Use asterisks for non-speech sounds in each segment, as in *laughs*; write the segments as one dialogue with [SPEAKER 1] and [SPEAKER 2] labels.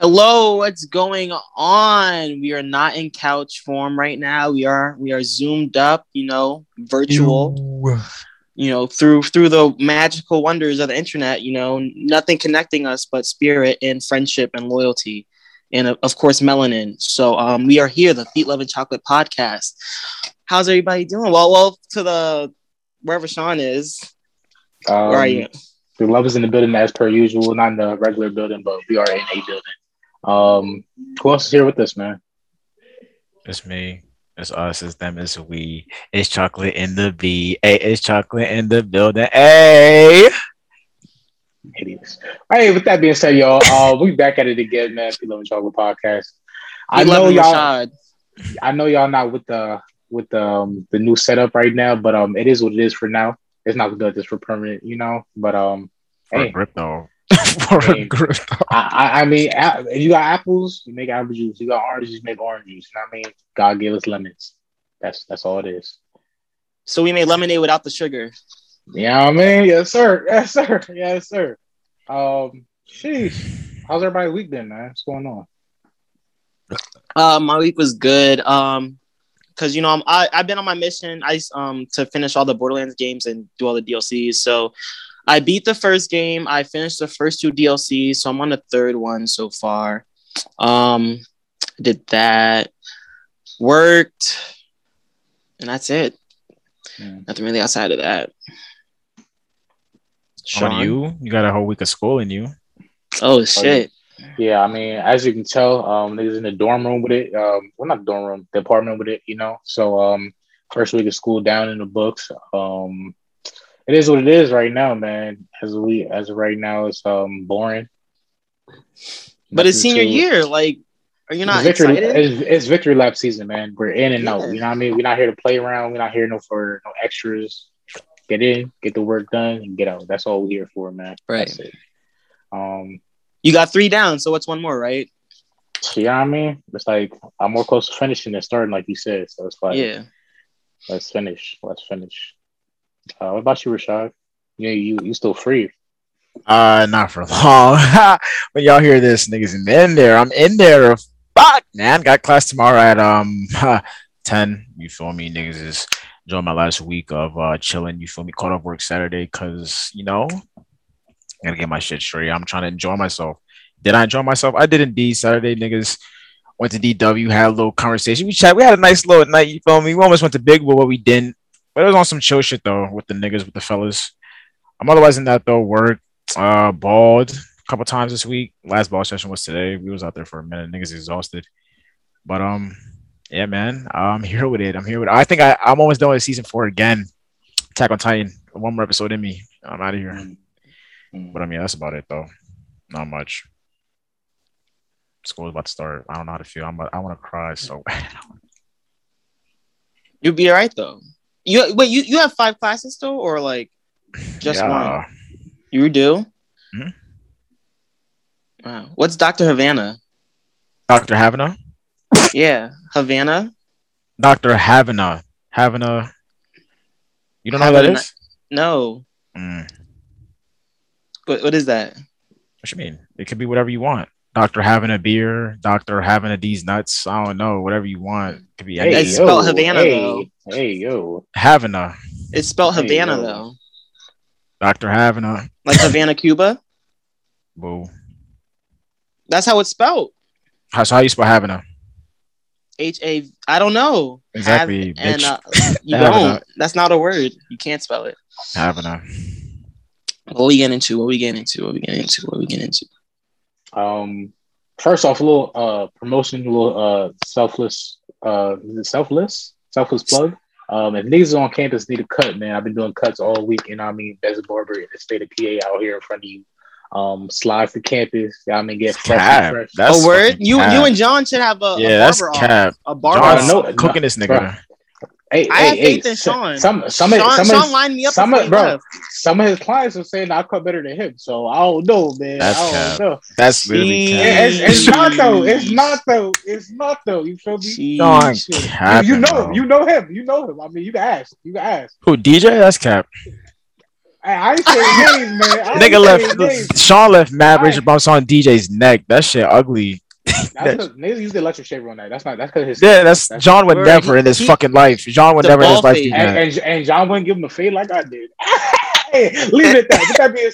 [SPEAKER 1] Hello, what's going on? We are not in couch form right now. We are we are zoomed up, you know, virtual,
[SPEAKER 2] Ew.
[SPEAKER 1] you know, through through the magical wonders of the internet, you know, nothing connecting us but spirit and friendship and loyalty. And of- of course, melanin. So um, we are here, the Feet Love and Chocolate podcast. How's everybody doing? Well, well, to the wherever Sean is,
[SPEAKER 2] Um,
[SPEAKER 1] where are you?
[SPEAKER 2] The love is in the building as per usual, not in the regular building, but we are in a building. Um, who else is here with us, man?
[SPEAKER 3] It's me. It's us. It's them. It's we. It's chocolate in the B. Hey, it's chocolate in the building. Hey.
[SPEAKER 2] Idiots. All right, with that being said, y'all, uh, *laughs* we back at it again, man. If you love and chocolate podcast. I
[SPEAKER 1] We
[SPEAKER 2] know
[SPEAKER 1] love you,
[SPEAKER 2] y'all.
[SPEAKER 1] Rashad.
[SPEAKER 2] I know y'all not with the with the, um, the new setup right now, but um, it is what it is for now. It's not good. It's for permanent, you know. But um,
[SPEAKER 3] For
[SPEAKER 2] Hey.
[SPEAKER 3] a grip though. *laughs* For
[SPEAKER 2] Hey.
[SPEAKER 3] a grip.
[SPEAKER 2] I, I, I mean, a- if you got apples, you make apple juice. You got oranges, you make orange juice. You know what I mean? God gave us lemons. That's that's all it is.
[SPEAKER 1] So we made lemonade without the sugar.
[SPEAKER 2] You know what I mean? Yes, sir. Yes, sir. Yes, sir. Um, sheesh. How's everybody week been, man? What's going on?
[SPEAKER 1] Uh, my week was good. Um, cause you know I'm, I I've been on my mission. I s- um to finish all the Borderlands games and do all the DLCs. So I beat the first game. I finished the first two DLCs. So I'm on the third one so far. Um, did that worked, and that's it.
[SPEAKER 2] Yeah.
[SPEAKER 1] Nothing really outside of that.
[SPEAKER 3] On
[SPEAKER 1] Sean,
[SPEAKER 3] you. You got a whole week of school in you.
[SPEAKER 1] Oh shit!
[SPEAKER 2] Yeah, I mean, as you can tell, um, niggas in the dorm room with it. Um, well, not dorm room, the apartment with it. You know, so um, first week of school down in the books. Um, it is what it is right now, man. As we as of right now, it's um boring.
[SPEAKER 1] But it's
[SPEAKER 2] Nothing
[SPEAKER 1] senior
[SPEAKER 2] to-
[SPEAKER 1] year. Like, are you not
[SPEAKER 2] it's victory,
[SPEAKER 1] excited?
[SPEAKER 2] It's, it's victory lap season, man. We're in and out.
[SPEAKER 1] Yeah.
[SPEAKER 2] You know what I mean? We're not here to play around. We're not here no for no extras. Get in, get the work done, and get out. That's all we're here for, man.
[SPEAKER 1] Right.
[SPEAKER 2] That's it. Um,
[SPEAKER 1] You got three down, so what's one more, right?
[SPEAKER 2] you know what I mean? It's like I'm more close to finishing than starting, like you said. So it's like
[SPEAKER 1] Yeah.
[SPEAKER 2] let's finish. Let's finish. Uh, what about you, Rashad? Yeah, you you still free.
[SPEAKER 3] Uh, not for long. *laughs* when y'all hear this, niggas in there. I'm in there. Fuck, man. Got class tomorrow at um *laughs* ten. You feel me? Niggas is enjoying my last week of uh chilling. You feel me? Caught up work Saturday because you know I gotta get my shit straight. I'm trying to enjoy myself. Did I enjoy myself? I did indeed. Saturday, niggas went to DW, had a little conversation. We chat. We had a nice little night. You feel me? We almost went to Big, but what we didn't. But it was on some chill shit though with the niggas, with the fellas. I'm otherwise in that though. Work, uh, balled a couple times this week. Last ball session was today. We was out there for a minute. Niggas exhausted. But um, yeah, man. I'm here with it. I'm here with. It. I think I, I'm almost done with season four again. Attack on Titan. One more episode in me. I'm out of here. But I mean, that's about it though. Not much. School's about to start. I don't know how to feel. I'm. About, I want to cry. So *laughs*
[SPEAKER 1] You'll be all right though. You wait, you, you have five classes still, or like just one?
[SPEAKER 3] Yeah.
[SPEAKER 1] You do?
[SPEAKER 3] Mhm.
[SPEAKER 1] Wow. What's Dr. Havana?
[SPEAKER 3] Doctor Havana.
[SPEAKER 1] yeah. Havana?
[SPEAKER 3] Doctor Havana. Havana. You don't know who
[SPEAKER 1] Havana.
[SPEAKER 3] that is?
[SPEAKER 1] No.
[SPEAKER 3] Mm.
[SPEAKER 1] What, what is that?
[SPEAKER 3] What you mean? It could be whatever you want. Doctor having a beer, doctor having a these nuts. I don't know. Whatever you want. Could be
[SPEAKER 1] Hey,
[SPEAKER 3] anything.
[SPEAKER 1] It's spelled Havana,
[SPEAKER 2] hey,
[SPEAKER 1] though.
[SPEAKER 2] Hey, yo.
[SPEAKER 3] having a
[SPEAKER 1] It's spelled
[SPEAKER 2] There you
[SPEAKER 1] Havana
[SPEAKER 2] go.
[SPEAKER 1] though.
[SPEAKER 3] doctor having a
[SPEAKER 1] Like Havana, Cuba.
[SPEAKER 3] boo.
[SPEAKER 1] That's how it's spelled.
[SPEAKER 3] How so? How you spell having a?
[SPEAKER 1] H A I don't know.
[SPEAKER 3] Exactly,
[SPEAKER 1] Have- and
[SPEAKER 3] bitch. *laughs*
[SPEAKER 1] uh, you
[SPEAKER 3] Havana.
[SPEAKER 1] don't. That's not a word. You can't spell it.
[SPEAKER 3] Having a.
[SPEAKER 1] What we get into, what we get into, what we get into, what we get into.
[SPEAKER 2] Um, first off, a little uh promotion, a little uh selfless uh is it selfless selfless plug. Um, if niggas on campus need a cut, man, I've been doing cuts all week, and I mean, Desert Barber in the state of PA out here in front of you. Um, slide to campus, y'all I mean, get fresh, and
[SPEAKER 3] Cap.
[SPEAKER 2] fresh.
[SPEAKER 3] That's
[SPEAKER 1] a word?
[SPEAKER 3] fucking
[SPEAKER 1] You
[SPEAKER 3] cap.
[SPEAKER 1] you and John should have a,
[SPEAKER 3] yeah,
[SPEAKER 1] a
[SPEAKER 3] that's
[SPEAKER 1] barber off.
[SPEAKER 3] cap.
[SPEAKER 1] A barber off.
[SPEAKER 3] John's
[SPEAKER 2] Bro, no,
[SPEAKER 3] cooking this nigga.
[SPEAKER 2] bro. Hey,
[SPEAKER 1] I
[SPEAKER 2] hey,
[SPEAKER 1] have faith
[SPEAKER 2] hey,
[SPEAKER 1] in
[SPEAKER 2] so-
[SPEAKER 1] Sean.
[SPEAKER 2] Some, some, of-
[SPEAKER 1] Sean,
[SPEAKER 2] some, of
[SPEAKER 1] Sean
[SPEAKER 2] his-
[SPEAKER 1] lined me up
[SPEAKER 2] some
[SPEAKER 1] before
[SPEAKER 2] of-
[SPEAKER 1] he
[SPEAKER 2] bro.
[SPEAKER 1] left.
[SPEAKER 2] some of his clients are saying I cut better than him, so I don't know, man.
[SPEAKER 3] That's
[SPEAKER 2] I don't
[SPEAKER 3] cap.
[SPEAKER 2] know.
[SPEAKER 3] That's literally cap.
[SPEAKER 2] It- It's,
[SPEAKER 3] *laughs*
[SPEAKER 2] it's not though. It's not though. It's not though. You feel me?
[SPEAKER 3] John
[SPEAKER 1] Jeez.
[SPEAKER 2] shit.
[SPEAKER 3] capping,
[SPEAKER 2] you, you know
[SPEAKER 3] bro.
[SPEAKER 2] him. You know him. You know him. I mean, you can ask. You can ask.
[SPEAKER 3] who DJ? That's cap.
[SPEAKER 2] I ain't
[SPEAKER 1] *laughs*
[SPEAKER 2] saying names, man. I ain't
[SPEAKER 3] Nigga
[SPEAKER 2] saying
[SPEAKER 3] left
[SPEAKER 2] names.
[SPEAKER 3] Sean left mad
[SPEAKER 2] Right.
[SPEAKER 3] razor bumps on DJ's neck. That shit ugly.
[SPEAKER 2] That's 'cause Niggas use the electric shaver on that. That's not. That's because his.
[SPEAKER 3] Yeah, that's
[SPEAKER 2] That's-
[SPEAKER 3] John would
[SPEAKER 1] Word,
[SPEAKER 3] never
[SPEAKER 1] he-
[SPEAKER 3] in his
[SPEAKER 1] he-
[SPEAKER 3] fucking life. John would
[SPEAKER 1] the
[SPEAKER 3] never in his
[SPEAKER 1] ball
[SPEAKER 3] life do
[SPEAKER 1] fade.
[SPEAKER 3] that.
[SPEAKER 2] And, and and John wouldn't give him a fade like I did. *laughs* hey, leave it at that. With that being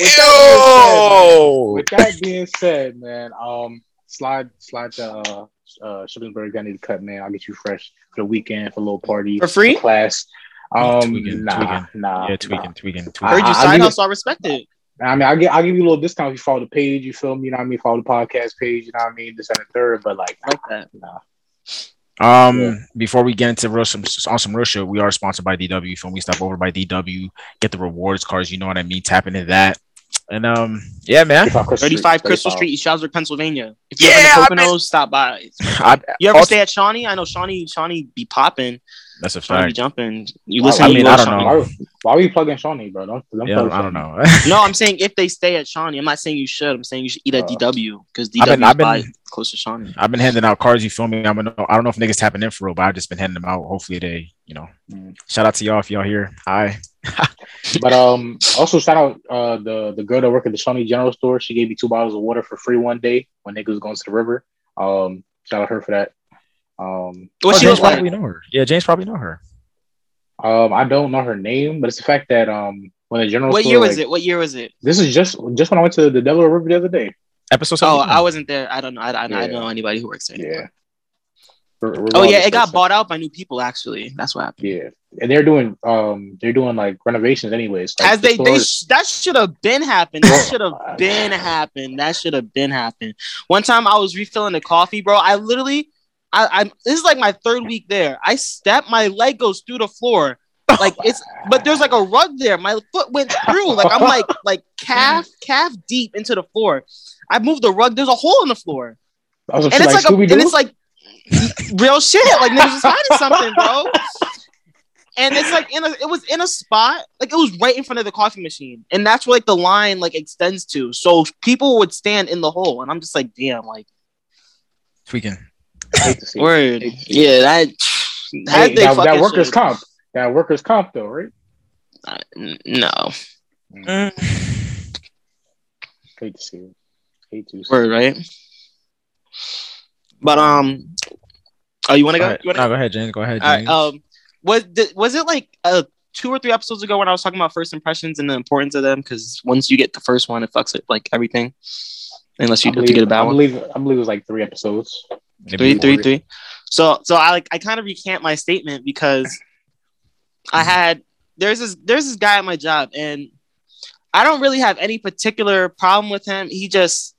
[SPEAKER 3] Ew.
[SPEAKER 2] with that being said, man, um, slide slide to uh, uh, Shippensburg. I need to cut, man. I'll get you fresh for the weekend for a little party
[SPEAKER 1] For free?
[SPEAKER 2] for class. Um,
[SPEAKER 3] Tweaking,
[SPEAKER 2] nah,
[SPEAKER 3] tweaking.
[SPEAKER 2] nah,
[SPEAKER 3] Yeah,
[SPEAKER 2] nah.
[SPEAKER 3] tweaking, tweaking,
[SPEAKER 2] I-
[SPEAKER 1] Heard
[SPEAKER 3] tweaking.
[SPEAKER 1] you
[SPEAKER 2] I
[SPEAKER 1] side
[SPEAKER 2] need-
[SPEAKER 1] hustle. I respect it.
[SPEAKER 2] I mean, I get, I'll give you a little discount if you follow the page. You feel me? You know what I mean? Follow the podcast page. You know what I mean? This and the third, but like,
[SPEAKER 1] Like that.
[SPEAKER 2] nah.
[SPEAKER 3] Um,
[SPEAKER 2] Yeah.
[SPEAKER 3] before we get into real some on some real shit, we are sponsored by DW. Film we stop over by DW, get the rewards cards. You know what I mean? Tap into that, and um, yeah, man.
[SPEAKER 2] 35 Crystal
[SPEAKER 1] 35
[SPEAKER 2] Street,
[SPEAKER 1] Crystal
[SPEAKER 2] 35.
[SPEAKER 1] Street, East Stroudsburg, Pennsylvania. If you're yeah,
[SPEAKER 3] Yeah,
[SPEAKER 1] in
[SPEAKER 3] I've
[SPEAKER 1] Pocono, stop by.
[SPEAKER 3] I,
[SPEAKER 1] You ever
[SPEAKER 3] Also-
[SPEAKER 1] stay at Shawnee? I know Shawnee. Shawnee be popping.
[SPEAKER 3] That's a
[SPEAKER 1] Shawnee be
[SPEAKER 3] fact.
[SPEAKER 1] jumping. You
[SPEAKER 2] Why-
[SPEAKER 1] listen.
[SPEAKER 3] I
[SPEAKER 1] to
[SPEAKER 3] mean,
[SPEAKER 1] Lil
[SPEAKER 3] I don't
[SPEAKER 1] Shawnee.
[SPEAKER 3] know.
[SPEAKER 2] Why, why we plugging Shawnee, bro? Don't, don't
[SPEAKER 3] Yeah, I
[SPEAKER 2] plug
[SPEAKER 3] don't, I don't
[SPEAKER 2] Shawnee.
[SPEAKER 3] know. *laughs*
[SPEAKER 1] No, I'm saying if they stay at Shawnee, I'm not saying you should. I'm saying you should eat at
[SPEAKER 2] Uh,
[SPEAKER 1] DW because DW
[SPEAKER 3] I've been- I've
[SPEAKER 1] is by
[SPEAKER 3] been-
[SPEAKER 1] close to Shawnee.
[SPEAKER 3] I've been handing out cards. You feel me? I'm gonna, I don't know if niggas tapping in for real, but I've just been handing them out. Hopefully they, you know,
[SPEAKER 2] Mm.
[SPEAKER 3] shout out to y'all if y'all here. Hi.
[SPEAKER 2] But um, also shout out uh the the girl that worked at the Shawnee General Store. She gave me two bottles of water for free one day when niggas was going to the river. Um, shout out her for that. Um,
[SPEAKER 1] Well,
[SPEAKER 3] Oh,
[SPEAKER 1] she
[SPEAKER 3] James
[SPEAKER 1] was like,
[SPEAKER 3] probably know her. Yeah, James probably know her.
[SPEAKER 2] um, I don't know her name, but it's the fact that um, when the General
[SPEAKER 1] what
[SPEAKER 2] Store,
[SPEAKER 1] year was
[SPEAKER 2] like-
[SPEAKER 1] it? What year was it?
[SPEAKER 2] This is just just when I went to the Delaware River the other day.
[SPEAKER 1] Oh,
[SPEAKER 3] Episode. seventy-one.
[SPEAKER 1] I wasn't there. I don't know. I, I, I
[SPEAKER 2] Yeah.
[SPEAKER 1] don't know anybody who works there.
[SPEAKER 2] Yeah.
[SPEAKER 1] anymore. Oh
[SPEAKER 2] R-
[SPEAKER 1] yeah,
[SPEAKER 2] regardless,
[SPEAKER 1] it got
[SPEAKER 2] that's-
[SPEAKER 1] bought out by new people. Actually, that's what happened.
[SPEAKER 2] Yeah, and they're doing um, they're doing like renovations anyways. Like,
[SPEAKER 1] As
[SPEAKER 2] the
[SPEAKER 1] they, they
[SPEAKER 2] stores-
[SPEAKER 1] sh- that should have been happened. That should
[SPEAKER 2] Bro. *laughs*
[SPEAKER 1] have been happened. That should have been happened. One time I was refilling the coffee, bro. I literally, I, I'm. This is like my third week there. I stepped my leg goes through the floor. Like it's, but there's like a rug there. My foot went through. Like I'm like like calf calf deep into the floor. I moved the rug. There's a hole in the floor,
[SPEAKER 2] I was
[SPEAKER 1] and it's like, a,
[SPEAKER 2] Scooby-Doo?
[SPEAKER 1] and it's like real shit. Like niggas was hiding something, bro. And it's like in a, it was in a spot, like it was right in front of the coffee machine, and that's where like the line like extends to. So people would stand in the hole, and I'm just like, damn, like
[SPEAKER 3] Tweaking.
[SPEAKER 2] I hate to see it.
[SPEAKER 1] word,
[SPEAKER 2] It's-
[SPEAKER 1] yeah, that.
[SPEAKER 2] Hey,
[SPEAKER 1] Had they
[SPEAKER 2] that, that
[SPEAKER 1] fucking
[SPEAKER 2] workers
[SPEAKER 1] should've-
[SPEAKER 2] comp, that workers comp though, right?
[SPEAKER 1] Uh, n- no
[SPEAKER 2] Hate to see it. Hate to see. it.
[SPEAKER 1] word, right? But um, oh, you want to
[SPEAKER 3] Go
[SPEAKER 1] go?
[SPEAKER 3] ahead.
[SPEAKER 1] You wanna-
[SPEAKER 3] No, go ahead, James. Go ahead,
[SPEAKER 1] All right.
[SPEAKER 3] James.
[SPEAKER 1] Um, was th- was it like uh two or three episodes ago when I was talking about first impressions and the importance of them? Because once you get the first one, it fucks it like everything, unless you
[SPEAKER 2] I
[SPEAKER 1] have to
[SPEAKER 2] believe,
[SPEAKER 1] get a bad
[SPEAKER 2] I
[SPEAKER 1] one.
[SPEAKER 2] believe, I believe it was like three episodes.
[SPEAKER 1] three,
[SPEAKER 3] Maybe
[SPEAKER 1] three,
[SPEAKER 3] more.
[SPEAKER 1] three. So, so I like I kind of recant my statement because I had there's this there's this guy at my job, and I don't really have any particular problem with him. He just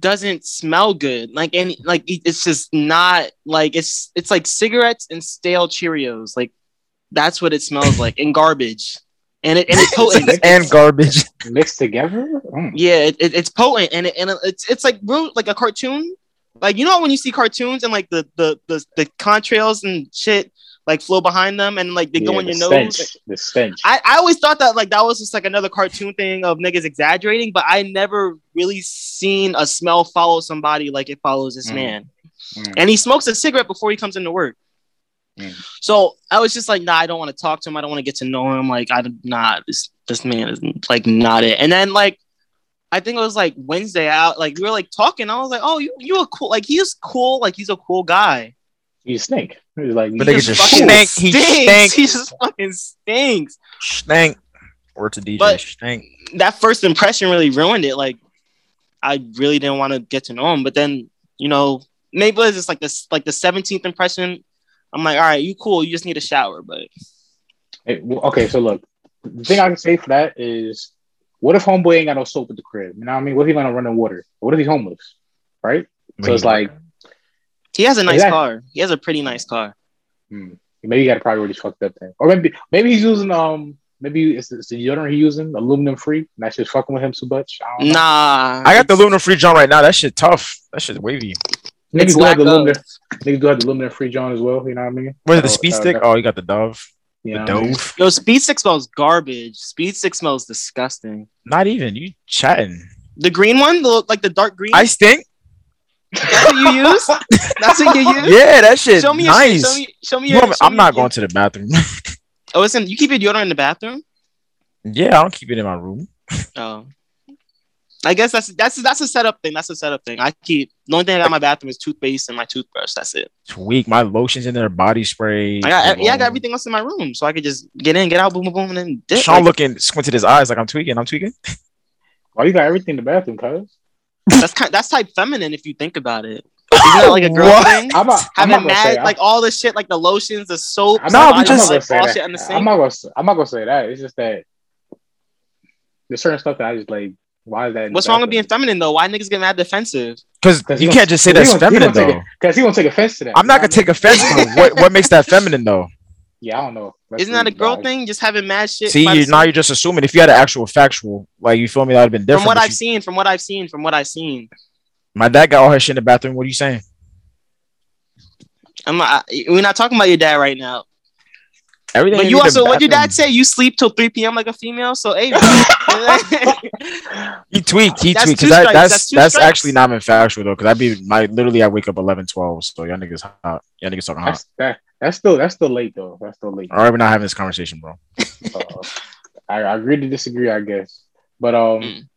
[SPEAKER 1] doesn't smell good. Like any like it- it's just not like it's it's like cigarettes and stale Cheerios. Like that's what it smells like and garbage, and it and it's potent.
[SPEAKER 3] Oh, and garbage.
[SPEAKER 1] *laughs*
[SPEAKER 2] Mixed together. Mm.
[SPEAKER 1] Yeah, it, it, it's potent and it, and it's it's like real like a cartoon. Like you know when you see cartoons and like the the the, the contrails and shit like flow behind them and like they
[SPEAKER 2] Yeah,
[SPEAKER 1] go in
[SPEAKER 2] the
[SPEAKER 1] your
[SPEAKER 2] stench,
[SPEAKER 1] nose.
[SPEAKER 2] The stench.
[SPEAKER 1] I, I always thought that like that was just like another cartoon thing of niggas exaggerating, but I never really seen a smell follow somebody like it follows this
[SPEAKER 2] Mm.
[SPEAKER 1] man.
[SPEAKER 2] Mm.
[SPEAKER 1] And he smokes a cigarette before he comes into work.
[SPEAKER 2] Mm.
[SPEAKER 1] So I was just like, nah, I don't want to talk to him. I don't want to get to know him. Like, I'm not this this man is like not it. And then like I think it was like Wednesday out, like we were like talking. I was like, Oh, you you a cool like he's cool, like he's a cool guy.
[SPEAKER 2] You stink. He's like,
[SPEAKER 3] But
[SPEAKER 1] He
[SPEAKER 3] nigga
[SPEAKER 1] just
[SPEAKER 3] just
[SPEAKER 1] fucking
[SPEAKER 3] stank.
[SPEAKER 1] *laughs*
[SPEAKER 3] He stank.
[SPEAKER 1] He just fucking stinks.
[SPEAKER 3] Stank. Or to DJ.
[SPEAKER 1] But-
[SPEAKER 3] stank.
[SPEAKER 1] that first impression really ruined it. Like, I really didn't want to get to know him. But then, you know, maybe it's just like this, like the seventeenth impression. I'm like, all right, you cool. You just need a shower. But
[SPEAKER 2] Hey, well, okay, so look, the thing I can say for that is, what if homeboy ain't got no soap at the crib? You know what I mean? What if he gonna run in water? What if he's homeless? Right? So it's like,
[SPEAKER 1] he has a nice
[SPEAKER 2] Exactly.
[SPEAKER 1] car. He has a pretty nice car.
[SPEAKER 2] hmm, maybe he got priorities fucked up then, or maybe maybe he's using um. Maybe it's, it's the deodorant he's using, aluminum free, and that's just fucking with him too much. I don't know.
[SPEAKER 1] Nah,
[SPEAKER 3] I got the aluminum free John right now. That shit tough. That shit wavy.
[SPEAKER 2] Niggas
[SPEAKER 1] It's
[SPEAKER 2] do have
[SPEAKER 1] lack
[SPEAKER 2] the
[SPEAKER 1] of.
[SPEAKER 2] aluminum. Niggas do have the aluminum free John as well. You know what I mean?
[SPEAKER 3] What is it,
[SPEAKER 2] So,
[SPEAKER 3] the speed
[SPEAKER 2] uh,
[SPEAKER 3] stick?
[SPEAKER 2] that-
[SPEAKER 3] Oh, you got the Dove.
[SPEAKER 2] you
[SPEAKER 3] The
[SPEAKER 2] know what I mean?
[SPEAKER 3] Dove.
[SPEAKER 1] Yo, Speed Six smells garbage. Speed Six smells disgusting.
[SPEAKER 3] Not even. You chatting.
[SPEAKER 1] The green one, the, like the dark green.
[SPEAKER 3] I stink.
[SPEAKER 1] That's what
[SPEAKER 3] *laughs*
[SPEAKER 1] you use. That's what you use.
[SPEAKER 3] Yeah, that shit.
[SPEAKER 1] Show me your
[SPEAKER 3] nice.
[SPEAKER 1] shit. Show me. Show me
[SPEAKER 3] You
[SPEAKER 1] your.
[SPEAKER 3] want me-
[SPEAKER 1] show
[SPEAKER 3] I'm
[SPEAKER 1] me
[SPEAKER 3] not
[SPEAKER 1] your-
[SPEAKER 3] going to the bathroom. *laughs*
[SPEAKER 1] Oh, listen. You keep your deodorant in the bathroom.
[SPEAKER 3] Yeah, I don't keep it in my room.
[SPEAKER 1] Oh. I guess that's that's that's a setup thing. That's a setup thing. I keep the only thing I got in my bathroom is toothpaste and my toothbrush. That's it.
[SPEAKER 3] Tweak my lotions in there, body spray.
[SPEAKER 1] I got yeah, I got
[SPEAKER 3] cologne.
[SPEAKER 1] everything else in my room, so I could just get in, get out, boom, boom, boom, and then dip.
[SPEAKER 3] Sean
[SPEAKER 1] Like,
[SPEAKER 3] looking squinted his eyes like I'm tweaking.
[SPEAKER 1] *laughs*
[SPEAKER 3] I'm tweaking.
[SPEAKER 2] Why you got everything in the bathroom, cuz?
[SPEAKER 1] that's kind that's type feminine if you think about it. Isn't that like a girl
[SPEAKER 3] What?
[SPEAKER 1] thing?
[SPEAKER 2] I'm not, I'm not
[SPEAKER 1] Having
[SPEAKER 2] gonna say
[SPEAKER 1] mad like all the shit, like the lotions, the soap,
[SPEAKER 2] I'm
[SPEAKER 3] No,
[SPEAKER 2] not,
[SPEAKER 3] because-
[SPEAKER 2] I'm not gonna say
[SPEAKER 1] all
[SPEAKER 2] that.
[SPEAKER 1] shit on the sink.
[SPEAKER 2] I'm not gonna. say- I'm not gonna say that. It's just that there's certain stuff that I just like. Why is that? in the
[SPEAKER 1] What's wrong with being
[SPEAKER 2] bathroom?
[SPEAKER 1] feminine though? Why niggas get mad defensive?
[SPEAKER 3] Because
[SPEAKER 2] Cause
[SPEAKER 3] you
[SPEAKER 2] he
[SPEAKER 3] can't just say
[SPEAKER 2] He
[SPEAKER 3] that's
[SPEAKER 2] won't- he
[SPEAKER 3] feminine
[SPEAKER 2] won't take
[SPEAKER 3] though.
[SPEAKER 2] it- Cause he won't take offense to that.
[SPEAKER 3] I'm not gonna
[SPEAKER 2] You know
[SPEAKER 3] take offense to what what makes that feminine though.
[SPEAKER 2] what I mean? Yeah, I don't know. That's
[SPEAKER 1] Isn't that a
[SPEAKER 2] weird,
[SPEAKER 1] girl
[SPEAKER 2] dog.
[SPEAKER 1] thing? Just having mad shit.
[SPEAKER 3] See,
[SPEAKER 1] by the
[SPEAKER 3] you,
[SPEAKER 1] sink?
[SPEAKER 3] now you're just assuming. If you had an actual factual, like you feel me, that would have been different.
[SPEAKER 1] from what
[SPEAKER 3] but
[SPEAKER 1] I've
[SPEAKER 3] you-
[SPEAKER 1] seen, from what I've seen, from what I've seen.
[SPEAKER 3] my dad got all her shit in the bathroom. What are you saying?
[SPEAKER 1] I'm not, I- we're not talking about your dad right now.
[SPEAKER 3] Everything.
[SPEAKER 1] But
[SPEAKER 3] in
[SPEAKER 1] you
[SPEAKER 3] the
[SPEAKER 1] also, what your
[SPEAKER 3] bathroom-
[SPEAKER 1] dad say? You sleep till 3 p.m. like a female. So,
[SPEAKER 2] *laughs*
[SPEAKER 1] hey, bro. *laughs*
[SPEAKER 3] He tweaked. He
[SPEAKER 1] That's
[SPEAKER 3] tweaked.
[SPEAKER 1] two strikes,
[SPEAKER 3] 'cause that- that's
[SPEAKER 1] that's
[SPEAKER 3] that's,
[SPEAKER 1] two strikes.
[SPEAKER 3] actually not even factual though. Because I be my literally I wake up 11, 12. So y'all niggas hot. Y'all niggas talking hot.
[SPEAKER 2] That's that. That's still. That's still late though. That's still late.
[SPEAKER 3] All right, we're not having this conversation, bro.
[SPEAKER 2] Uh, I, I agree to disagree, I guess. But um,
[SPEAKER 1] Mm.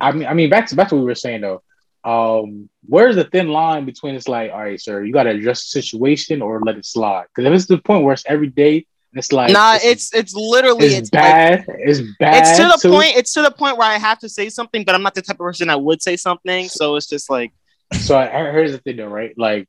[SPEAKER 2] I mean, I mean, back to back to what we were saying though. Um, where's the thin line between it's like, all right, sir, you got to address the situation or let it slide? Because if it's to the point where it's every day, and it's like,
[SPEAKER 1] nah, it's it's literally
[SPEAKER 2] it's,
[SPEAKER 1] it's, like
[SPEAKER 2] bad, it's bad.
[SPEAKER 1] it's to the
[SPEAKER 2] too.
[SPEAKER 1] point. It's to the point where I have to say something, but I'm not the type of person that would say something. So it's just like
[SPEAKER 2] So I, here- here's the thing though, right? Like,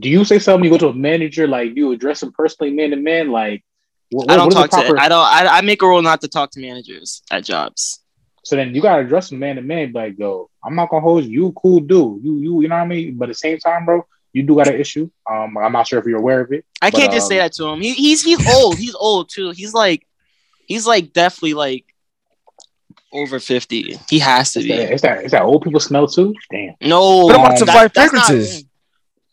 [SPEAKER 2] do you say something? You go to a manager, like you address them personally, man to man, like. What,
[SPEAKER 1] I don't
[SPEAKER 2] what is the
[SPEAKER 1] talk to.
[SPEAKER 2] proper-
[SPEAKER 1] I don't. I, I make a rule not to talk to managers at jobs.
[SPEAKER 2] So then you gotta address him man to man, be like, yo, I'm not gonna hold you. You a cool dude. You you you know what I mean? But at the same time, bro, you do got an issue. Um, I'm not sure if you're aware of it.
[SPEAKER 1] I
[SPEAKER 2] But,
[SPEAKER 1] can't just say
[SPEAKER 2] um,
[SPEAKER 1] that to him. He, he's he's old. He's old too. He's like he's like definitely like over fifty. He has to
[SPEAKER 2] It's
[SPEAKER 1] be.
[SPEAKER 2] that, it's that it's that old people smell too. Damn.
[SPEAKER 1] No,
[SPEAKER 3] Put him
[SPEAKER 2] on
[SPEAKER 1] that-
[SPEAKER 2] some
[SPEAKER 3] light
[SPEAKER 1] that's not-
[SPEAKER 3] fragrances.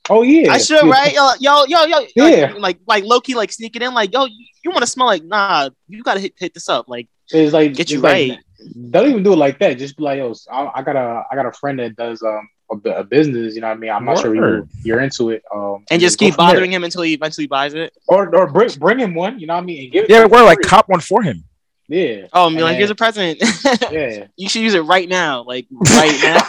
[SPEAKER 2] Oh yeah.
[SPEAKER 1] I should,
[SPEAKER 2] Yeah.
[SPEAKER 1] right? Yo, yo, yo, yo, yo,
[SPEAKER 2] Yeah.
[SPEAKER 1] Like, like low key, like sneak it in, like, yo, you, want to smell like, nah, you gotta hit, hit this up, like,
[SPEAKER 2] It's like
[SPEAKER 1] get you
[SPEAKER 2] it's like-
[SPEAKER 1] right.
[SPEAKER 2] Don't even do it like that. Just be like, yo, I, I got a I got a friend that does um a, bu- a business. You know what I mean? I'm not sure you,
[SPEAKER 3] Word.
[SPEAKER 2] you're into it. Um,
[SPEAKER 1] and just
[SPEAKER 2] go
[SPEAKER 1] keep
[SPEAKER 2] from there.
[SPEAKER 1] bothering him until he eventually buys it.
[SPEAKER 2] Or or bring bring him one. You know what I mean? And give it.
[SPEAKER 3] Yeah,
[SPEAKER 2] to him
[SPEAKER 3] we're like
[SPEAKER 2] free.
[SPEAKER 3] cop one for him.
[SPEAKER 2] yeah
[SPEAKER 1] Oh, I'm like,
[SPEAKER 2] Man.
[SPEAKER 1] here's a present. *laughs*
[SPEAKER 2] yeah.
[SPEAKER 1] you should use it right now, like right now.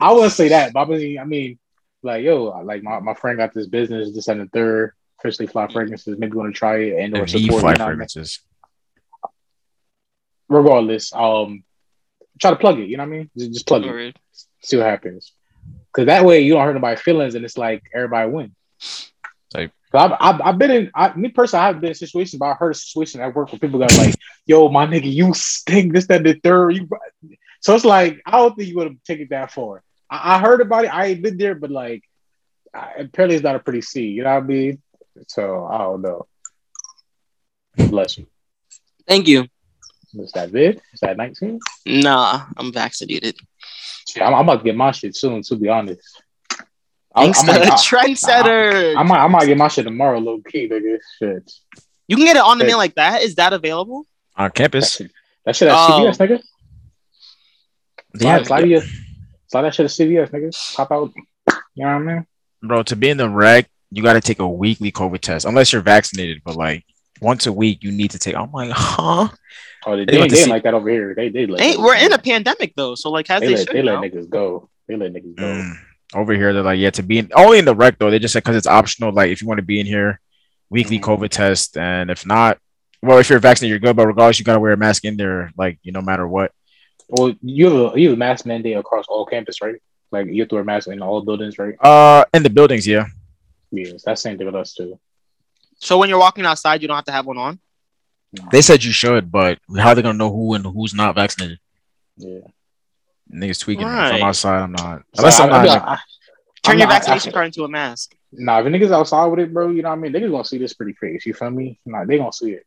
[SPEAKER 2] I wouldn't say that, but I mean, I mean, like, yo, like my, my friend got this business, this and the third, officially fly fragrances. Maybe want to try it and or
[SPEAKER 3] And he
[SPEAKER 2] support.
[SPEAKER 3] fly
[SPEAKER 2] You know what I mean?
[SPEAKER 3] fragrances.
[SPEAKER 2] Regardless, um, try to plug it. You know what I mean? Just, just *laughs* plug it.
[SPEAKER 1] Word.
[SPEAKER 2] See what happens. Because that way you don't hurt nobody's feelings, and it's like everybody win.
[SPEAKER 3] Type.
[SPEAKER 2] So I've, I've, I've been in I, me personally. I've been in situations, but I heard a situation at work where people got like, *laughs* "Yo, my nigga, you stink." This, that, the third. You, so it's like I don't think you would have taken that far. I, I heard about it. I ain't been there, but like, I, apparently it's not a pretty scene. You know what I mean? So I don't know. Bless you.
[SPEAKER 1] Thank you.
[SPEAKER 2] Is that vid? Is that nineteen?
[SPEAKER 1] Nah, I'm vaccinated.
[SPEAKER 2] I'm, I'm about to get my shit soon. To be honest, I, I,
[SPEAKER 1] Thanks to
[SPEAKER 2] might,
[SPEAKER 1] the
[SPEAKER 2] I,
[SPEAKER 1] trendsetter.
[SPEAKER 2] I might I might get my shit tomorrow, low key, nigga. Shit.
[SPEAKER 1] you can get it on demand like that. Is that available?
[SPEAKER 3] On
[SPEAKER 2] That
[SPEAKER 3] campus.
[SPEAKER 2] shit, that shit at
[SPEAKER 1] Oh.
[SPEAKER 2] CVS, nigga.
[SPEAKER 3] Yeah,
[SPEAKER 2] Slide, slide, your- slide that shit at CVS, nigga. Pop out. You know what I mean?
[SPEAKER 3] bro, to be in the rec, you got to take a weekly COVID test unless you're vaccinated. But like once a week, you need to take. I'm like, huh?
[SPEAKER 2] Oh, they,
[SPEAKER 3] They
[SPEAKER 2] they,
[SPEAKER 3] went
[SPEAKER 2] ain't-
[SPEAKER 3] to
[SPEAKER 2] they ain't
[SPEAKER 3] see-
[SPEAKER 2] like that over here. They they let
[SPEAKER 1] Hey, we're in a pandemic though, so like, as
[SPEAKER 2] they,
[SPEAKER 1] they,
[SPEAKER 2] let,
[SPEAKER 1] should.
[SPEAKER 2] they let
[SPEAKER 1] now.
[SPEAKER 2] niggas go. They let niggas go.
[SPEAKER 3] Mm. Over here, they're like, yeah, to be in, only in the rec though. They just said because it's optional. Like if you want to be in here, weekly
[SPEAKER 2] Mhm.
[SPEAKER 3] COVID test, and if not, well, if you're vaccinated, you're good. But regardless, you got to wear a mask in there, like you no matter what.
[SPEAKER 2] Well, you have a you have a mask mandate across all campus, right? Like you have to wear masks in all buildings, right?
[SPEAKER 3] Uh, in the buildings, yeah.
[SPEAKER 2] Yeah, it's that same thing with us too.
[SPEAKER 1] So when you're walking outside, you don't have to have one on.
[SPEAKER 3] They said you should, but how are they gonna know who and who's not vaccinated?
[SPEAKER 2] Yeah.
[SPEAKER 3] Niggas tweaking
[SPEAKER 1] Right.
[SPEAKER 3] from outside. I'm not. Unless
[SPEAKER 2] So
[SPEAKER 3] I'm not.
[SPEAKER 2] be
[SPEAKER 3] in
[SPEAKER 2] like, I-
[SPEAKER 1] Turn
[SPEAKER 2] I'm
[SPEAKER 1] your
[SPEAKER 2] not- I-
[SPEAKER 1] vaccination card into a mask.
[SPEAKER 2] Nah, if a niggas outside with it, bro, you know what I mean? Niggas gonna see this pretty face. You feel me? Nah, they gonna see it.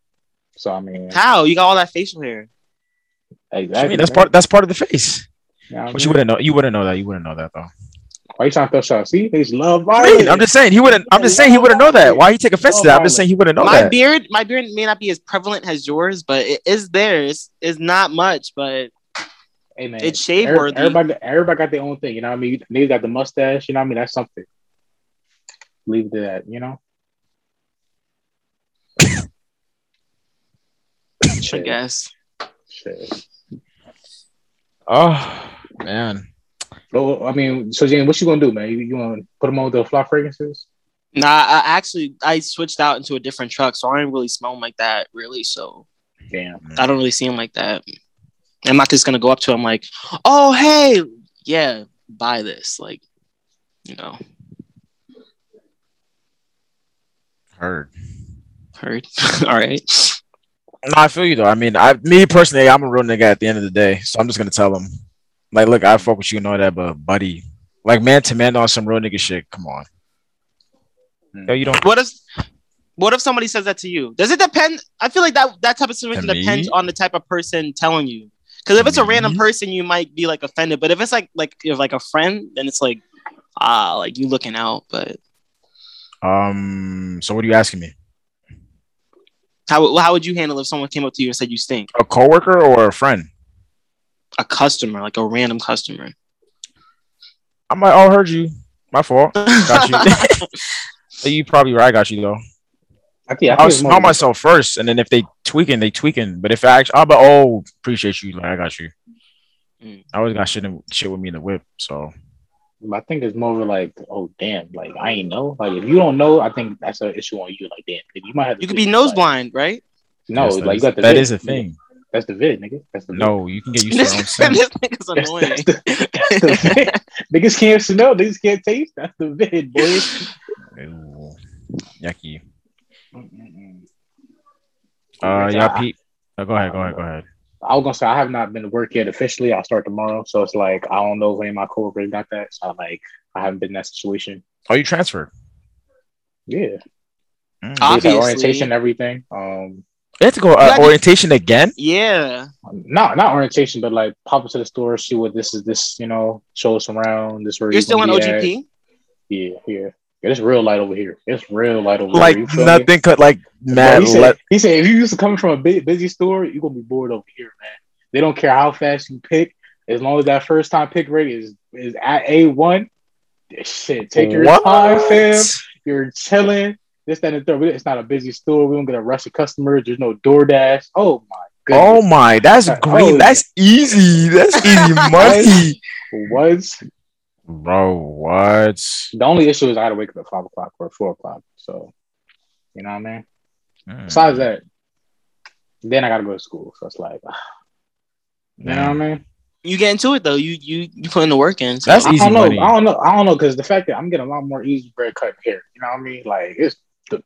[SPEAKER 2] So I mean,
[SPEAKER 1] How? You got all that facial hair.
[SPEAKER 3] the- I
[SPEAKER 2] exactly.
[SPEAKER 3] mean, that's
[SPEAKER 2] man.
[SPEAKER 3] part. That's part of the face.
[SPEAKER 2] You know what I
[SPEAKER 3] But you
[SPEAKER 2] mean?
[SPEAKER 3] wouldn't know. You wouldn't know that. You wouldn't know that though.
[SPEAKER 2] Why you trying to throw shots? See, they just love
[SPEAKER 3] I
[SPEAKER 2] violence.
[SPEAKER 3] mean, I'm just saying he wouldn't. I'm just saying he wouldn't know that. Why he take offense to that? I'm just saying he wouldn't know
[SPEAKER 1] my
[SPEAKER 3] that.
[SPEAKER 1] beard, my beard may not be as prevalent as yours, but it is there. It's, it's not much, but
[SPEAKER 2] hey, man,
[SPEAKER 1] it's shade
[SPEAKER 2] every-
[SPEAKER 1] worthy.
[SPEAKER 2] Everybody, everybody got their own thing. You know what I mean? Niggas got the mustache. You know what I mean? That's something.
[SPEAKER 1] *coughs*
[SPEAKER 2] Leave it to that. You know.
[SPEAKER 1] I guess.
[SPEAKER 2] Shit.
[SPEAKER 3] Oh man.
[SPEAKER 2] But I mean, so Jane, what you gonna do, man? You, you gonna put them on with the fly fragrances?
[SPEAKER 1] Nah, I actually I switched out into a different truck, so I didn't really smell 'em like that really. So
[SPEAKER 2] Damn.
[SPEAKER 1] I don't really see him like that. I'm not just gonna go up to him like, oh hey, yeah, buy this. Like, you know,
[SPEAKER 3] Heard.
[SPEAKER 1] heard. *laughs* All right.
[SPEAKER 3] No, I feel you though. I mean, I me personally, I'm a real nigga at the end of the day, so I'm just gonna tell them, like, look, I fuck with you and all that, but buddy, like, man to man on some real nigga shit. Come on.
[SPEAKER 2] Mm.
[SPEAKER 3] Yo, you don't.
[SPEAKER 1] What if what if somebody says that to you? Does it depend? I feel like that that type of situation
[SPEAKER 3] To me?
[SPEAKER 1] depends on the type of person telling you. Because if it's a
[SPEAKER 3] Me?
[SPEAKER 1] random person, you might be like offended. But if it's like like if like a friend, then it's like ah, like you looking out. But
[SPEAKER 3] Um. So what are you asking me?
[SPEAKER 1] how how would you handle if someone came up to you and said you stink?
[SPEAKER 3] A coworker or a friend?
[SPEAKER 1] A customer, like a random customer.
[SPEAKER 3] I'm like, oh, heard you. My fault. Got
[SPEAKER 2] *laughs*
[SPEAKER 3] you. So you probably right. I got you though.
[SPEAKER 2] I think, I think
[SPEAKER 3] I'll
[SPEAKER 2] it's more
[SPEAKER 3] smell
[SPEAKER 2] than-
[SPEAKER 3] myself first, and then if they tweaking, they tweaking. But if I actually, I'll be, oh, appreciate you. Like I got you.
[SPEAKER 2] Hmm.
[SPEAKER 1] Mm.
[SPEAKER 3] I always got shit, in, shit with me in the whip. So
[SPEAKER 2] I think it's more of like, oh damn, like I ain't know. Like if you don't know, I think that's an issue on you. Like damn, nigga, you might have.
[SPEAKER 1] *laughs*
[SPEAKER 2] to
[SPEAKER 1] You could
[SPEAKER 2] do
[SPEAKER 1] be
[SPEAKER 2] it.
[SPEAKER 1] nose
[SPEAKER 2] Like,
[SPEAKER 1] blind, right?
[SPEAKER 2] No,
[SPEAKER 3] Yes, that
[SPEAKER 2] like you
[SPEAKER 3] is-
[SPEAKER 2] got the
[SPEAKER 3] that
[SPEAKER 2] vid,
[SPEAKER 3] is a
[SPEAKER 2] nigga.
[SPEAKER 3] thing.
[SPEAKER 2] That's the vid, nigga. That's the vid. *laughs*
[SPEAKER 3] No, you can get used to
[SPEAKER 1] This,
[SPEAKER 3] your own scent.
[SPEAKER 1] *laughs* this nigga's
[SPEAKER 2] That's,
[SPEAKER 1] annoying.
[SPEAKER 2] *laughs* that's the, that's the vid.
[SPEAKER 1] *laughs*
[SPEAKER 2] niggas can't smell. Niggas can't taste. That's the vid, boy.
[SPEAKER 3] Ew. Yucky.
[SPEAKER 2] Mm-mm-mm.
[SPEAKER 3] Uh,
[SPEAKER 2] Yes,
[SPEAKER 3] yeah,
[SPEAKER 2] I-
[SPEAKER 3] Pete. Oh, go ahead. Go ahead. Go ahead.
[SPEAKER 2] I was gonna say I have not been to work yet officially. I'll start tomorrow, so it's like I don't know if any of my coworkers got that. So like I haven't been in that situation.
[SPEAKER 3] Oh, you transferred.
[SPEAKER 2] Yeah,
[SPEAKER 3] Mm.
[SPEAKER 1] Ah.
[SPEAKER 2] We did
[SPEAKER 1] Obviously.
[SPEAKER 2] that orientation, and everything. Um,
[SPEAKER 3] They had to go uh,
[SPEAKER 1] Yeah, I-
[SPEAKER 3] orientation again.
[SPEAKER 1] yeah.
[SPEAKER 2] not not orientation, but like pop into the store, see what this is. This you know, show us around. This where
[SPEAKER 1] You're
[SPEAKER 2] you
[SPEAKER 1] still in
[SPEAKER 2] gonna be at.
[SPEAKER 1] OGP?
[SPEAKER 2] Yeah, yeah. Yeah, It's real light over here. It's real light over
[SPEAKER 3] Like
[SPEAKER 2] here. You feel me?
[SPEAKER 3] nothing could like
[SPEAKER 2] Bro,
[SPEAKER 3] mad.
[SPEAKER 2] he, said,
[SPEAKER 3] let-
[SPEAKER 2] he said, if you used to come from a big, busy store, you're gonna be bored over here, man. They don't care how fast you pick, as long as that first time pick rate is is at a one. Shit, take your
[SPEAKER 3] What?
[SPEAKER 2] time, fam. You're chilling. This, that, and the third. We- It's not a busy store. We don't get a rush of customers. There's no DoorDash. Oh my
[SPEAKER 3] *laughs* Oh
[SPEAKER 2] goodness.
[SPEAKER 3] my,
[SPEAKER 2] *laughs*
[SPEAKER 3] that's
[SPEAKER 2] Oh,
[SPEAKER 3] green.
[SPEAKER 2] yeah.
[SPEAKER 3] That's easy. That's
[SPEAKER 2] *laughs*
[SPEAKER 3] easy money.
[SPEAKER 2] Was
[SPEAKER 3] Bro, what?
[SPEAKER 2] the only issue is I had to wake up at five o'clock or four o'clock. So you know what I mean.
[SPEAKER 3] Hmm.
[SPEAKER 2] Besides that, then I gotta go to school. So it's like, *sighs* you
[SPEAKER 3] Hmm.
[SPEAKER 2] know what I mean.
[SPEAKER 1] You get into it though. You you you put in the work in. So.
[SPEAKER 3] That's
[SPEAKER 2] I
[SPEAKER 3] easy
[SPEAKER 2] don't know.
[SPEAKER 3] money.
[SPEAKER 2] I don't know. I don't know because the fact that I'm getting a lot more easy bread cut here. You know what I mean? Like it's the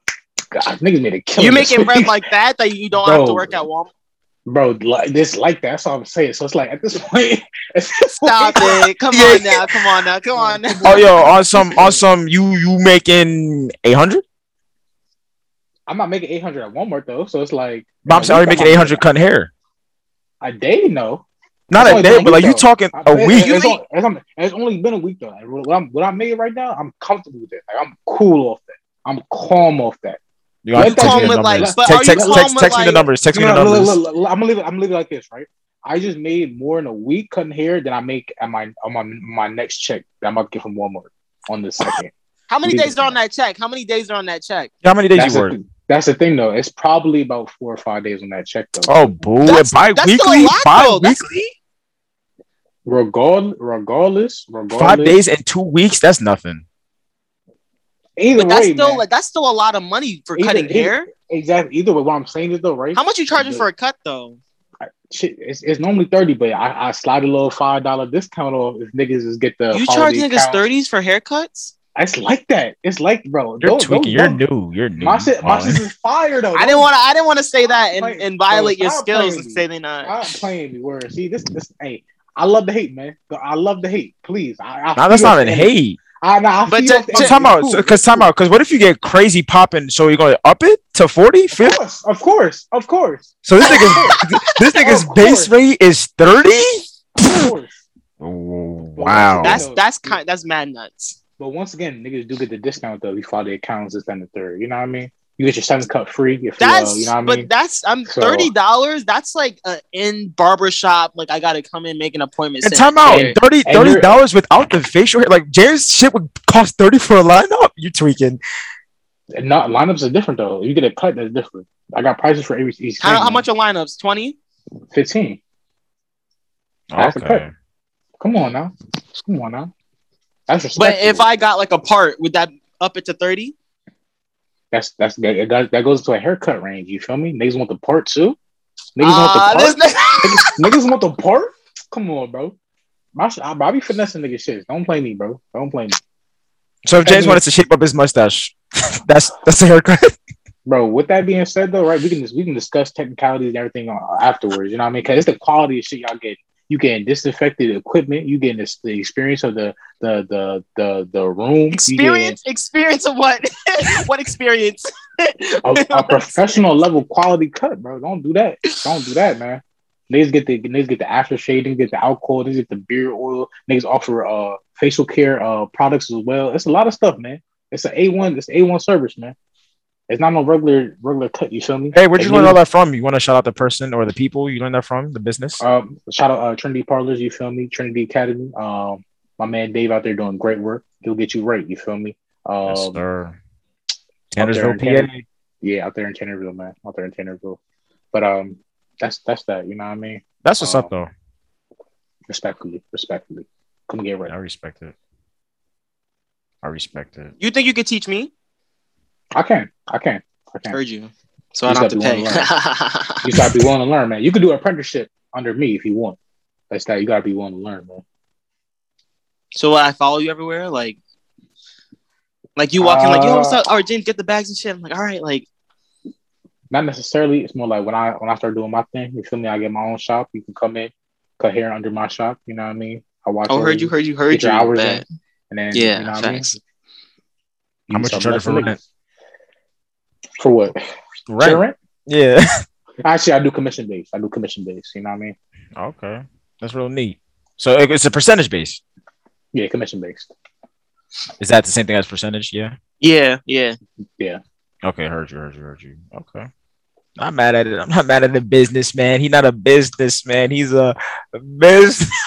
[SPEAKER 2] God, niggas made a killing.
[SPEAKER 1] you
[SPEAKER 2] this
[SPEAKER 1] making bread
[SPEAKER 2] week.
[SPEAKER 1] like that that you don't have to
[SPEAKER 2] Bro.
[SPEAKER 1] work at Walmart.
[SPEAKER 2] *laughs* bro, like this, like that. That's all I'm saying. So it's like at this point, *laughs* at this *laughs*
[SPEAKER 1] Stop
[SPEAKER 2] point-
[SPEAKER 1] it! Come on now! Come on now! Come
[SPEAKER 2] *laughs*
[SPEAKER 1] on now!
[SPEAKER 3] Oh yo, on some on some you you making eight hundred?
[SPEAKER 2] I'm not making 800 at Walmart though. So it's like
[SPEAKER 3] But I'm sorry, making eight hundred cutting hair.
[SPEAKER 2] a day. No, That's
[SPEAKER 3] Not a
[SPEAKER 2] only
[SPEAKER 3] day,
[SPEAKER 2] been a
[SPEAKER 3] but like
[SPEAKER 2] week,
[SPEAKER 3] you talking
[SPEAKER 2] I-
[SPEAKER 3] a
[SPEAKER 2] it-
[SPEAKER 3] week.
[SPEAKER 2] It's, on- it's on- it's only been a week though. Like, what I'm what I'm making right now, I'm comfortable with it. Like I'm cool off that. I'm calm off that.
[SPEAKER 3] You gotta
[SPEAKER 2] Let's
[SPEAKER 3] text
[SPEAKER 2] call
[SPEAKER 3] me the
[SPEAKER 1] him with, like,
[SPEAKER 3] numbers.
[SPEAKER 1] but are
[SPEAKER 3] Text
[SPEAKER 1] you
[SPEAKER 3] text
[SPEAKER 1] calling
[SPEAKER 3] text
[SPEAKER 1] with,
[SPEAKER 3] text me the
[SPEAKER 1] like-
[SPEAKER 3] numbers. Text me the
[SPEAKER 2] No, no, look,
[SPEAKER 3] numbers.
[SPEAKER 2] look, look, I'm gonna leave it. I'm gonna leave it like this, right? I just made more in a week cutting hair than I make on my on my my next check that I'm about to get from Walmart on
[SPEAKER 3] *laughs*
[SPEAKER 2] the second.
[SPEAKER 1] How many
[SPEAKER 2] Leave
[SPEAKER 1] days are on that check? How many days are on that check?
[SPEAKER 3] How many days
[SPEAKER 2] that's,
[SPEAKER 3] you work?
[SPEAKER 2] the, that's the thing, though. It's probably about four or five days on that check, though.
[SPEAKER 3] Oh boo.
[SPEAKER 1] That's-
[SPEAKER 3] Bi
[SPEAKER 1] that's still a
[SPEAKER 3] weekly?
[SPEAKER 1] lot,
[SPEAKER 3] Bi
[SPEAKER 1] though. That's-
[SPEAKER 3] weekly?
[SPEAKER 2] Regard, regardless, regardless,
[SPEAKER 3] Five days and two weeks? That's nothing.
[SPEAKER 2] Either
[SPEAKER 1] But that's
[SPEAKER 2] way,
[SPEAKER 1] still
[SPEAKER 2] man.
[SPEAKER 1] like that's still a lot of money for
[SPEAKER 2] Either-
[SPEAKER 1] cutting
[SPEAKER 2] either-
[SPEAKER 1] hair.
[SPEAKER 2] exactly. Either way, what I'm saying is though, right?
[SPEAKER 1] How much you charging for a cut though?
[SPEAKER 2] Shit, it's, it's normally thirty, but I, I slide a little five dollar discount off if niggas just get the
[SPEAKER 1] You charge
[SPEAKER 2] holiday
[SPEAKER 1] niggas
[SPEAKER 2] count.
[SPEAKER 1] thirties for haircuts?
[SPEAKER 2] It's like that. It's like, bro,
[SPEAKER 3] You're
[SPEAKER 2] don't-
[SPEAKER 3] tweaking.
[SPEAKER 2] don't-
[SPEAKER 3] You're
[SPEAKER 2] don't-
[SPEAKER 3] new. You're new.
[SPEAKER 2] My shit, my
[SPEAKER 3] Wildin'.
[SPEAKER 2] shit is fire though.
[SPEAKER 1] I didn't want to. I didn't want to say that and, and violate your
[SPEAKER 2] Stop
[SPEAKER 1] skills and
[SPEAKER 2] playing.
[SPEAKER 1] say they not.
[SPEAKER 2] I'm playing me words. See this, this. Hey, I love the hate, man. But I love the hate. Please, I. I
[SPEAKER 3] Nah, that's
[SPEAKER 2] feel
[SPEAKER 3] not
[SPEAKER 2] the
[SPEAKER 3] an
[SPEAKER 2] energy.
[SPEAKER 3] hate.
[SPEAKER 2] I, nah, I
[SPEAKER 1] But to-
[SPEAKER 2] feel the
[SPEAKER 1] to-
[SPEAKER 2] energy.
[SPEAKER 3] I'm talking about
[SPEAKER 2] Cool.
[SPEAKER 3] because time out because what if you get crazy popping? So you're going to up it to 40,
[SPEAKER 2] Of
[SPEAKER 3] 50?
[SPEAKER 2] course, of course, of course,
[SPEAKER 3] So this nigga's this nigga's
[SPEAKER 2] Of course.
[SPEAKER 3] base rate is 30.
[SPEAKER 2] of course.
[SPEAKER 3] Wow,
[SPEAKER 1] That's
[SPEAKER 2] No.
[SPEAKER 1] that's kind. That's mad nuts.
[SPEAKER 2] But once again, niggas do get the discount though. You follow the accounts, this and the third. You know what I mean? You get your seven cup free. If
[SPEAKER 1] That's
[SPEAKER 2] you, uh, you know what I
[SPEAKER 1] but
[SPEAKER 2] mean.
[SPEAKER 1] that's I'm
[SPEAKER 2] So-
[SPEAKER 1] thirty dollars. That's like a in barbershop. Like I gotta come in make an appointment.
[SPEAKER 3] and
[SPEAKER 1] set.
[SPEAKER 3] time out
[SPEAKER 2] And-
[SPEAKER 3] 30
[SPEAKER 2] and you're-
[SPEAKER 3] dollars without the facial hair. Like James shit would cost 30 for a lineup. You tweaking.
[SPEAKER 2] And Not lineups are different though. You get a cut that's different. I got prices for every each.
[SPEAKER 1] How,
[SPEAKER 2] team,
[SPEAKER 1] how
[SPEAKER 2] man.
[SPEAKER 1] much are lineups? Twenty.
[SPEAKER 2] Fifteen. That's a
[SPEAKER 3] Okay.
[SPEAKER 2] Come on now. Come on now. That's
[SPEAKER 1] But
[SPEAKER 2] respectful.
[SPEAKER 1] if I got like a part, would that up it to thirty?
[SPEAKER 2] that's that's that, that goes- that goes to a haircut range. You feel me? Niggas want the part too. Niggas
[SPEAKER 1] Ah,
[SPEAKER 2] want the part.
[SPEAKER 1] this nigga-
[SPEAKER 2] Niggas, niggas want the part. Come on, bro. My, sh- I, I be finessing nigga shit. Don't play me, bro. Don't play me,
[SPEAKER 3] So if James wanted to shape up his mustache, *laughs* that's that's a haircut.
[SPEAKER 2] bro. With that being said, though, right? We can just, we can discuss technicalities and everything uh, afterwards. You know what I mean? Because it's the quality of shit y'all get. You getting disinfected equipment. You getting this, the experience of the the the the the room. You getting
[SPEAKER 1] *laughs* experience, experience of what? *laughs* what
[SPEAKER 2] *laughs*
[SPEAKER 1] experience? *laughs*
[SPEAKER 2] a, a professional level quality cut, bro. Don't do that. Don't do that, man. Niggas get the niggas get the after shading, get the alcohol, niggas get the beard oil, niggas offer uh facial care uh products as well. It's a lot of stuff, man. It's an A one, it's A one service, man. It's not no regular regular cut. You feel me?
[SPEAKER 3] *laughs* Hey, where'd you
[SPEAKER 2] It's
[SPEAKER 3] learn all
[SPEAKER 2] really-
[SPEAKER 3] that from? You want to shout out the person or the people you learned that from? The business.
[SPEAKER 2] Um, shout out uh, Trinity Parlors. You feel me? Trinity Academy. Um, my man Dave out there doing great work. He'll get you right. You feel me? Um,
[SPEAKER 3] Yes, sir.
[SPEAKER 2] out there
[SPEAKER 3] Tannersville,
[SPEAKER 2] in
[SPEAKER 3] PA.
[SPEAKER 2] Tanner- Yeah, out there in Tannerville, man. Out there in Tannerville. But um, that's that's that. You know what I mean?
[SPEAKER 3] That's what's
[SPEAKER 2] Oh.
[SPEAKER 3] up, though.
[SPEAKER 2] Respectfully, respectfully. Come
[SPEAKER 3] I
[SPEAKER 2] get right.
[SPEAKER 3] respect it. I respect it.
[SPEAKER 1] You think you could teach me?
[SPEAKER 2] I can. I can. I can.
[SPEAKER 1] Heard you. So
[SPEAKER 2] You
[SPEAKER 1] I don't have
[SPEAKER 2] said
[SPEAKER 1] to pay.
[SPEAKER 2] you wanna You gotta be willing to learn, man. You could do an apprenticeship under me if you want. That's that. You gotta be willing to learn, man.
[SPEAKER 1] *laughs* so I follow you everywhere, like, like you walk in, like, yo, what's
[SPEAKER 2] Uh,
[SPEAKER 1] up? All right, James, get the bags and shit. I'm like, all right, like,
[SPEAKER 2] Not necessarily. It's more like when I when I start doing my thing. You feel me? I get my own shop. You can come in, cut hair under my shop. You know what I mean? I watch.
[SPEAKER 1] oh,
[SPEAKER 2] over
[SPEAKER 1] heard you, heard you, heard
[SPEAKER 2] Get
[SPEAKER 1] you.
[SPEAKER 2] your hours
[SPEAKER 1] Bet.
[SPEAKER 2] in, and then
[SPEAKER 1] Yeah,
[SPEAKER 2] you know what I mean?
[SPEAKER 1] facts.
[SPEAKER 3] How much you
[SPEAKER 2] sell
[SPEAKER 3] charging for
[SPEAKER 2] less
[SPEAKER 3] rent?
[SPEAKER 2] niggas. For what?
[SPEAKER 3] Right.
[SPEAKER 2] For rent?
[SPEAKER 3] Yeah. *laughs*
[SPEAKER 2] Actually, I do commission based. I do commission based. You know what I mean?
[SPEAKER 3] okay. That's real neat. So it- it's a percentage base.
[SPEAKER 2] Yeah, commission based.
[SPEAKER 3] Is that the same thing as percentage? Yeah.
[SPEAKER 1] Yeah,
[SPEAKER 2] *laughs*
[SPEAKER 1] yeah.
[SPEAKER 3] Okay. Heard you. Heard you. Heard you. Okay. Not mad at it. I'm not mad at the businessman. He's not a businessman. He's a business. *laughs*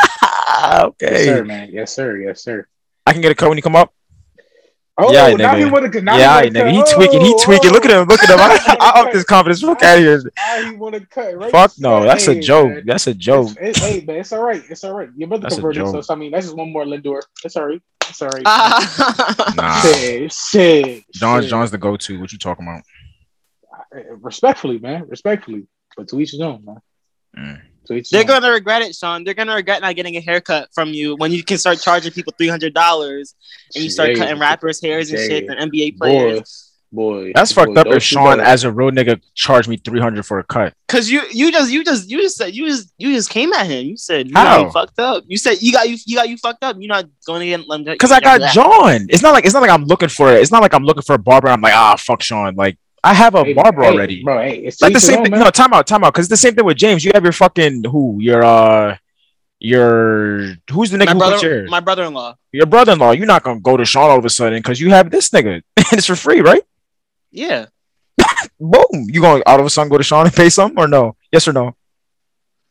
[SPEAKER 2] Yes, sir,
[SPEAKER 3] okay.
[SPEAKER 2] man. Yes, sir. Yes, sir.
[SPEAKER 3] I can get a cut when you come up.
[SPEAKER 2] Oh,
[SPEAKER 3] Yeah,
[SPEAKER 2] now
[SPEAKER 3] nigga.
[SPEAKER 2] he Oh, want to.
[SPEAKER 3] yeah, all right, nigga. He tweaking. He tweaking. Look at him. Look at
[SPEAKER 2] *laughs*
[SPEAKER 3] him. I, I upped his confidence. Fuck out of here.
[SPEAKER 2] Now he want to cut. Right?
[SPEAKER 3] Fuck no. That's a
[SPEAKER 2] Hey,
[SPEAKER 3] joke.
[SPEAKER 2] man.
[SPEAKER 3] That's a joke.
[SPEAKER 2] It's, it- hey, man, it's all right. It's all right. Your brother
[SPEAKER 3] That's a
[SPEAKER 2] converted, so,
[SPEAKER 3] joke.
[SPEAKER 2] so I mean, that's just one more Lindor. It's all right. It's all right.
[SPEAKER 1] Ah.
[SPEAKER 3] Nah.
[SPEAKER 2] shit, shit,
[SPEAKER 3] John's
[SPEAKER 2] shit. Eh,
[SPEAKER 3] John's the go-to. What you talking about?
[SPEAKER 2] Respectfully, man. Respectfully, but to each his own, man.
[SPEAKER 3] Mm.
[SPEAKER 2] To each
[SPEAKER 1] *laughs*
[SPEAKER 2] his
[SPEAKER 1] They're
[SPEAKER 2] own.
[SPEAKER 1] gonna regret it, Sean. They're gonna regret not getting a haircut from you when you can start charging people three hundred dollars and you start
[SPEAKER 2] Shit.
[SPEAKER 1] cutting rappers' hairs and shit
[SPEAKER 2] Jay.
[SPEAKER 1] and NBA
[SPEAKER 2] Boy,
[SPEAKER 1] players.
[SPEAKER 2] boy.
[SPEAKER 3] That's
[SPEAKER 2] boy,
[SPEAKER 3] fucked up.
[SPEAKER 2] don't you
[SPEAKER 3] If Sean,
[SPEAKER 2] go.
[SPEAKER 3] as a real nigga, charged me three hundred for a cut,
[SPEAKER 1] Cause you you just you just you just said you just you just came at him. You said you
[SPEAKER 3] How?
[SPEAKER 1] got you fucked up. You said you got you you got you fucked up. You're not going to get let me-
[SPEAKER 3] because I
[SPEAKER 1] Yeah.
[SPEAKER 3] got John. It's not like it's not like I'm looking for it. It's not like I'm looking for a barber. I'm like, ah, fuck Sean. Like I have a
[SPEAKER 2] Hey,
[SPEAKER 3] barber
[SPEAKER 2] hey,
[SPEAKER 3] already.
[SPEAKER 2] bro. Hey, it's to
[SPEAKER 3] like the
[SPEAKER 2] each his
[SPEAKER 3] same
[SPEAKER 2] own,
[SPEAKER 3] thing.
[SPEAKER 2] man.
[SPEAKER 3] No, time out, time out. Because the same thing with James. You have your fucking who? Your uh, your who's the nigga
[SPEAKER 1] my
[SPEAKER 3] who put
[SPEAKER 1] brother
[SPEAKER 3] your
[SPEAKER 1] my brother-in-law.
[SPEAKER 3] your brother-in-law? You're not gonna go to Sean all of a sudden because you have this nigga *laughs* and it's for free, right?
[SPEAKER 1] Yeah.
[SPEAKER 3] Boom. You gonna all of a sudden go to Sean and pay something or no? Yes or no?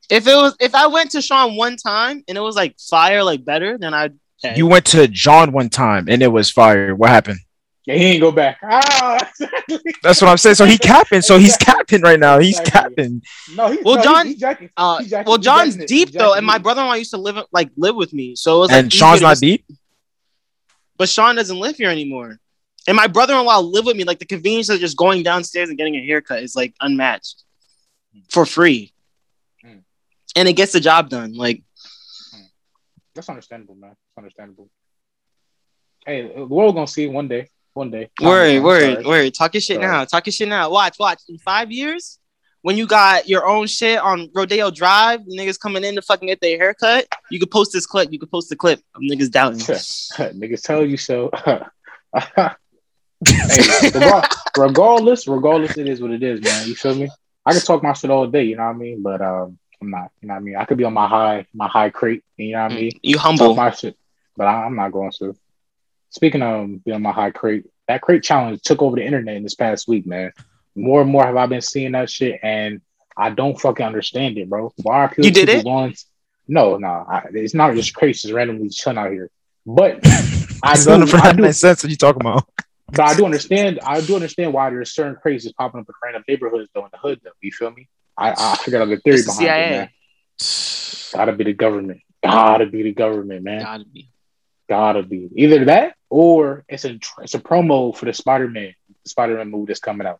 [SPEAKER 1] If it was if I went to Sean one time and it was like fire like better, then I'd pay.
[SPEAKER 3] You went to John one time and it was fire. What happened?
[SPEAKER 2] Yeah, he ain't go back. Ah, *laughs* exactly.
[SPEAKER 3] That's what I'm saying. So he capping. So he's
[SPEAKER 2] Exactly.
[SPEAKER 3] capping right now. He's
[SPEAKER 2] Exactly.
[SPEAKER 3] capping.
[SPEAKER 2] No, he,
[SPEAKER 1] Well,
[SPEAKER 2] no, he-
[SPEAKER 1] John-
[SPEAKER 2] he jacking-
[SPEAKER 1] uh,
[SPEAKER 2] he jacking-
[SPEAKER 1] well,
[SPEAKER 2] he
[SPEAKER 1] John's
[SPEAKER 2] jacking it.
[SPEAKER 1] deep
[SPEAKER 2] He
[SPEAKER 1] though,
[SPEAKER 2] jacking
[SPEAKER 1] and my
[SPEAKER 2] it.
[SPEAKER 1] brother-in-law used to live like live with me, so it was like
[SPEAKER 3] And Sean's
[SPEAKER 1] easier to
[SPEAKER 3] not
[SPEAKER 1] just-
[SPEAKER 3] deep.
[SPEAKER 1] But Sean doesn't live here anymore, and my brother-in-law live with me. Like the convenience of just going downstairs and getting a haircut is like unmatched for free,
[SPEAKER 2] Mm.
[SPEAKER 1] and it gets the job done. Like
[SPEAKER 2] That's understandable, man. That's understandable. Hey, the world gonna see it one day. One day.
[SPEAKER 1] word,
[SPEAKER 2] I'm
[SPEAKER 1] word,
[SPEAKER 2] Oh, sorry.
[SPEAKER 1] word. Talk your shit
[SPEAKER 2] Sorry.
[SPEAKER 1] now. Talk your shit now. Watch, watch. In five years, when you got your own shit on Rodeo Drive, niggas coming in to fucking get their haircut. You could post this clip. You could post the clip of niggas doubting.
[SPEAKER 2] *laughs* Niggas tell you so. *laughs* hey, regar- regardless, regardless, it is what it is, man. You feel me? I can talk my shit all day, you know what I mean? But um, I'm not. You know what I mean? I could be on my high, my high crate. You know what I mean?
[SPEAKER 1] You
[SPEAKER 2] Talk
[SPEAKER 1] humble.
[SPEAKER 2] my shit, but I, I'm not going to. Speaking of being on my high crate, that crate challenge took over the internet in this past week, man. More and more have I been seeing that shit, and I don't fucking understand it, bro. Why are people
[SPEAKER 1] You did
[SPEAKER 2] people
[SPEAKER 1] it?
[SPEAKER 2] going? No, no, I, it's not
[SPEAKER 1] *laughs*
[SPEAKER 2] just crates just randomly chilling out here. But I
[SPEAKER 3] I don't
[SPEAKER 2] do,
[SPEAKER 3] for
[SPEAKER 2] I
[SPEAKER 3] that *laughs*
[SPEAKER 2] do,
[SPEAKER 3] makes sense. What you talking about?
[SPEAKER 2] But I do understand. I do understand why there's certain crazies popping up in random neighborhoods though in the hood though. You feel me? I, I figured out the theory
[SPEAKER 1] It's the
[SPEAKER 2] behind
[SPEAKER 1] CIA.
[SPEAKER 2] it. Man. Gotta be the government. Gotta be the government, man.
[SPEAKER 1] Gotta be.
[SPEAKER 2] Gotta be either that or it's a tr- it's a promo for the Spider Man Spider Man movie that's coming out.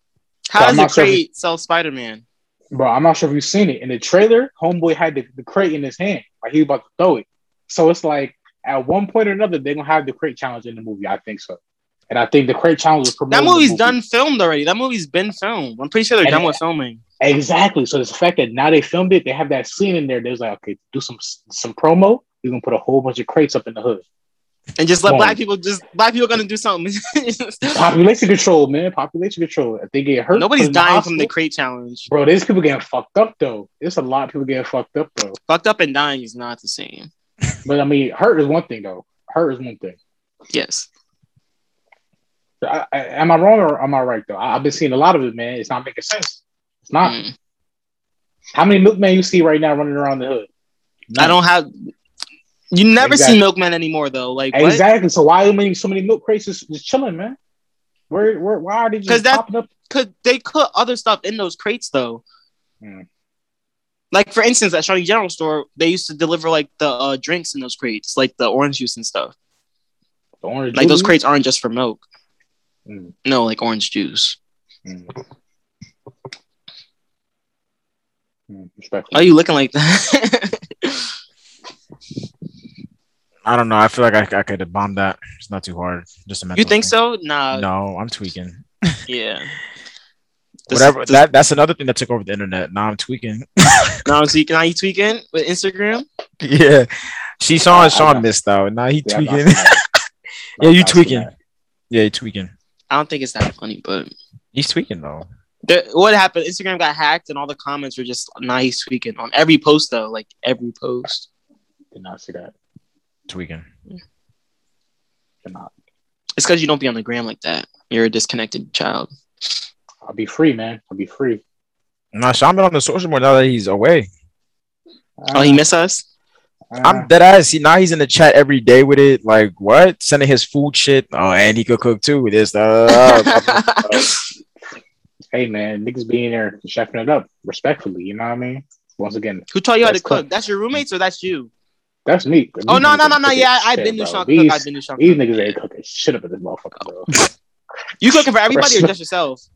[SPEAKER 1] How
[SPEAKER 2] I'm
[SPEAKER 1] does
[SPEAKER 2] not
[SPEAKER 1] it
[SPEAKER 2] sure if
[SPEAKER 1] create self Spider Man?
[SPEAKER 2] Bro, I'm not sure if you've seen it in the trailer. Homeboy had the, the crate in his hand, like he was about to throw it. So it's like at one point or another they're gonna have the crate challenge in the movie. I think so, and I think the crate challenge is
[SPEAKER 1] That
[SPEAKER 2] promoting the
[SPEAKER 1] movie's
[SPEAKER 2] movie.
[SPEAKER 1] done filmed already. That movie's been filmed. I'm pretty sure they're
[SPEAKER 2] And-
[SPEAKER 1] done with filming.
[SPEAKER 2] Exactly. So it's the fact that now they filmed it, they have that scene in there. They was like, okay, do some some promo. We're gonna put a whole bunch of crates up in the hood.
[SPEAKER 1] And just let
[SPEAKER 2] Boom.
[SPEAKER 1] black people just black people gonna do something. *laughs*
[SPEAKER 2] Population control, man. Population control. If they get hurt,
[SPEAKER 1] Nobody's
[SPEAKER 2] put them in
[SPEAKER 1] dying from the
[SPEAKER 2] hospital.
[SPEAKER 1] crate challenge.
[SPEAKER 2] Bro, there's people getting fucked up though. There's a lot of people getting fucked up though.
[SPEAKER 1] Fucked up and dying is not the same.
[SPEAKER 2] But I mean, hurt is one thing though. Hurt is one thing.
[SPEAKER 1] Yes.
[SPEAKER 2] I, I, am I wrong or am I right though? I, I've been seeing a lot of it, man. It's not making sense. It's not.
[SPEAKER 1] Mm.
[SPEAKER 2] How many milkmen you see right now running around the hood?
[SPEAKER 1] I don't have. You never
[SPEAKER 2] Exactly.
[SPEAKER 1] see milkmen anymore though. Like what?
[SPEAKER 2] Exactly. So why are many so many milk crates just, just chilling, man? Where, where, why are they just
[SPEAKER 1] 'Cause that-
[SPEAKER 2] popping up?
[SPEAKER 1] could they put other stuff in those crates though.
[SPEAKER 2] Mm.
[SPEAKER 1] Like for instance, at Shawnee General Store, they used to deliver like the uh, drinks in those crates, like the orange juice and stuff.
[SPEAKER 2] The orange
[SPEAKER 1] Like those
[SPEAKER 2] Jubilee?
[SPEAKER 1] crates aren't just for milk.
[SPEAKER 2] Mm.
[SPEAKER 1] No, like orange juice.
[SPEAKER 2] Mm. Mm, respectful.
[SPEAKER 1] Why are you looking like that? *laughs*
[SPEAKER 3] I don't know. I feel like I, I could have bombed that. It's not too hard. Just a mental
[SPEAKER 1] you think
[SPEAKER 3] thing.
[SPEAKER 1] so? Uh, Nah.
[SPEAKER 3] No, I'm tweaking.
[SPEAKER 1] Yeah. This-
[SPEAKER 3] Whatever.
[SPEAKER 1] this-
[SPEAKER 3] that that's another thing that took over the internet. Now I'm tweaking. *laughs*
[SPEAKER 1] Now, so you, now you tweaking with Instagram?
[SPEAKER 3] yeah, she saw
[SPEAKER 2] I- I
[SPEAKER 3] and Sean
[SPEAKER 2] know.
[SPEAKER 3] missed though. Now he
[SPEAKER 2] Yeah, I'm not
[SPEAKER 3] tweaking.
[SPEAKER 2] seeing that.
[SPEAKER 3] *laughs* Yeah, you
[SPEAKER 2] I'm not seeing
[SPEAKER 3] tweaking.
[SPEAKER 2] that.
[SPEAKER 3] yeah, he tweaking.
[SPEAKER 1] I don't think it's that funny, but
[SPEAKER 3] He's tweaking though.
[SPEAKER 1] there, what happened? Instagram got hacked, and all the comments were just nice tweaking on every post, though. Like every post.
[SPEAKER 2] Did not see that.
[SPEAKER 3] Tweaking.
[SPEAKER 2] Did not.
[SPEAKER 1] It's because you don't be on the gram like that. You're a disconnected child.
[SPEAKER 2] I'll be free, man. I'll be free.
[SPEAKER 3] Now Sean been on the social more now that he's away.
[SPEAKER 1] Oh, he missed us.
[SPEAKER 2] Uh,
[SPEAKER 3] I'm dead ass. He, now he's in the chat every day with it. Like what? Sending his food shit. Oh, and he could cook too. With this.
[SPEAKER 2] Oh,
[SPEAKER 1] *laughs*
[SPEAKER 3] Uh,
[SPEAKER 2] hey, man. Niggas be in there chefing it up respectfully. You know what I mean? Once again,
[SPEAKER 1] Who taught you how to
[SPEAKER 2] That's
[SPEAKER 1] cook?
[SPEAKER 2] cool.
[SPEAKER 1] That's your roommates or that's you?
[SPEAKER 2] that's me.
[SPEAKER 1] Oh no
[SPEAKER 2] These
[SPEAKER 1] no
[SPEAKER 2] niggas
[SPEAKER 1] no no!
[SPEAKER 2] cooking
[SPEAKER 1] Yeah, I've
[SPEAKER 2] shit,
[SPEAKER 1] been to
[SPEAKER 2] bro.
[SPEAKER 1] Sean Cook.
[SPEAKER 2] These,
[SPEAKER 1] I've been to Sean
[SPEAKER 2] these
[SPEAKER 1] Cook.
[SPEAKER 2] niggas ain't cooking shit up in this motherfucker. bro.
[SPEAKER 1] You cooking for everybody or just yourself? *laughs*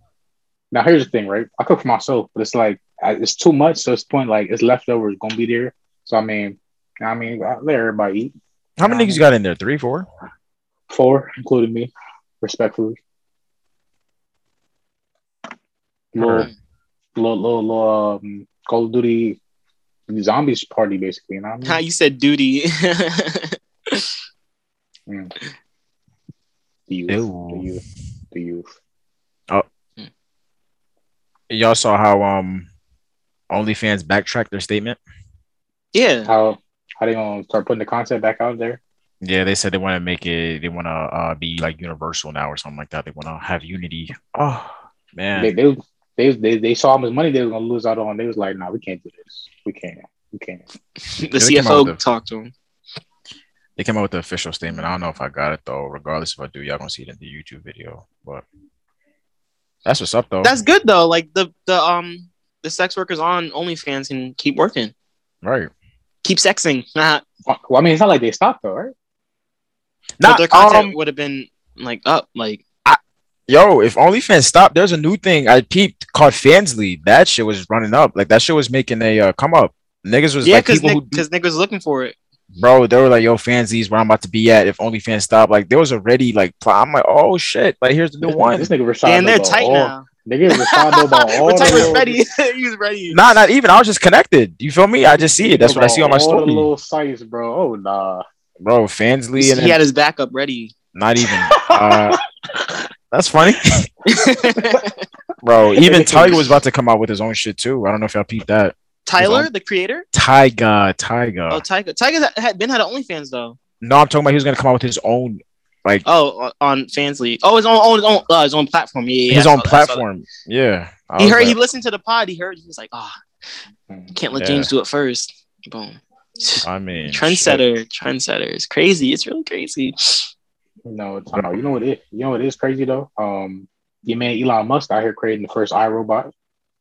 [SPEAKER 2] Now here's the thing, right? I cook for myself, but it's like I, it's too much. So it's point like it's leftovers gonna be there. So I mean, I mean, I let everybody eat.
[SPEAKER 3] how many niggas you got in there? Three, four.
[SPEAKER 2] Four, including me, respectfully. Little,
[SPEAKER 1] Alright.
[SPEAKER 2] little, little, little um, Call of Duty zombies party, basically. You know what
[SPEAKER 1] How
[SPEAKER 2] I mean?
[SPEAKER 1] you said duty? *laughs*
[SPEAKER 2] The youth,
[SPEAKER 3] Ew.
[SPEAKER 2] the youth, the youth.
[SPEAKER 3] Y'all saw how um, OnlyFans backtracked their statement.
[SPEAKER 1] yeah.
[SPEAKER 2] How how they gonna start putting the content back out there?
[SPEAKER 3] Yeah, they said they want to make it. They want to uh, be like universal now or something like that. They want to have unity. Oh man,
[SPEAKER 2] They, they, they, they, they saw how much money they was gonna lose out on. They was like, nah, we can't do this. We can't. We can't.
[SPEAKER 1] The
[SPEAKER 3] Let me come out
[SPEAKER 1] CFO
[SPEAKER 3] with
[SPEAKER 1] talked to him.
[SPEAKER 3] they came out with the official statement. I don't know if I got it though. Regardless if I do, y'all gonna see it in the YouTube video. But that's what's up though.
[SPEAKER 1] That's good though. Like the the um the sex workers on OnlyFans can keep working,
[SPEAKER 3] right.
[SPEAKER 1] keep sexing. *laughs* Nah,
[SPEAKER 2] Well, I mean, it's not like they stopped though, right?
[SPEAKER 1] but
[SPEAKER 3] Not um,
[SPEAKER 1] their content would have been like up. Like
[SPEAKER 3] Yo, if OnlyFans stopped, there's a new thing I peeped called Fansly. That shit was running up. Like that shit was making a uh, come up. Niggas was
[SPEAKER 1] yeah,
[SPEAKER 3] like
[SPEAKER 1] because
[SPEAKER 3] people who
[SPEAKER 1] Nick,
[SPEAKER 3] do,
[SPEAKER 1] because Nick was looking for it.
[SPEAKER 3] bro, they were like, yo, Fansy's where I'm about to be at. If OnlyFans stopped, like there was already like plot. I'm like, oh shit, like here's the new
[SPEAKER 2] This,
[SPEAKER 3] one.
[SPEAKER 2] this nigga Rashad.
[SPEAKER 1] And they're
[SPEAKER 2] Noble,
[SPEAKER 1] tight
[SPEAKER 2] all,
[SPEAKER 1] now. *laughs*
[SPEAKER 2] Nigga Rashad Noble. all
[SPEAKER 1] Retired was
[SPEAKER 2] the little-
[SPEAKER 1] ready. *laughs* he was ready.
[SPEAKER 3] Nah, Oh, not even. I was just connected. You feel me? I just see it. That's what I see on my
[SPEAKER 2] all the
[SPEAKER 3] story,
[SPEAKER 2] little sites, bro. Oh nah.
[SPEAKER 3] bro. Fansley and
[SPEAKER 1] He
[SPEAKER 3] then
[SPEAKER 1] had his backup
[SPEAKER 3] *laughs*
[SPEAKER 1] ready. *laughs*
[SPEAKER 3] not even. Uh, that's funny, *laughs* bro.
[SPEAKER 2] Everything
[SPEAKER 3] Even
[SPEAKER 2] is-
[SPEAKER 3] Tiger was about to come out with his own shit too. I don't know if y'all peeped that.
[SPEAKER 1] Tyler, the creator.
[SPEAKER 3] Tiger, Tiger.
[SPEAKER 1] Oh, Tiger. Tiger had been had an OnlyFans though.
[SPEAKER 3] No, I'm talking about he was gonna come out with his own, like
[SPEAKER 1] Oh, on Fansly. Oh, his own, own, own uh, his own platform. Yeah, yeah
[SPEAKER 3] his
[SPEAKER 1] I
[SPEAKER 3] own
[SPEAKER 1] saw that, I saw
[SPEAKER 3] platform. Yeah,
[SPEAKER 1] that.
[SPEAKER 3] I
[SPEAKER 1] He
[SPEAKER 3] was
[SPEAKER 1] heard. he
[SPEAKER 3] like, Mm,
[SPEAKER 1] listened to the pod. He heard. He was like, "Ah, can't let
[SPEAKER 3] Yeah.
[SPEAKER 1] James do it first. Boom. *sighs*
[SPEAKER 3] I mean, shit.
[SPEAKER 1] trendsetter. Trendsetter. It's crazy. It's really crazy.
[SPEAKER 2] No, it's, I know. You know what it? You know what is crazy though. Um, your man Elon Musk out here creating the first iRobot.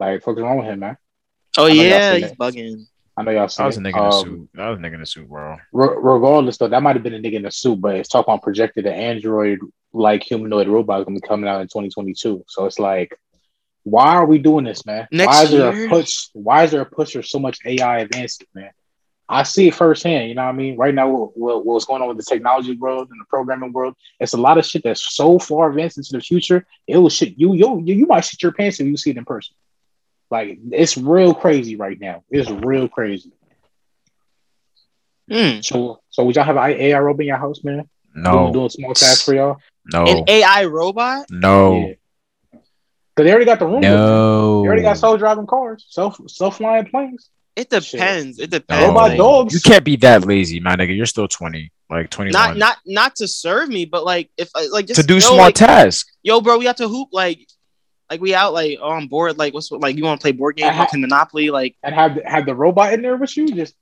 [SPEAKER 2] Like, fuck's wrong with him, man?
[SPEAKER 1] Oh
[SPEAKER 2] know y'all
[SPEAKER 1] yeah,
[SPEAKER 2] seen
[SPEAKER 1] he's
[SPEAKER 2] it.
[SPEAKER 1] bugging.
[SPEAKER 2] I know y'all. Seen
[SPEAKER 3] I was a
[SPEAKER 2] it.
[SPEAKER 3] nigga in a
[SPEAKER 2] Um,
[SPEAKER 3] suit. I was a nigga in a suit, bro.
[SPEAKER 2] Re- regardless, though, that might have been a nigga in a suit, but it's talking about projected an android like humanoid robot is gonna be coming out in 2022. So it's like, why are we doing this, man?
[SPEAKER 1] Next
[SPEAKER 2] why is there
[SPEAKER 1] year?
[SPEAKER 2] a push? Why is there a push for so much AI advancement, man? I see it firsthand. You know what I mean? Right now, what, what, what's going on with the technology world and the programming world? It's a lot of shit that's so far advanced into the future. It will shit you. You you you might shit your pants if you see it in person. Like it's real crazy right now. It's real crazy.
[SPEAKER 1] Hmm.
[SPEAKER 2] So, so would y'all have an AI robot in your house, man? Doing-
[SPEAKER 3] No,
[SPEAKER 2] doing small tasks for y'all.
[SPEAKER 1] An
[SPEAKER 3] no,
[SPEAKER 1] AI robot?
[SPEAKER 2] Yeah.
[SPEAKER 3] no,
[SPEAKER 2] Cause they already got the room. built.
[SPEAKER 3] no.
[SPEAKER 2] They already got self driving cars, self self flying planes,
[SPEAKER 1] It depends. It depends.
[SPEAKER 2] robot
[SPEAKER 3] No.
[SPEAKER 2] dogs.
[SPEAKER 3] You can't be that lazy, my nigga. You're still 20, like 21.
[SPEAKER 1] Not not not to serve me, but like if I- like just
[SPEAKER 3] to do
[SPEAKER 1] yo,
[SPEAKER 3] small
[SPEAKER 1] like,
[SPEAKER 3] tasks.
[SPEAKER 1] yo, bro, we have to hoop like like we out like on board like what's like you want to play board game
[SPEAKER 2] I ha-
[SPEAKER 1] like, in Monopoly like
[SPEAKER 2] and have have the robot in there with you, just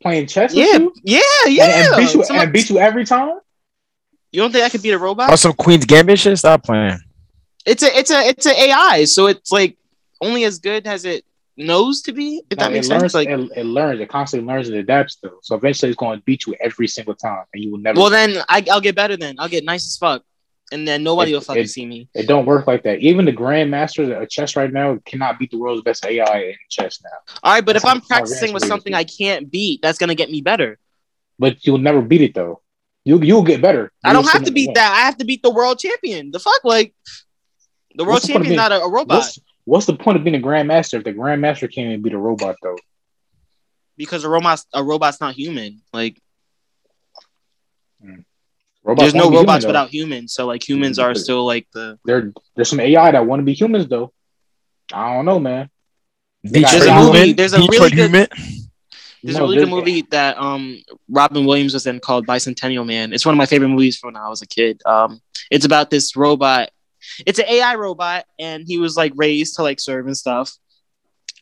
[SPEAKER 2] playing chess
[SPEAKER 1] yeah
[SPEAKER 2] with you,
[SPEAKER 1] yeah
[SPEAKER 2] and-
[SPEAKER 1] yeah.
[SPEAKER 2] and, beat you
[SPEAKER 1] Somebody-
[SPEAKER 2] and beat you every time.
[SPEAKER 1] you don't think I could beat a robot?
[SPEAKER 3] Also, Queen's Gambit shit. Stop playing.
[SPEAKER 1] it's a it's a it's a AI, so it's like only as good as it knows to be. If
[SPEAKER 2] No,
[SPEAKER 1] that makes
[SPEAKER 2] it learns,
[SPEAKER 1] sense, like
[SPEAKER 2] it, it learns, it constantly learns and adapts though. So eventually, it's going to beat you every single time, and you will never.
[SPEAKER 1] well then I, I'll get better then I'll get nice as fuck, and then nobody
[SPEAKER 2] It-
[SPEAKER 1] will fucking
[SPEAKER 2] it-
[SPEAKER 1] see me.
[SPEAKER 2] it don't work like that. Even the grandmasters of chess right now cannot beat the world's best AI in chess now.
[SPEAKER 1] All right, but if
[SPEAKER 2] That's
[SPEAKER 1] I'm
[SPEAKER 2] how- how
[SPEAKER 1] practicing with
[SPEAKER 2] rational it
[SPEAKER 1] something
[SPEAKER 2] is.
[SPEAKER 1] I can't beat, that's gonna get me better.
[SPEAKER 2] But you'll never beat it though. You you'll get better.
[SPEAKER 1] I don't
[SPEAKER 2] You'll
[SPEAKER 1] have to
[SPEAKER 2] still never
[SPEAKER 1] beat
[SPEAKER 2] win.
[SPEAKER 1] that. I have to beat the world champion. The fuck, like the world
[SPEAKER 2] What's the point of
[SPEAKER 1] champion's not a, a robot
[SPEAKER 2] What's what's the point of being a grandmaster if the grandmaster can't even beat a robot though?
[SPEAKER 1] because a robot a robot's not human. Like
[SPEAKER 2] Robots
[SPEAKER 1] there's no
[SPEAKER 2] wanna be human,
[SPEAKER 1] robots
[SPEAKER 2] though.
[SPEAKER 1] without humans, so like humans are still like the
[SPEAKER 2] There, there's some AI that want to be humans though. I don't know, man. They got
[SPEAKER 3] Detroit
[SPEAKER 2] AI.
[SPEAKER 1] movie-
[SPEAKER 3] Human.
[SPEAKER 1] there's a
[SPEAKER 3] Detroit
[SPEAKER 1] really good-
[SPEAKER 3] Human.
[SPEAKER 1] There's
[SPEAKER 2] No,
[SPEAKER 1] a really good movie that um Robin Williams was in called Bicentennial Man. It's one of my favorite movies from when I was a kid. Um, it's about this robot. It's an AI robot, and he was like raised to like serve and stuff.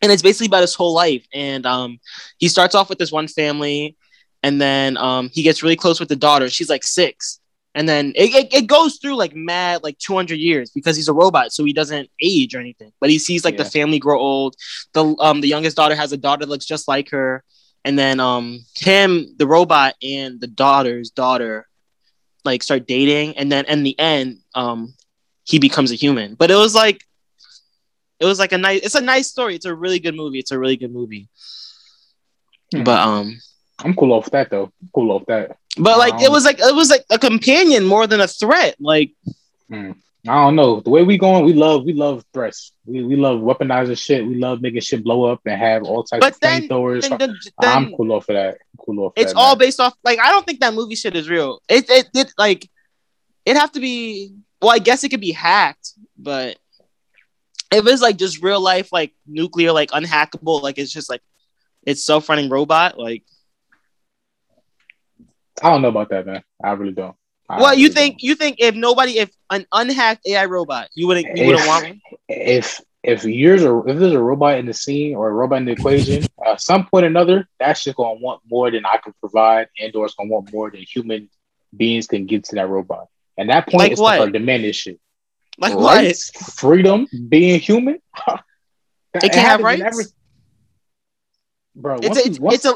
[SPEAKER 1] And it's basically about his whole life. And um, he starts off with this one family, and then um, he gets really close with the daughter. She's like six, and then it, it, it goes through like mad like 200 years because he's a robot, so he doesn't age or anything. But he sees like the
[SPEAKER 2] Yeah.
[SPEAKER 1] family grow old. The um the youngest daughter has a daughter that looks just like her and then um him the robot and the daughter's daughter like start dating and then in the end um he becomes a human but it was like it was like a nice it's a nice story it's a really good movie it's a really good movie
[SPEAKER 2] Hmm.
[SPEAKER 1] but um
[SPEAKER 2] I'm cool off that though. I'm cool off that.
[SPEAKER 1] but like it
[SPEAKER 2] Um,
[SPEAKER 1] was like it was like a companion more than a threat like
[SPEAKER 2] I don't know. The way we going, we love we love threats. We we love weaponizing shit. We love making shit blow up and have all types
[SPEAKER 1] But
[SPEAKER 2] of
[SPEAKER 1] then-
[SPEAKER 2] flamethrowers.
[SPEAKER 1] then, then,
[SPEAKER 2] I'm cool off of that. I'm cool off.
[SPEAKER 1] it's
[SPEAKER 2] that,
[SPEAKER 1] all
[SPEAKER 2] man.
[SPEAKER 1] based off like I don't think that movie shit is real it it, it like it have to be well I guess it could be hacked but if it's like just real life like nuclear like unhackable like it's just like it's self-running robot like
[SPEAKER 2] I don't know about that, man. I really don't. I
[SPEAKER 1] well you
[SPEAKER 2] really
[SPEAKER 1] think you think if nobody if an unhacked AI robot you wouldn't you
[SPEAKER 2] If-
[SPEAKER 1] wouldn't want one
[SPEAKER 2] if if you're the- if there's a robot in the scene or a robot in the equation, at some point or another, that's just gonna want more than I can provide, and or it's gonna want more than human beings can give to that robot. And that point
[SPEAKER 1] Like
[SPEAKER 2] is like
[SPEAKER 1] what?
[SPEAKER 2] a demand issue.
[SPEAKER 1] like what
[SPEAKER 2] rights, freedom, being human. *laughs*
[SPEAKER 1] It can't have
[SPEAKER 2] happens in
[SPEAKER 1] rights?
[SPEAKER 2] Bro,
[SPEAKER 1] it's
[SPEAKER 2] once
[SPEAKER 1] a,
[SPEAKER 2] you-
[SPEAKER 1] it's,
[SPEAKER 2] once-
[SPEAKER 1] it's a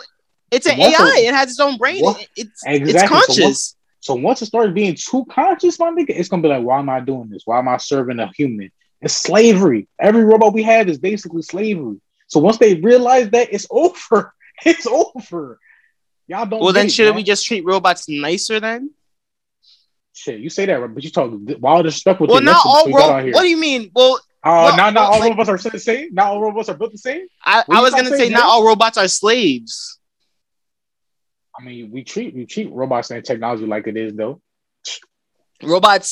[SPEAKER 1] it's an
[SPEAKER 2] once a-
[SPEAKER 1] AI it has its own brain
[SPEAKER 2] what-
[SPEAKER 1] It- it's
[SPEAKER 2] Exactly.
[SPEAKER 1] it's
[SPEAKER 2] So once-
[SPEAKER 1] conscious
[SPEAKER 2] So once it starts being too conscious, my nigga, it's gonna be like, why am I doing this? Why am I serving a human? It's slavery. Every robot we have is basically slavery. So once they realize that, it's *laughs* over. It's over. Y'all don't.
[SPEAKER 1] well then
[SPEAKER 2] get it,
[SPEAKER 1] shouldn't
[SPEAKER 2] man.
[SPEAKER 1] we just treat robots nicer then
[SPEAKER 2] Shit, you say that, but you talk wild disrespectful.
[SPEAKER 1] well
[SPEAKER 2] to
[SPEAKER 1] not
[SPEAKER 2] Russians
[SPEAKER 1] all
[SPEAKER 2] we got out
[SPEAKER 1] ro-
[SPEAKER 2] here.
[SPEAKER 1] what do you mean well
[SPEAKER 2] Uh,
[SPEAKER 1] well,
[SPEAKER 2] not not
[SPEAKER 1] well,
[SPEAKER 2] all
[SPEAKER 1] like-
[SPEAKER 2] robots are the same. Not all robots are built the same.
[SPEAKER 1] I,
[SPEAKER 2] What
[SPEAKER 1] I
[SPEAKER 2] you
[SPEAKER 1] was
[SPEAKER 2] about
[SPEAKER 1] gonna
[SPEAKER 2] to
[SPEAKER 1] say
[SPEAKER 2] say,
[SPEAKER 1] not
[SPEAKER 2] Jay?
[SPEAKER 1] all robots are slaves.
[SPEAKER 2] I mean, we treat we treat robots and technology like it is though.
[SPEAKER 1] Robots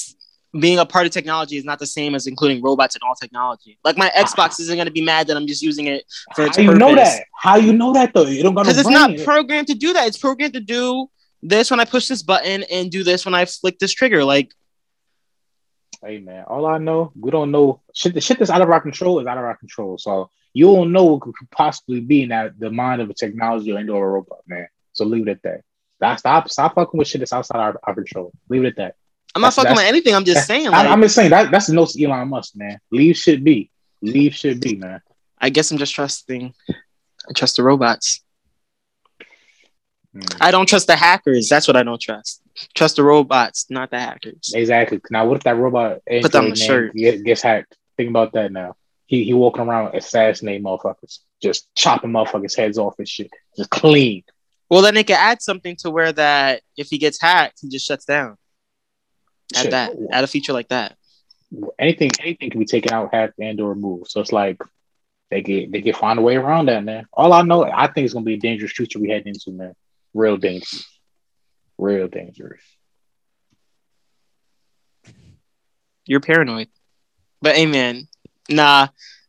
[SPEAKER 1] being a part of technology is not the same as including robots in all technology. Like my Xbox isn't gonna be mad that I'm just using it for
[SPEAKER 2] Ah. How
[SPEAKER 1] its
[SPEAKER 2] you
[SPEAKER 1] purpose.
[SPEAKER 2] know that? How you know that though? You don't got no
[SPEAKER 1] Because it's
[SPEAKER 2] brain.
[SPEAKER 1] not programmed to do that. It's programmed to do this when I push this button and do this when I flick this trigger. Like
[SPEAKER 2] Hey man, all I know, we don't know shit. The shit that's out of our control is out of our control. So you don't know what could possibly be in that the mind of a technology and or a robot, man. So leave it at that. Stop, stop, stop fucking with shit that's outside our, our control. Leave it at that.
[SPEAKER 1] I'm not
[SPEAKER 2] That's-
[SPEAKER 1] fucking
[SPEAKER 2] that's-
[SPEAKER 1] with anything. I'm just
[SPEAKER 2] that's-
[SPEAKER 1] saying.
[SPEAKER 2] I,
[SPEAKER 1] Like,
[SPEAKER 2] am just saying that that's the notes to Elon Musk, man. Leave should be. Leave should be, man.
[SPEAKER 1] I guess I'm just trusting. I trust the robots.
[SPEAKER 2] Mm.
[SPEAKER 1] I don't trust the hackers. That's what I don't trust. Trust the robots, not the hackers.
[SPEAKER 2] Exactly. Now, what if that robot
[SPEAKER 1] Put that on
[SPEAKER 2] Android
[SPEAKER 1] the
[SPEAKER 2] man
[SPEAKER 1] shirt.
[SPEAKER 2] get- gets hacked? Think about that now. He he walking around assassinating motherfuckers, just chopping motherfuckers' heads off and shit, just clean.
[SPEAKER 1] Well, then they could add something to where that if he gets hacked, he just shuts down. Add
[SPEAKER 2] Shit.
[SPEAKER 1] that. Add a feature like that.
[SPEAKER 2] Anything anything can be taken out, hacked, and or removed. So it's like they get they can find a way around that, man. All I know, I think it's gonna be a dangerous future we head into, man. Real dangerous. Real dangerous.
[SPEAKER 1] You're paranoid. But hey, man, nah,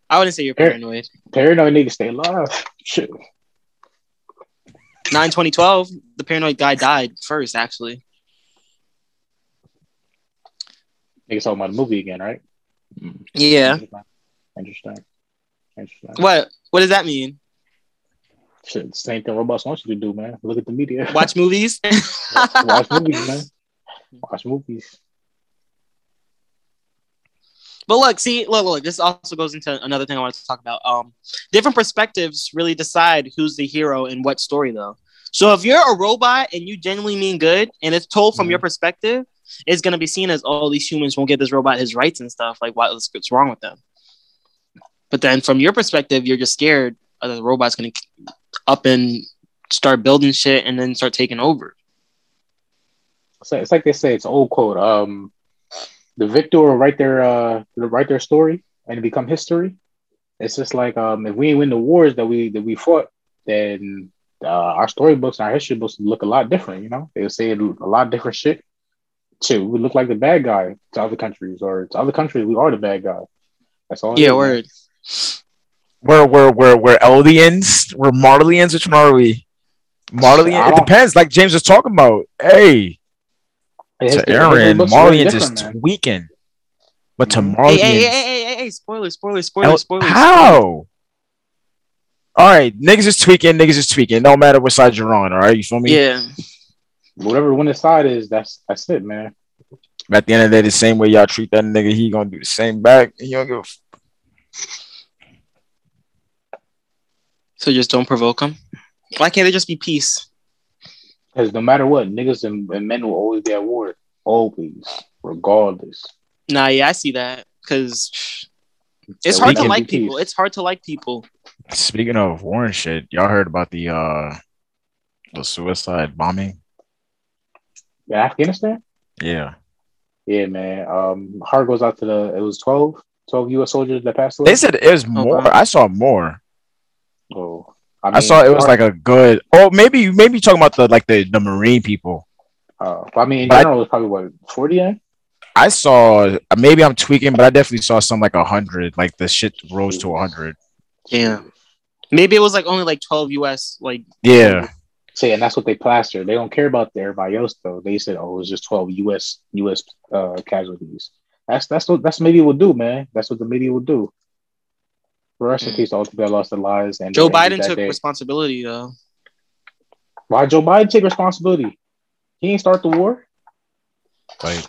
[SPEAKER 1] I wouldn't say you're
[SPEAKER 2] Par-
[SPEAKER 1] paranoid.
[SPEAKER 2] Paranoid niggas stay alive. Shit.
[SPEAKER 1] Nine twenty twelve, the paranoid guy died first, actually.
[SPEAKER 2] Niggas talking about the movie again, right?
[SPEAKER 1] Yeah.
[SPEAKER 2] Interesting. Interesting.
[SPEAKER 1] What? What does that mean?
[SPEAKER 2] Shit, same thing robots want you to do, man. Look at the media.
[SPEAKER 1] Watch movies.
[SPEAKER 2] Watch
[SPEAKER 1] *laughs*
[SPEAKER 2] movies, man. Watch movies.
[SPEAKER 1] But look, see, look, look, this also goes into another thing I wanted to talk about. Um, different perspectives really decide who's the hero in what story, though. So if you're a robot and you genuinely mean good, and it's told from your perspective, it's gonna be seen as all these humans won't give this robot his rights and stuff. Like, what- what's, what's wrong with them? But then from your perspective, you're just scared uh, the robot's gonna up and start building shit and then start taking over.
[SPEAKER 2] It's like, it's like they say, it's an old quote. Um, the victor will write their uh, will write their story and become history. It's just like um, if we ain't win the wars that we that we fought, then uh, our storybooks and our history books look a lot different. You know, they'll say a lot of different shit. Too, we look like the bad guy to other countries, or to other countries, we are the bad guy. That's all. it is,
[SPEAKER 1] yeah,
[SPEAKER 2] man.
[SPEAKER 1] word.
[SPEAKER 3] We're we're we're we're Eldians. We're Marlians. Which one are we?
[SPEAKER 2] I
[SPEAKER 3] Marlian. It
[SPEAKER 2] don't-
[SPEAKER 3] depends. Like James was talking about. Hey,
[SPEAKER 2] His- his
[SPEAKER 3] to Aaron,
[SPEAKER 2] books are really
[SPEAKER 3] Marlians is
[SPEAKER 2] different, man.
[SPEAKER 3] tweaking. But to
[SPEAKER 2] Mhm.
[SPEAKER 1] Hey,
[SPEAKER 3] Marlians,
[SPEAKER 1] hey, hey, hey, hey, hey, spoilers, spoilers, spoilers,
[SPEAKER 3] El-
[SPEAKER 1] spoilers.
[SPEAKER 3] how? All right, niggas is tweaking. Niggas is tweaking. No matter what side you're on. All right, you feel me?
[SPEAKER 1] Yeah.
[SPEAKER 2] whatever one side is, that's that's it, man.
[SPEAKER 3] But at the end of the day, the same way y'all treat that nigga, he gonna do the same back. He don't give a f-
[SPEAKER 1] So just don't provoke them. Why can't there just be peace?
[SPEAKER 2] Because no matter what, niggas and, and men will always be at war, always, regardless.
[SPEAKER 1] Nah, yeah, I see that because it's
[SPEAKER 2] So
[SPEAKER 1] hard
[SPEAKER 2] we
[SPEAKER 1] to
[SPEAKER 2] can
[SPEAKER 1] like
[SPEAKER 2] be
[SPEAKER 1] people.
[SPEAKER 2] peace.
[SPEAKER 1] It's hard to like people.
[SPEAKER 3] Speaking of war and shit, y'all heard about the uh the suicide bombing?
[SPEAKER 2] Yeah, Afghanistan.
[SPEAKER 3] Yeah,
[SPEAKER 2] Yeah, man. Um, heart goes out to the. It was 12, 12 U.S. soldiers that passed away.
[SPEAKER 3] they said it was more.
[SPEAKER 1] wow.
[SPEAKER 3] I saw more.
[SPEAKER 2] oh,
[SPEAKER 3] I saw it was like a good. Oh, maybe maybe you're talking about the like the the Marine people.
[SPEAKER 2] Uh, I mean, in
[SPEAKER 3] but I-
[SPEAKER 2] general, it was probably what forty. eh?
[SPEAKER 3] I saw maybe I'm tweaking, but I definitely saw some like a hundred. Like the shit rose to a hundred.
[SPEAKER 1] Yeah. Maybe it was like only like 12 US. Like,
[SPEAKER 3] Yeah,
[SPEAKER 2] So, yeah, and that's what they plaster. They don't care about the everybody else though. They said, "Oh, it was just twelve U.S. U.S. Uh, casualties." That's that's what that's what media will do, man. That's what the media will do. Rest in
[SPEAKER 1] Mm.
[SPEAKER 2] peace to all the people that lost their lives. And
[SPEAKER 1] Joe
[SPEAKER 2] their injuries
[SPEAKER 1] Biden
[SPEAKER 2] that
[SPEAKER 1] took
[SPEAKER 2] day.
[SPEAKER 1] responsibility, though.
[SPEAKER 2] Why Joe Biden take responsibility? He ain't start the war.
[SPEAKER 3] like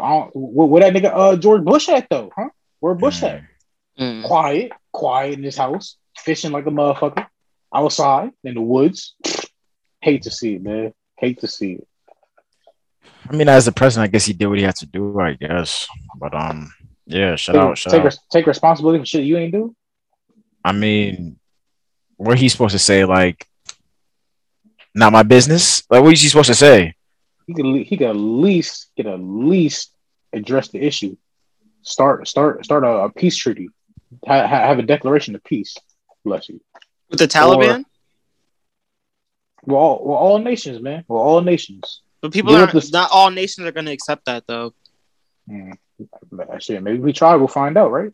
[SPEAKER 2] I don't- Where, where that nigga uh, George Bush at though? Huh? Where Bush at?
[SPEAKER 1] Mm.
[SPEAKER 2] Quiet, quiet in his house, fishing like a motherfucker, outside in the woods. Hate to see it, man. Hate to see it.
[SPEAKER 3] I mean, as the president, I guess he did what he had to do. I guess, but um, yeah. Shout
[SPEAKER 2] Take,
[SPEAKER 3] out, shout
[SPEAKER 2] take,
[SPEAKER 3] out.
[SPEAKER 2] res- take responsibility for shit you ain't do.
[SPEAKER 3] I mean, what he's supposed to say? Like, not my business. Like, what is he supposed to say?
[SPEAKER 2] He could le- he could at least get at least address the issue. Start start start a, a peace treaty. Ha- ha- have a declaration of peace. Bless you.
[SPEAKER 1] With the Taliban?
[SPEAKER 2] We're all we're all nations, man. We're all nations.
[SPEAKER 1] but people
[SPEAKER 2] Europe
[SPEAKER 1] aren't,
[SPEAKER 2] is-
[SPEAKER 1] not all nations are going to accept that, though.
[SPEAKER 2] Mm. Shit, maybe we try, we'll find out, right?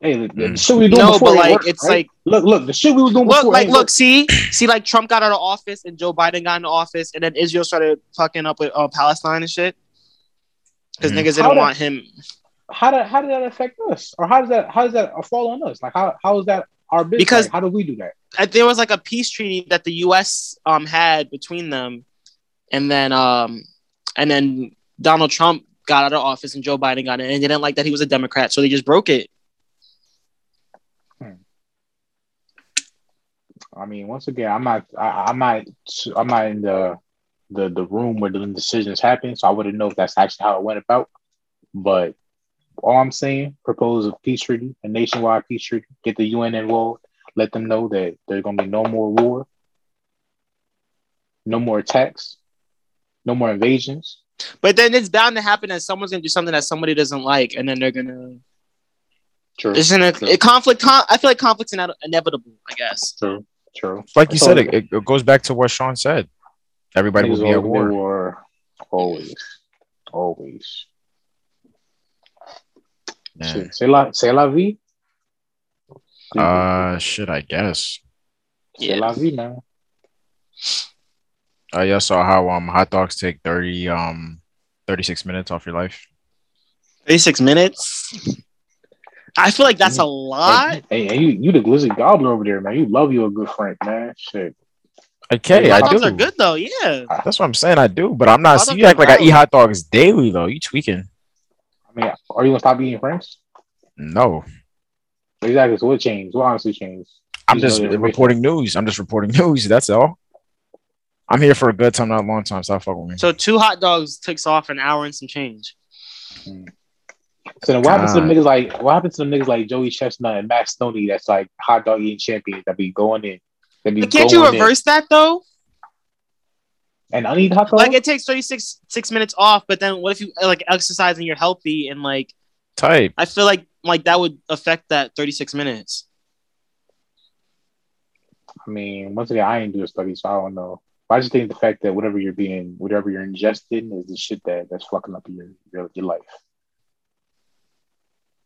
[SPEAKER 2] Hey, the, the
[SPEAKER 3] Mm.
[SPEAKER 2] shit we were doing
[SPEAKER 1] No,
[SPEAKER 2] before
[SPEAKER 1] but
[SPEAKER 2] ain't
[SPEAKER 1] like,
[SPEAKER 2] work,
[SPEAKER 1] it's
[SPEAKER 2] right?
[SPEAKER 1] like,
[SPEAKER 2] look, look, the shit we was doing
[SPEAKER 1] Look,
[SPEAKER 2] before
[SPEAKER 1] like,
[SPEAKER 2] ain't
[SPEAKER 1] look,
[SPEAKER 2] work.
[SPEAKER 1] see, see, like Trump got out of office and Joe Biden got into office, and then Israel started fucking up with uh, Palestine and shit because niggas
[SPEAKER 3] Mhm.
[SPEAKER 2] Mm. How
[SPEAKER 1] didn't
[SPEAKER 2] the-
[SPEAKER 1] want him.
[SPEAKER 2] How did how did that affect us, or how does that how does that fall on us? Like how how is that our business?
[SPEAKER 1] Because-
[SPEAKER 2] Like, how do we do that?
[SPEAKER 1] I- there was like a peace treaty that the U.S. um had between them, and then um and then Donald Trump got out of office and Joe Biden got in, and they didn't like that he was a Democrat, so they just broke it.
[SPEAKER 2] I mean, once again, I'm not, I, I'm not, I'm not in the, the, the room where the decisions happen, so I wouldn't know if that's actually how it went about. But all I'm saying, propose a peace treaty, a nationwide peace treaty, get the UN involved, let them know that there's going to be no more war, no more attacks, no more invasions.
[SPEAKER 1] But then it's bound to happen that someone's gonna do something that somebody doesn't like, and then they're gonna.
[SPEAKER 2] True,
[SPEAKER 1] It's gonna
[SPEAKER 2] True.
[SPEAKER 1] a conflict. Con- I feel like conflict's ine- inevitable. I guess.
[SPEAKER 2] true, true.
[SPEAKER 3] Like you
[SPEAKER 2] So-
[SPEAKER 3] said, it, it goes back to what Sean said. Everybody will
[SPEAKER 2] Niggas
[SPEAKER 3] be at
[SPEAKER 2] always
[SPEAKER 3] war.
[SPEAKER 2] been war. Always, always.
[SPEAKER 3] Yeah.
[SPEAKER 2] Shit, C'est la, c'est la vie.
[SPEAKER 3] Uh, shit, I guess.
[SPEAKER 2] c'est la vie, man.
[SPEAKER 3] Uh, y'all saw how um hot dogs take thirty um thirty six minutes off your life.
[SPEAKER 1] Thirty-six minutes. I feel like that's a lot.
[SPEAKER 2] Hey, hey, you, you the glizzy gobbler over there, man. You love you a good friend, man. Shit.
[SPEAKER 3] Okay,
[SPEAKER 2] Yeah,
[SPEAKER 3] I
[SPEAKER 1] hot dogs
[SPEAKER 3] do.
[SPEAKER 1] are good though. Yeah.
[SPEAKER 3] That's what I'm saying. I do, but I'm not.
[SPEAKER 1] Hot dogs
[SPEAKER 3] you act
[SPEAKER 1] are
[SPEAKER 3] like I eat
[SPEAKER 1] valid.
[SPEAKER 3] hot dogs daily though. You tweaking?
[SPEAKER 2] I mean, are you gonna stop eating friends?
[SPEAKER 3] No,
[SPEAKER 2] Exactly. So what changed? What honestly changed?
[SPEAKER 3] I'm
[SPEAKER 2] There's
[SPEAKER 3] just
[SPEAKER 2] no difference.
[SPEAKER 3] reporting news. I'm just reporting *laughs* news. That's all. I'm here for a good time, not a long time. Stop fucking with me.
[SPEAKER 1] So two hot dogs takes off an hour and some change.
[SPEAKER 2] So then what happens to them
[SPEAKER 3] God.
[SPEAKER 2] niggas like what happens to them niggas like Joey Chestnut and Matt Stoney that's like hot dog eating champions that be going in. That be
[SPEAKER 1] But can't you
[SPEAKER 2] going in.
[SPEAKER 1] reverse that though?
[SPEAKER 2] and uneaten hot dog?
[SPEAKER 1] Like it takes thirty-six six minutes off, but then what if you like exercise and you're healthy and like
[SPEAKER 3] Type.
[SPEAKER 1] I feel like like that would affect that thirty-six minutes.
[SPEAKER 2] I mean, once again, I ain't do a study, so I don't know. But I just think the fact that whatever you're being, whatever you're ingesting, is the shit that that's fucking up your your, your life.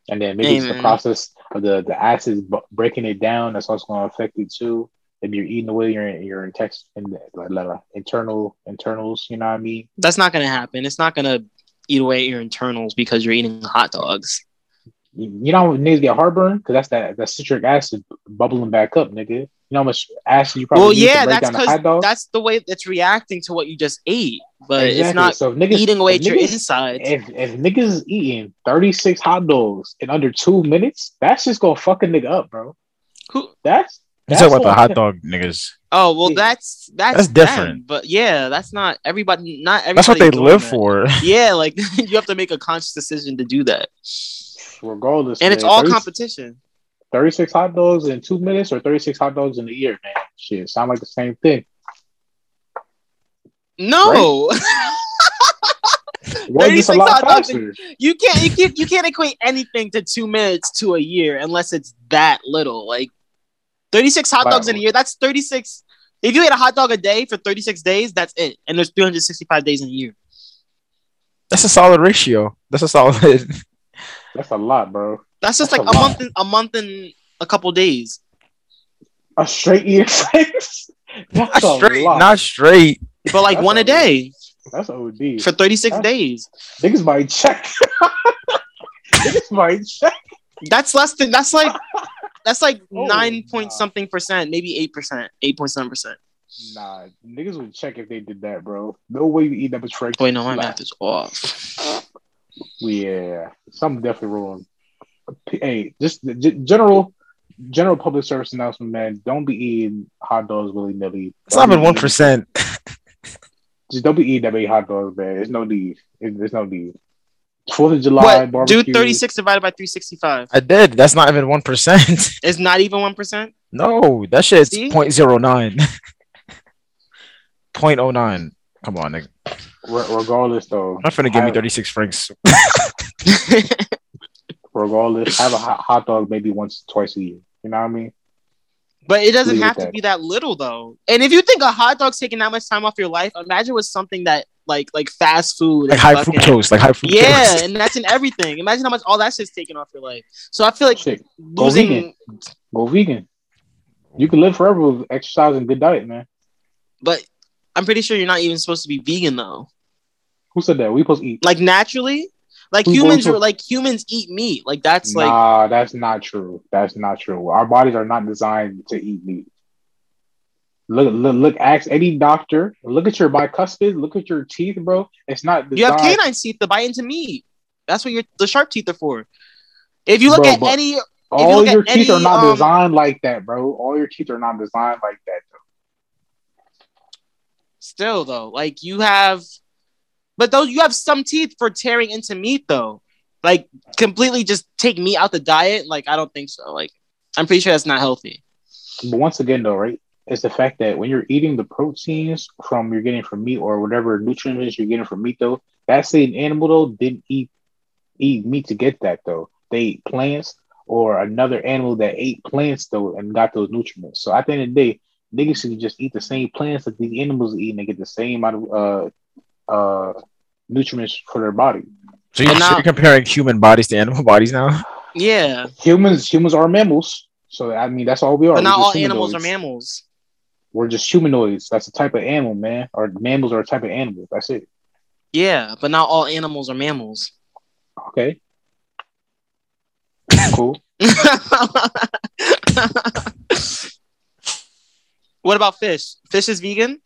[SPEAKER 2] And then maybe it's the
[SPEAKER 1] Amen.
[SPEAKER 2] process of the the acids b- breaking it down. That's also going to affect you too. If you're eating away your your intest and like, like, like, internal internals, you know what I mean.
[SPEAKER 1] That's not gonna happen. It's not gonna eat away at your internals because you're eating hot dogs.
[SPEAKER 2] You, you know, how niggas get heartburn because that's that that citric acid bubbling back up, nigga. You know how much acid you probably
[SPEAKER 1] well,
[SPEAKER 2] need
[SPEAKER 1] yeah,
[SPEAKER 2] to break
[SPEAKER 1] that's
[SPEAKER 2] down a hot
[SPEAKER 1] because
[SPEAKER 2] dog.
[SPEAKER 1] that's the way it's reacting to what you just ate, but it's
[SPEAKER 2] Exactly.
[SPEAKER 1] not
[SPEAKER 2] so if niggas,
[SPEAKER 1] eating away
[SPEAKER 2] if
[SPEAKER 1] at your
[SPEAKER 2] niggas-
[SPEAKER 1] insides.
[SPEAKER 2] If if niggas is eating 36 hot dogs in under two minutes, that's just gonna fuck a nigga up, bro.
[SPEAKER 1] Who-
[SPEAKER 2] That's
[SPEAKER 3] You
[SPEAKER 2] that's
[SPEAKER 3] talk about the
[SPEAKER 2] what-
[SPEAKER 3] hot dog niggas.
[SPEAKER 1] Oh well,
[SPEAKER 2] Yeah.
[SPEAKER 1] that's that's
[SPEAKER 3] That's
[SPEAKER 1] them,
[SPEAKER 3] different.
[SPEAKER 1] but yeah, that's not everybody. Not everybody.
[SPEAKER 3] That's what they
[SPEAKER 1] doing
[SPEAKER 3] live
[SPEAKER 1] that.
[SPEAKER 3] for. *laughs*
[SPEAKER 1] Yeah, like *laughs* you have to make a conscious decision to do that,
[SPEAKER 2] Regardless,
[SPEAKER 1] and it's
[SPEAKER 2] man,
[SPEAKER 1] all
[SPEAKER 2] 30
[SPEAKER 1] competition.
[SPEAKER 2] 36 hot dogs in two minutes or 36 hot dogs in a year, man. Shit, sound like the same thing.
[SPEAKER 1] No,
[SPEAKER 2] One gets a
[SPEAKER 1] 36
[SPEAKER 2] lot
[SPEAKER 1] hot dogs in-
[SPEAKER 2] faster.
[SPEAKER 1] you can't. You can't. You can't equate anything to two minutes to a year unless it's that little. Like thirty six hot
[SPEAKER 2] Wow.
[SPEAKER 1] dogs in a year. That's thirty six. If you ate a hot dog a day for thirty six days, that's it. And there's three hundred sixty five days in a year.
[SPEAKER 3] That's a solid ratio. That's a solid. *laughs*
[SPEAKER 2] That's a lot, bro.
[SPEAKER 1] That's just
[SPEAKER 2] That's
[SPEAKER 1] like
[SPEAKER 2] a
[SPEAKER 1] a,
[SPEAKER 2] lot.
[SPEAKER 1] month. And, a month and a couple days.
[SPEAKER 2] A straight year *laughs* six. That's
[SPEAKER 3] Not
[SPEAKER 2] a
[SPEAKER 3] straight.
[SPEAKER 2] lot.
[SPEAKER 3] Not straight.
[SPEAKER 1] But like
[SPEAKER 2] That's
[SPEAKER 1] one a
[SPEAKER 2] a lot.
[SPEAKER 1] day
[SPEAKER 2] That's OD.
[SPEAKER 1] for thirty six
[SPEAKER 2] That's-
[SPEAKER 1] days.
[SPEAKER 2] Niggas might check. *laughs* Niggas might check.
[SPEAKER 1] That's less than that's
[SPEAKER 2] *laughs*
[SPEAKER 1] like that's like
[SPEAKER 2] Oh,
[SPEAKER 1] nine point
[SPEAKER 2] nah.
[SPEAKER 1] something percent, maybe eight percent, eight point seven percent.
[SPEAKER 2] Nah, niggas would check if they did that, bro. No way you eat that much fried
[SPEAKER 1] Wait, no, my
[SPEAKER 2] Nah.
[SPEAKER 1] math is off.
[SPEAKER 2] Yeah, something definitely wrong. Hey, just the g- general general public service announcement, man. Don't be eating hot dogs willy nilly.
[SPEAKER 3] It's not even one percent.
[SPEAKER 2] Just don't be eating that many hot dogs, man. There's no need. It- There's no need. Fourth of July
[SPEAKER 1] What? Do
[SPEAKER 2] barbecue.
[SPEAKER 1] thirty six divided by three sixty five
[SPEAKER 3] I did. That's not even one percent. *laughs*
[SPEAKER 1] is not even one percent. *laughs*
[SPEAKER 3] No, that shit's
[SPEAKER 1] See?
[SPEAKER 3] *laughs* 0.09. 0.09. Come on, nigga.
[SPEAKER 2] Re- regardless, though,
[SPEAKER 3] I'm not finna give me
[SPEAKER 2] I-
[SPEAKER 3] 36 francs.
[SPEAKER 2] regardless, have a hot, hot dog maybe once, twice a year. You know what I mean?
[SPEAKER 1] But it doesn't
[SPEAKER 2] Agree
[SPEAKER 1] have
[SPEAKER 2] with
[SPEAKER 1] to
[SPEAKER 2] that.
[SPEAKER 1] be that little though. And if you think a hot dog's taking that much time off your life, imagine with something that like like fast food,
[SPEAKER 3] Like
[SPEAKER 1] and
[SPEAKER 3] high
[SPEAKER 1] fucking-
[SPEAKER 3] fructose. Like high fructose.
[SPEAKER 1] Yeah, and that's in everything. Imagine how much all that shit's taking off your life. So I feel like
[SPEAKER 2] Shit, go vegan.
[SPEAKER 1] losing,
[SPEAKER 2] Go vegan. You can live forever with exercise and good diet, man.
[SPEAKER 1] but I'm pretty sure you're not even supposed to be vegan though.
[SPEAKER 2] Who said that? We supposed to eat?
[SPEAKER 1] like naturally like
[SPEAKER 2] Who
[SPEAKER 1] humans
[SPEAKER 2] goes to-
[SPEAKER 1] are like humans eat meat like that's like
[SPEAKER 2] nah, that's not true. That's not true. Our bodies are not designed to eat meat. Look, look, look, ask any doctor. Look at your bicuspid. Look at your teeth, bro. It's not.
[SPEAKER 1] You have
[SPEAKER 2] designed-
[SPEAKER 1] canine teeth to bite into meat. That's what your the sharp teeth are for. If you look
[SPEAKER 2] Bro,
[SPEAKER 1] at
[SPEAKER 2] but-
[SPEAKER 1] any, you
[SPEAKER 2] All
[SPEAKER 1] look at
[SPEAKER 2] your teeth are
[SPEAKER 1] any,
[SPEAKER 2] not
[SPEAKER 1] um,
[SPEAKER 2] designed like that, bro. All your teeth are not designed like that. Though.
[SPEAKER 1] still though, like you have, but though you have some teeth for tearing into meat though, like completely just take meat out the diet. Like I don't think so. Like I'm pretty sure that's not healthy.
[SPEAKER 2] But once again, though, right? It's the fact that when you're eating the proteins from you're getting from meat or whatever nutrients you're getting from meat, though, that same animal though didn't eat eat meat to get that though. They ate plants or another animal that ate plants though and got those nutrients. So at the end of the day, niggas should just eat the same plants that these animals are eating and get the same amount of uh uh nutrients for their body.
[SPEAKER 3] So you-
[SPEAKER 1] And
[SPEAKER 3] so
[SPEAKER 1] now-
[SPEAKER 3] you're comparing human bodies to animal bodies now?
[SPEAKER 1] Yeah,
[SPEAKER 2] humans humans are mammals so i mean that's all we are
[SPEAKER 1] but not
[SPEAKER 2] We're
[SPEAKER 1] all
[SPEAKER 2] just
[SPEAKER 1] animals are
[SPEAKER 2] humanoids.
[SPEAKER 1] mammals.
[SPEAKER 2] we're just humanoids that's a type of animal man or mammals are a type of animal that's it
[SPEAKER 1] Yeah, but not all animals are mammals. *laughs*
[SPEAKER 3] *laughs*
[SPEAKER 2] okay cool
[SPEAKER 1] what about fish? Fish is vegan.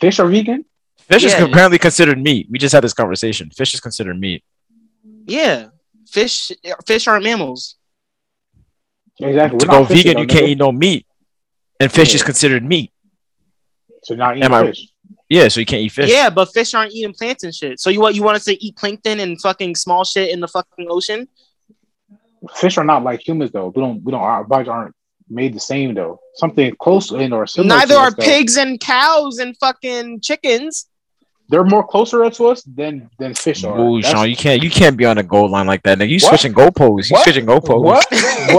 [SPEAKER 2] fish are vegan
[SPEAKER 3] Fish is
[SPEAKER 1] Yeah.
[SPEAKER 3] apparently considered meat. We just had this conversation. Fish is considered meat.
[SPEAKER 1] Yeah, fish. Fish aren't mammals.
[SPEAKER 2] exactly
[SPEAKER 3] to
[SPEAKER 2] We're
[SPEAKER 3] go
[SPEAKER 2] not fishes,
[SPEAKER 3] vegan,
[SPEAKER 2] though,
[SPEAKER 3] you can't
[SPEAKER 2] nigga.
[SPEAKER 3] eat no meat, and fish
[SPEAKER 2] Yeah.
[SPEAKER 3] is considered meat.
[SPEAKER 2] so not
[SPEAKER 3] Am
[SPEAKER 2] eating
[SPEAKER 3] I-
[SPEAKER 2] fish
[SPEAKER 3] Yeah, so you can't eat fish.
[SPEAKER 1] Yeah, but fish aren't eating plants and shit. So you what? You want us to eat plankton and fucking small shit in the fucking ocean?
[SPEAKER 2] fish are not like humans though we don't we don't our bodies aren't made the same though something close in or similar
[SPEAKER 1] Neither
[SPEAKER 2] to
[SPEAKER 1] are
[SPEAKER 2] us, though.
[SPEAKER 1] pigs and cows and fucking chickens.
[SPEAKER 2] they're more closer to us than than fish are
[SPEAKER 3] Ooh,
[SPEAKER 2] That's- *laughs*
[SPEAKER 3] Sean, you can't you can't be on a goal line like that, nigga. You
[SPEAKER 2] What?
[SPEAKER 3] switching goalposts. You
[SPEAKER 2] What?
[SPEAKER 3] switching goalposts.
[SPEAKER 2] what *laughs*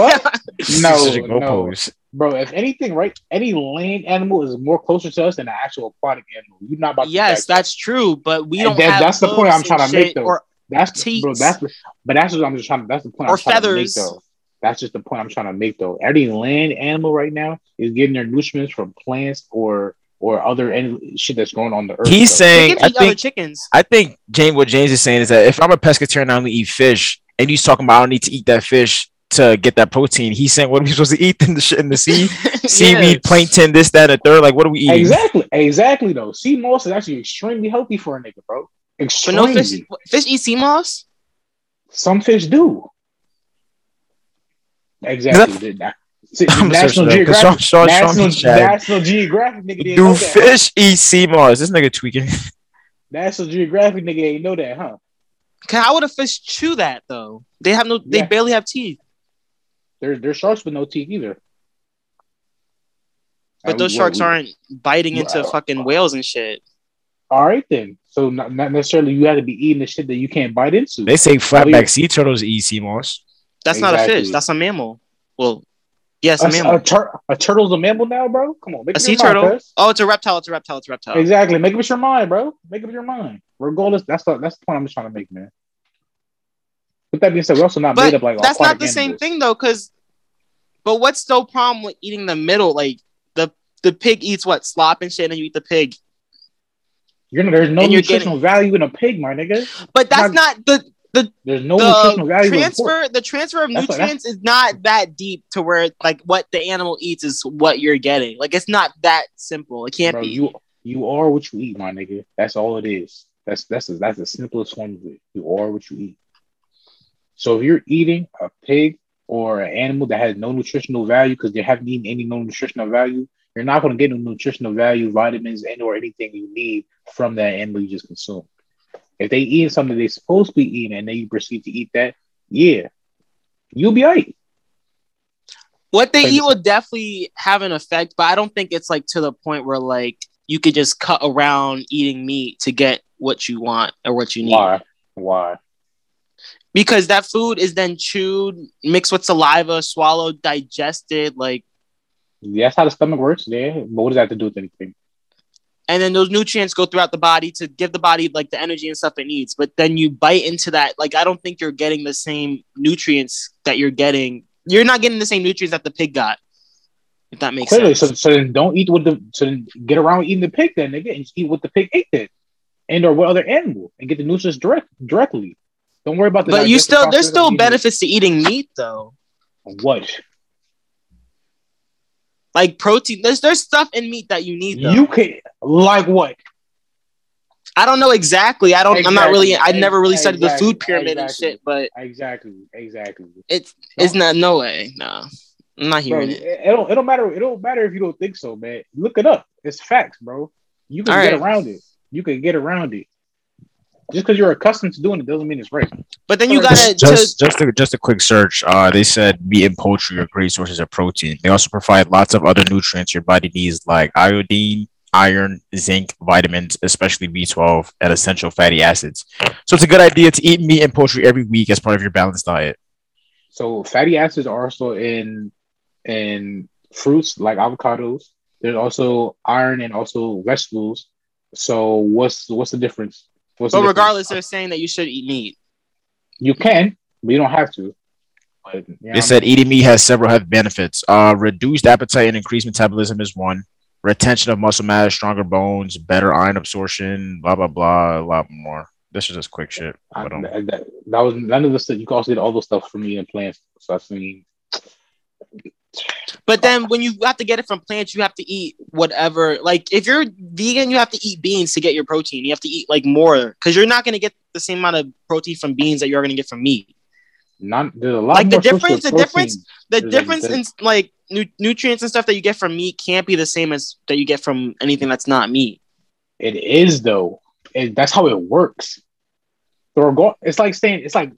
[SPEAKER 1] *laughs*
[SPEAKER 2] what
[SPEAKER 3] *laughs* You
[SPEAKER 2] No,
[SPEAKER 3] switching
[SPEAKER 2] no.
[SPEAKER 3] goalposts.
[SPEAKER 2] Bro, if anything, right, any land animal is more closer to us than an actual aquatic animal. You're not about to
[SPEAKER 1] Yes,
[SPEAKER 2] that,
[SPEAKER 1] that's true. But we
[SPEAKER 2] And
[SPEAKER 1] don't.
[SPEAKER 2] that-
[SPEAKER 1] have
[SPEAKER 2] that's the point
[SPEAKER 1] hooves
[SPEAKER 2] I'm trying
[SPEAKER 1] and
[SPEAKER 2] to make,
[SPEAKER 1] shit
[SPEAKER 2] though.
[SPEAKER 1] Or,
[SPEAKER 2] that's bro,
[SPEAKER 1] teats.
[SPEAKER 2] that's but that's what I'm just trying. That's the point
[SPEAKER 1] Or
[SPEAKER 2] I'm trying
[SPEAKER 1] feathers.
[SPEAKER 2] to make, though. That's just the point I'm trying to make, though. Any land animal right now is getting their nutrients from plants or or other any shit that's going on the earth.
[SPEAKER 3] He's
[SPEAKER 2] though.
[SPEAKER 1] they
[SPEAKER 3] saying
[SPEAKER 1] can
[SPEAKER 3] I
[SPEAKER 1] eat other
[SPEAKER 3] think
[SPEAKER 1] chickens.
[SPEAKER 3] *laughs* I think James what James is saying is that if I'm a pescatarian, I only eat fish, and he's talking about I don't need to eat that fish to get that protein. He's saying what are we *laughs* supposed to eat in the shit in the
[SPEAKER 2] *laughs*
[SPEAKER 1] *laughs*
[SPEAKER 3] sea? Seaweed, plankton, this, that, and the third. Like what are we eating?
[SPEAKER 2] exactly, exactly, though. Sea moss is actually extremely healthy for a nigga, bro.
[SPEAKER 1] But
[SPEAKER 2] Extremely.
[SPEAKER 1] no fish. Fish eat sea moss.
[SPEAKER 2] Some fish do. Exactly. See,
[SPEAKER 3] *laughs* I'm searching
[SPEAKER 2] National
[SPEAKER 3] that, 'cause
[SPEAKER 2] Geographic.
[SPEAKER 3] Sean, Sean, Sean,
[SPEAKER 2] National,
[SPEAKER 3] he's jacked.
[SPEAKER 2] National Geographic nigga didn't know
[SPEAKER 3] Do
[SPEAKER 2] that.
[SPEAKER 3] fish eat sea moss? This nigga tweaking.
[SPEAKER 2] National Geographic nigga ain't know that, huh?
[SPEAKER 1] 'Cause How would a fish chew that though? They have no. They
[SPEAKER 2] Yeah.
[SPEAKER 1] barely have teeth.
[SPEAKER 2] They're, they're sharks with no teeth either.
[SPEAKER 1] But
[SPEAKER 2] Uh,
[SPEAKER 1] those
[SPEAKER 2] well,
[SPEAKER 1] sharks
[SPEAKER 2] we-
[SPEAKER 1] aren't biting into
[SPEAKER 2] Well,
[SPEAKER 1] fucking whales and shit.
[SPEAKER 2] All right then. So not, not necessarily you got to be eating the shit that you can't bite into.
[SPEAKER 3] They say
[SPEAKER 2] yeah.
[SPEAKER 3] flatback sea turtles eat sea moss.
[SPEAKER 1] That's not a
[SPEAKER 2] Exactly.
[SPEAKER 1] fish. That's a mammal. Well, yes,
[SPEAKER 2] a,
[SPEAKER 1] a
[SPEAKER 2] a,
[SPEAKER 1] mammal.
[SPEAKER 2] tur- a turtle's a mammal now, bro. Come on,
[SPEAKER 1] A
[SPEAKER 2] make up
[SPEAKER 1] sea
[SPEAKER 2] your mind,
[SPEAKER 1] turtle.
[SPEAKER 2] cuz.
[SPEAKER 1] Oh, it's a reptile. It's a reptile. It's a reptile.
[SPEAKER 2] Exactly. Make up your mind, bro. Make up your mind. Regardless, that's the that's the point I'm just trying to make, man. With that being said, we're also not made
[SPEAKER 1] But
[SPEAKER 2] up like
[SPEAKER 1] that's not
[SPEAKER 2] aquatic
[SPEAKER 1] the same
[SPEAKER 2] animals.
[SPEAKER 1] thing though, because. But what's the problem with eating the middle? Like the the pig eats what slop and shit, and then you eat the pig.
[SPEAKER 2] You're, there's no
[SPEAKER 1] And you're
[SPEAKER 2] nutritional value in a pig, my nigga.
[SPEAKER 1] But that's
[SPEAKER 2] Not-
[SPEAKER 1] not the
[SPEAKER 2] There's no nutritional
[SPEAKER 1] the
[SPEAKER 2] value in pork.
[SPEAKER 1] transfer. The transfer of
[SPEAKER 2] That's what-
[SPEAKER 1] nutrients is not that deep to where like what the animal eats is what you're getting. Like it's not that simple. It can't
[SPEAKER 2] Bro,
[SPEAKER 1] be.
[SPEAKER 2] you you are what you eat, my nigga. That's all it is. That's that's that's the simplest form of it. You are what you eat. So if you're eating a pig or an animal that has no nutritional value because they haven't eaten any no nutritional value, you're not going to get no nutritional value, vitamins, and or anything you need from that animal you just consumed. If they eat something they're supposed to be eating and then you proceed to eat that, yeah, you'll be right.
[SPEAKER 1] What they
[SPEAKER 2] Like-
[SPEAKER 1] eat will definitely have an effect, but I don't think it's like to the point where like you could just cut around eating meat to get what you want or what you need.
[SPEAKER 2] Why? Why?
[SPEAKER 1] Because that food is then chewed, mixed with saliva, swallowed, digested, like
[SPEAKER 2] That's how the stomach works, yeah. But what does that have to do with anything?
[SPEAKER 1] and then those nutrients go throughout the body to give the body like the energy and stuff it needs. But then you bite into that, like I don't think you're getting the same nutrients that you're getting. You're not getting the same nutrients that the pig got. If that makes
[SPEAKER 2] Clearly,
[SPEAKER 1] sense.
[SPEAKER 2] so, so then don't eat with the so then get around eating the pig then nigga and just eat what the pig ate then, and or what other animal and get the nutrients direct directly. Don't worry about the.
[SPEAKER 1] But you
[SPEAKER 2] digestive
[SPEAKER 1] still there's
[SPEAKER 2] process of
[SPEAKER 1] still
[SPEAKER 2] eating
[SPEAKER 1] benefits to eating meat though.
[SPEAKER 2] What?
[SPEAKER 1] Like protein, there's there's stuff in meat that you need. Though.
[SPEAKER 2] You can like what?
[SPEAKER 1] I don't know exactly. I don't. I'm not really. I
[SPEAKER 2] Exactly.
[SPEAKER 1] never really studied the
[SPEAKER 2] Exactly.
[SPEAKER 1] food pyramid
[SPEAKER 2] Exactly.
[SPEAKER 1] and shit. But
[SPEAKER 2] Exactly, exactly.
[SPEAKER 1] it's it's not no way. No, I'm not
[SPEAKER 2] Bro,
[SPEAKER 1] hearing
[SPEAKER 2] it,
[SPEAKER 1] it.
[SPEAKER 2] it don't it don't matter. It don't matter if you don't think so, man. Look it up. It's facts, bro. You can
[SPEAKER 1] All
[SPEAKER 2] get
[SPEAKER 1] right.
[SPEAKER 2] around it. You can get around it. Just because you're accustomed to doing it doesn't mean it's right.
[SPEAKER 1] But then you
[SPEAKER 2] Sorry.
[SPEAKER 1] gotta
[SPEAKER 3] Just,
[SPEAKER 1] to,
[SPEAKER 3] just, just, a, just a quick search. Uh, they said meat and poultry are great sources of protein. They also provide lots of other nutrients your body needs, like iodine, iron, zinc, vitamins, especially B12, and essential fatty acids. So it's a good idea to eat meat and poultry every week as part of your balanced diet.
[SPEAKER 2] So fatty acids are also in in fruits like avocados. There's also iron and also vegetables. So what's what's the difference? What's the
[SPEAKER 1] but
[SPEAKER 2] difference?
[SPEAKER 1] regardless, they're saying that you should eat meat.
[SPEAKER 2] you can, but you don't have to. But, you know,
[SPEAKER 3] They said eating meat has several health benefits. Uh, reduced appetite and increased metabolism is one. Retention of muscle mass, stronger bones, better iron absorption, blah blah blah, a lot more. This is just quick shit.
[SPEAKER 2] I-
[SPEAKER 3] But, um,
[SPEAKER 2] that, that- that was none of the stuff. You can also get all those stuff from eating plants. So I mean,
[SPEAKER 1] But then when you have to get it from plants, you have to eat whatever. Like if you're vegan, you have to eat beans to get your protein. You have to eat like more because you're not gonna get the same amount of protein from beans that you're gonna get from meat.
[SPEAKER 2] not there's a lot
[SPEAKER 1] Like, the
[SPEAKER 2] more sources
[SPEAKER 1] difference-
[SPEAKER 2] of
[SPEAKER 1] the difference-
[SPEAKER 2] protein.
[SPEAKER 1] The
[SPEAKER 2] There's a-
[SPEAKER 1] difference in like nu- nutrients and stuff that you get from meat can't be the same as that you get from anything that's not meat.
[SPEAKER 2] It is though. It, that's how it works. The orga- it's like saying it's like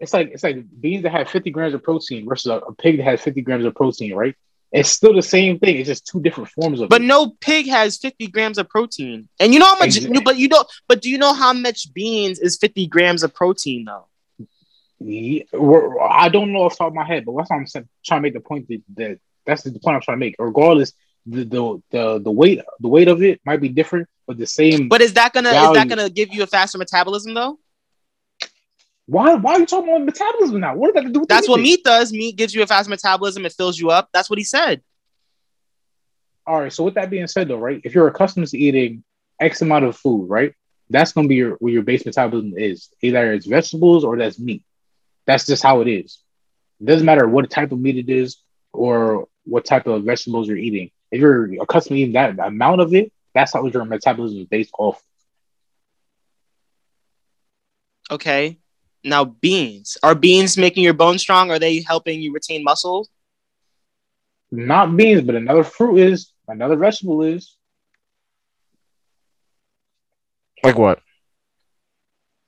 [SPEAKER 2] it's like it's like beans that have 50 grams of protein versus a, a pig that has 50 grams of protein, right? It's still the same thing. It's just two different forms of
[SPEAKER 1] But
[SPEAKER 2] it.
[SPEAKER 1] no pig has 50 grams of protein. And you know how much
[SPEAKER 2] Exactly.
[SPEAKER 1] but you don't but do you know how much beans is 50 grams of protein though?
[SPEAKER 2] Yeah, we're- I don't know off the top of my head, but that's what I'm saying, trying to make the point that, that that's the point I'm trying to make. Regardless, the, the the the weight the weight of it might be different, but the same.
[SPEAKER 1] But is that gonna is that
[SPEAKER 2] Value.
[SPEAKER 1] gonna give you a faster metabolism though?
[SPEAKER 2] why why are you talking about metabolism now? What does that have to do with
[SPEAKER 1] That's what
[SPEAKER 2] anything?
[SPEAKER 1] meat does. Meat gives you a fast metabolism. It fills you up. That's what he said.
[SPEAKER 2] All right. So with that being said, though, right? If you're accustomed to eating X amount of food, right? That's gonna be your where your base metabolism is. Either it's vegetables or that's meat. That's just how it is. It doesn't matter what type of meat it is or what type of vegetables you're eating. If you're accustomed to eating that amount of it, that's how your metabolism is based off.
[SPEAKER 1] Okay. Now beans. Are beans making your bones strong? Are they helping you retain muscle?
[SPEAKER 2] Not beans, but another fruit is, another vegetable is.
[SPEAKER 3] like what?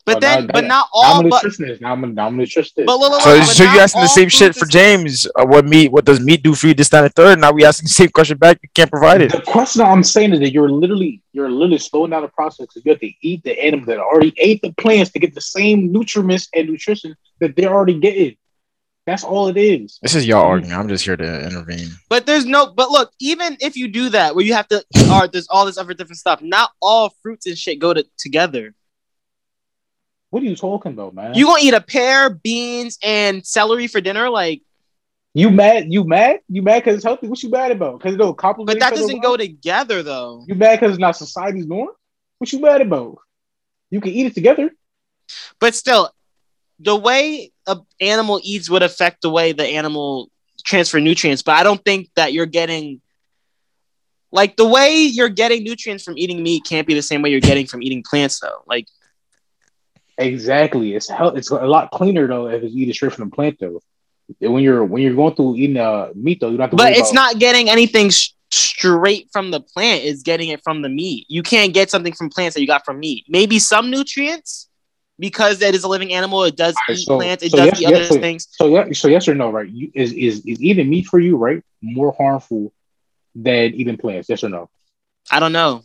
[SPEAKER 1] But
[SPEAKER 2] Oh,
[SPEAKER 1] then,
[SPEAKER 2] now-
[SPEAKER 1] but
[SPEAKER 2] now-
[SPEAKER 1] not
[SPEAKER 2] Now
[SPEAKER 1] all.
[SPEAKER 2] I'm a
[SPEAKER 1] Oh, But
[SPEAKER 2] nutritionist. Now I'm a, now I'm a nutritionist.
[SPEAKER 1] but look, look,
[SPEAKER 3] So,
[SPEAKER 1] look, but
[SPEAKER 3] so
[SPEAKER 1] not
[SPEAKER 3] you asking the
[SPEAKER 1] all
[SPEAKER 3] same shit
[SPEAKER 1] foods
[SPEAKER 3] for
[SPEAKER 1] is-
[SPEAKER 3] James? Uh, what meat? What does meat do for you? This, that, and the third. Now we asking the same question back. You can't provide it.
[SPEAKER 2] The question I'm saying is that you're literally you're literally slowing down the process because you have to eat the animal that already ate the plants to get the same nutriments and nutrition that they're already getting. That's all it is.
[SPEAKER 3] This is y'all arguing. I'm just here to intervene.
[SPEAKER 1] But there's no. But look, even if you do that, where you have to, all right, there's all this other different stuff. Not all fruits and shit go to, together.
[SPEAKER 2] What are you talking about, man?
[SPEAKER 1] You gonna eat a pear, beans, and celery for dinner? Like,
[SPEAKER 2] you mad? You mad? You mad because it's healthy? What you mad about? Because it don't
[SPEAKER 1] but
[SPEAKER 2] compliment.
[SPEAKER 1] that
[SPEAKER 2] each other
[SPEAKER 1] doesn't
[SPEAKER 2] well?
[SPEAKER 1] go together though.
[SPEAKER 2] You mad because it's not society's norm? What you mad about? You can eat it together.
[SPEAKER 1] but still the way a animal eats would affect the way the animal transfer nutrients but i don't think that you're getting like the way you're getting nutrients from eating meat can't be the same way you're getting from eating plants though like
[SPEAKER 2] Exactly. It's hell. It's a lot cleaner though if it's eaten straight from the plant though. And when you're when you're going through eating uh, meat though, you don't have to.
[SPEAKER 1] but
[SPEAKER 2] worry
[SPEAKER 1] it's
[SPEAKER 2] about-
[SPEAKER 1] not getting anything s straight from the plant it's getting it from the meat you can't get something from plants that you got from meat maybe some nutrients because it is a living animal it does
[SPEAKER 2] Alright,
[SPEAKER 1] eat
[SPEAKER 2] so-
[SPEAKER 1] plants it
[SPEAKER 2] so
[SPEAKER 1] does
[SPEAKER 2] yes-
[SPEAKER 1] eat other
[SPEAKER 2] yes, so-
[SPEAKER 1] things
[SPEAKER 2] So yeah, so yes or no, right? You, is is is eating meat for you, right? More harmful than eating plants? Yes or no?
[SPEAKER 1] i don't know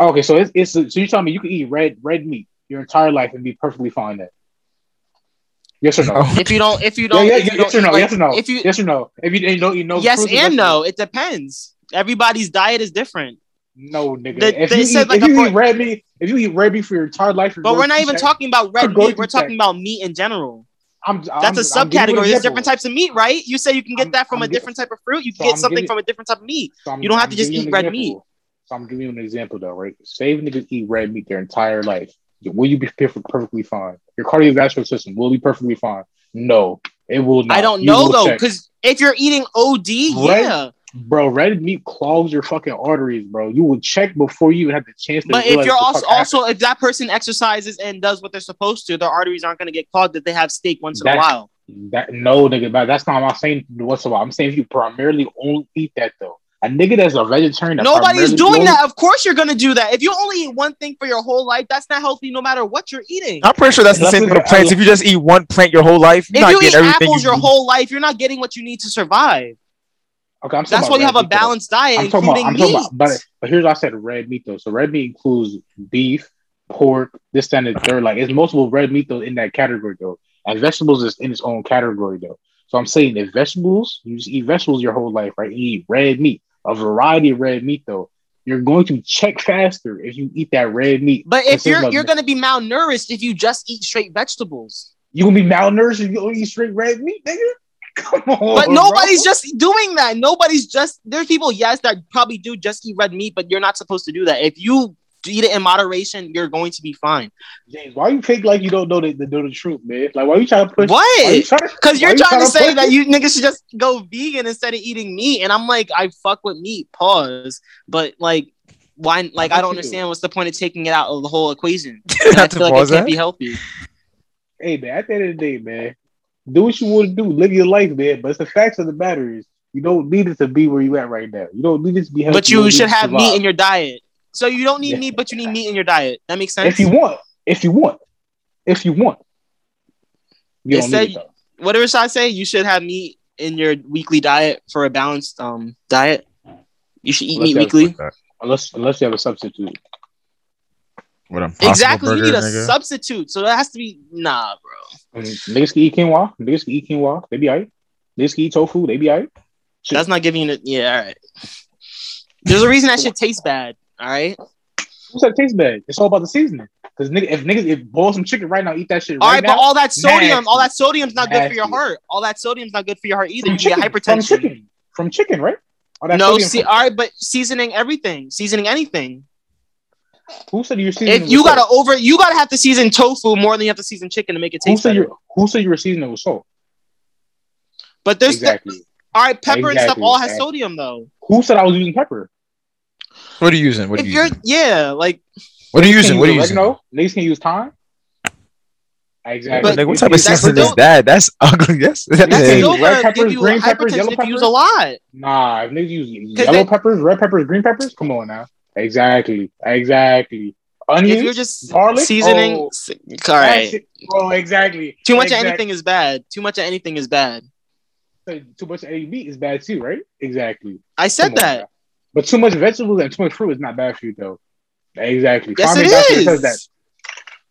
[SPEAKER 2] Okay, so it's, it's so you're telling me you can eat red red meat your entire life and be perfectly fine then? Yes or no?
[SPEAKER 3] Oh,
[SPEAKER 1] if you don't if you
[SPEAKER 2] Yeah,
[SPEAKER 1] don't,
[SPEAKER 2] yeah,
[SPEAKER 1] if you
[SPEAKER 2] yeah, yes
[SPEAKER 1] don't
[SPEAKER 2] or no?
[SPEAKER 1] like,
[SPEAKER 2] yes or no?
[SPEAKER 1] if you
[SPEAKER 2] yes or no? If you, and you don't eat no
[SPEAKER 1] yes
[SPEAKER 2] fruits
[SPEAKER 1] and
[SPEAKER 2] vegetables-
[SPEAKER 1] no. It depends. Everybody's diet is different.
[SPEAKER 2] No, nigga.
[SPEAKER 1] They-
[SPEAKER 2] if
[SPEAKER 1] they
[SPEAKER 2] you,
[SPEAKER 1] said
[SPEAKER 2] eat,
[SPEAKER 1] like
[SPEAKER 2] if
[SPEAKER 1] a
[SPEAKER 2] you
[SPEAKER 1] four-
[SPEAKER 2] eat red meat, if you eat red meat for your entire life, you're
[SPEAKER 1] But
[SPEAKER 2] going
[SPEAKER 1] we're not
[SPEAKER 2] to
[SPEAKER 1] even
[SPEAKER 2] check-
[SPEAKER 1] talking about red
[SPEAKER 2] Go
[SPEAKER 1] meat.
[SPEAKER 2] to
[SPEAKER 1] We're
[SPEAKER 2] check.
[SPEAKER 1] talking about meat in general.
[SPEAKER 2] I'm,
[SPEAKER 1] That's a
[SPEAKER 2] I'm- I'm giving you
[SPEAKER 1] subcategory.
[SPEAKER 2] an
[SPEAKER 1] There's
[SPEAKER 2] example.
[SPEAKER 1] different types of meat, right? You say you can get
[SPEAKER 2] I'm-
[SPEAKER 1] that from
[SPEAKER 2] I'm
[SPEAKER 1] a
[SPEAKER 2] gi-
[SPEAKER 1] different type of fruit. You
[SPEAKER 2] so
[SPEAKER 1] can get
[SPEAKER 2] I'm
[SPEAKER 1] something
[SPEAKER 2] giving-
[SPEAKER 1] from a different type of meat.
[SPEAKER 2] So I'm-
[SPEAKER 1] You don't have
[SPEAKER 2] I'm
[SPEAKER 1] to just
[SPEAKER 2] giving you
[SPEAKER 1] eat
[SPEAKER 2] an
[SPEAKER 1] red
[SPEAKER 2] example.
[SPEAKER 1] meat.
[SPEAKER 2] So I'm giving you an example though, right? Say niggas eat red meat their entire life. Will you be perfect, perfectly fine? Your cardiovascular system will be perfectly fine. No, It will. Not.
[SPEAKER 1] I don't
[SPEAKER 2] You
[SPEAKER 1] know
[SPEAKER 2] will
[SPEAKER 1] though,
[SPEAKER 2] check.
[SPEAKER 1] because if you're eating OD,
[SPEAKER 2] Right.
[SPEAKER 1] yeah.
[SPEAKER 2] bro, red meat clogs your fucking arteries, bro. You would check before you even have the chance. To
[SPEAKER 1] But if
[SPEAKER 2] realize
[SPEAKER 1] you're
[SPEAKER 2] what the
[SPEAKER 1] also
[SPEAKER 2] fuck
[SPEAKER 1] also if that person exercises and does what they're supposed to, their arteries aren't going to get clogged if they have steak once in a
[SPEAKER 2] That-
[SPEAKER 1] while.
[SPEAKER 2] happened. that no nigga, but that's not what I'm saying. What's about? I'm saying if you primarily only eat that though. A nigga that's a vegetarian. that
[SPEAKER 1] Nobody's
[SPEAKER 2] primarily
[SPEAKER 1] doing
[SPEAKER 2] only-
[SPEAKER 1] that. Of course you're going to do that. If you only eat one thing for your whole life, that's not healthy no matter what you're eating.
[SPEAKER 3] I'm pretty sure that's the
[SPEAKER 2] Let's
[SPEAKER 3] same
[SPEAKER 2] look
[SPEAKER 3] thing with
[SPEAKER 2] at-
[SPEAKER 3] plants. If you just eat one plant your whole life, you're
[SPEAKER 1] if
[SPEAKER 3] not
[SPEAKER 1] you eat
[SPEAKER 3] getting everything.
[SPEAKER 1] apples
[SPEAKER 3] you
[SPEAKER 1] your
[SPEAKER 3] need.
[SPEAKER 1] whole life, you're not getting what you need to survive.
[SPEAKER 2] Okay, I'm talking
[SPEAKER 1] That's
[SPEAKER 2] about
[SPEAKER 1] why you
[SPEAKER 2] red
[SPEAKER 1] have a
[SPEAKER 2] meat, though.
[SPEAKER 1] balanced diet,
[SPEAKER 2] I'm talking
[SPEAKER 1] including
[SPEAKER 2] about. I'm talking
[SPEAKER 1] meat.
[SPEAKER 2] about. But, but here's what I said: red meat though. So red meat includes beef, pork, this, that, and the third. Like it's multiple red meat though in that category though, and vegetables is in its own category though. So I'm saying if vegetables, you just eat vegetables your whole life, right? You eat red meat, a variety of red meat though. You're going to check faster if you eat that red meat.
[SPEAKER 1] But if
[SPEAKER 2] This is
[SPEAKER 1] you're
[SPEAKER 2] my-
[SPEAKER 1] you're gonna be malnourished if you just eat straight vegetables.
[SPEAKER 2] You gonna be malnourished if you only eat straight red meat, nigga. *laughs* Come on,
[SPEAKER 1] But
[SPEAKER 2] bro.
[SPEAKER 1] nobody's just doing that. Nobody's just there's people, yes, that probably do just eat red meat, but you're not supposed to do that. If you eat it in moderation, you're going to be fine.
[SPEAKER 2] James. Why you fake like you don't know the, the, know the truth, man? Like why you trying to push? Why you
[SPEAKER 1] What?
[SPEAKER 2] trying to
[SPEAKER 1] Because
[SPEAKER 2] why
[SPEAKER 1] you're
[SPEAKER 2] you
[SPEAKER 1] trying to
[SPEAKER 2] tryna
[SPEAKER 1] say
[SPEAKER 2] push
[SPEAKER 1] that
[SPEAKER 2] it?
[SPEAKER 1] you niggas should just go vegan instead of eating meat, and I'm like, I fuck with meat. Pause. But like, why? Like, I
[SPEAKER 2] what
[SPEAKER 1] don't
[SPEAKER 2] you do?
[SPEAKER 1] understand what's the point of taking it out of the whole
[SPEAKER 2] *laughs*
[SPEAKER 1] equation.
[SPEAKER 3] You
[SPEAKER 1] And I
[SPEAKER 3] have to
[SPEAKER 1] feel like it
[SPEAKER 3] pause
[SPEAKER 1] can't
[SPEAKER 3] that.
[SPEAKER 1] be healthy.
[SPEAKER 2] hey man, at the end of the day, man, do what you want to do, live your life, man. But it's the facts of the matter is you don't need it to be where you at right now. You don't need it to be healthy.
[SPEAKER 1] But you should have meat in
[SPEAKER 2] your
[SPEAKER 1] your diet. So you don't need
[SPEAKER 2] Yeah.
[SPEAKER 1] meat, but you need meat in your diet. That makes sense.
[SPEAKER 2] if you want, if you want, if you want. You
[SPEAKER 1] It
[SPEAKER 2] don't
[SPEAKER 1] said-
[SPEAKER 2] need it though.
[SPEAKER 1] whatever should I say, you should have meat in your weekly diet for a balanced um diet. You should eat
[SPEAKER 2] Let's
[SPEAKER 1] meat
[SPEAKER 2] have-
[SPEAKER 1] weekly.
[SPEAKER 2] Unless unless you have a substitute.
[SPEAKER 3] What a Impossible
[SPEAKER 1] Exactly, you
[SPEAKER 3] burger,
[SPEAKER 1] need a
[SPEAKER 3] nigga.
[SPEAKER 1] substitute. So that has to be nah, bro.
[SPEAKER 2] I mean, niggas can eat quinoa. Niggas can eat quinoa. They be alright. Niggas can eat tofu. They be alright. Shit.
[SPEAKER 1] That's not giving you. the- Yeah, all right. There's a reason that shit tastes bad. All right.
[SPEAKER 2] Who said it tastes bad? It's all about the seasoning. Because nigga, if niggas if boil some chicken right now, eat that shit
[SPEAKER 1] All
[SPEAKER 2] right
[SPEAKER 1] right, but
[SPEAKER 2] now.
[SPEAKER 1] all that sodium, all that sodium's not good for your
[SPEAKER 2] Nasty.
[SPEAKER 1] heart. All that sodium's not good for your heart either.
[SPEAKER 2] from
[SPEAKER 1] You get
[SPEAKER 2] chicken, from
[SPEAKER 1] hypertension.
[SPEAKER 2] chicken. From chicken, right? All that
[SPEAKER 1] No,
[SPEAKER 2] sodium
[SPEAKER 1] see,
[SPEAKER 2] from-
[SPEAKER 1] all right, but seasoning everything, seasoning anything.
[SPEAKER 2] who said your seasoning?
[SPEAKER 1] If you
[SPEAKER 2] was so-
[SPEAKER 1] gotta over, you gotta have to season tofu more than you have to season chicken to make it
[SPEAKER 2] Who
[SPEAKER 1] taste
[SPEAKER 2] said
[SPEAKER 1] better.
[SPEAKER 2] your Who said you were seasoning with salt?
[SPEAKER 1] But there's th-
[SPEAKER 2] Exactly.
[SPEAKER 1] All right, pepper and stuff
[SPEAKER 2] Exactly,
[SPEAKER 1] all has
[SPEAKER 2] exactly.
[SPEAKER 1] sodium though.
[SPEAKER 2] Who said I was using pepper?
[SPEAKER 3] What are you using? What are
[SPEAKER 1] If
[SPEAKER 3] you
[SPEAKER 1] you're
[SPEAKER 3] using?
[SPEAKER 1] yeah, like
[SPEAKER 3] What are you
[SPEAKER 2] Can
[SPEAKER 3] using?
[SPEAKER 2] you
[SPEAKER 3] What are
[SPEAKER 2] use
[SPEAKER 3] you using?
[SPEAKER 2] oregano? Niggas can use thyme. Exactly.
[SPEAKER 1] But-
[SPEAKER 3] Nigga, what type of
[SPEAKER 1] That's what
[SPEAKER 3] seasoning is
[SPEAKER 1] don't-
[SPEAKER 3] that? That's ugly. That's, that's
[SPEAKER 1] that's
[SPEAKER 2] Yeah.
[SPEAKER 1] yeah.
[SPEAKER 2] Red
[SPEAKER 1] over
[SPEAKER 2] peppers,
[SPEAKER 1] give you
[SPEAKER 2] green peppers,
[SPEAKER 1] hypertension
[SPEAKER 2] yellow
[SPEAKER 1] if you use
[SPEAKER 2] peppers?
[SPEAKER 1] a lot.
[SPEAKER 2] Nah, if niggas use
[SPEAKER 1] 'Cause
[SPEAKER 2] yellow
[SPEAKER 1] they-
[SPEAKER 2] peppers, red peppers, green peppers. Come on now. Exactly. Exactly.
[SPEAKER 1] if you're
[SPEAKER 2] Onions.
[SPEAKER 1] just
[SPEAKER 2] garlic?
[SPEAKER 1] seasoning,
[SPEAKER 2] Oh.
[SPEAKER 1] s- all right.
[SPEAKER 2] Oh, exactly.
[SPEAKER 1] Too much
[SPEAKER 2] Exact-
[SPEAKER 1] of anything is bad. Too much of anything is bad.
[SPEAKER 2] Too much of any meat is bad too, right? Exactly.
[SPEAKER 1] I said
[SPEAKER 2] Come on
[SPEAKER 1] that.
[SPEAKER 2] now. But too much vegetables and too much fruit is not bad for you, though. Exactly.
[SPEAKER 1] Yes,
[SPEAKER 2] Kwame
[SPEAKER 1] it
[SPEAKER 2] Dawson
[SPEAKER 1] is.
[SPEAKER 2] says that.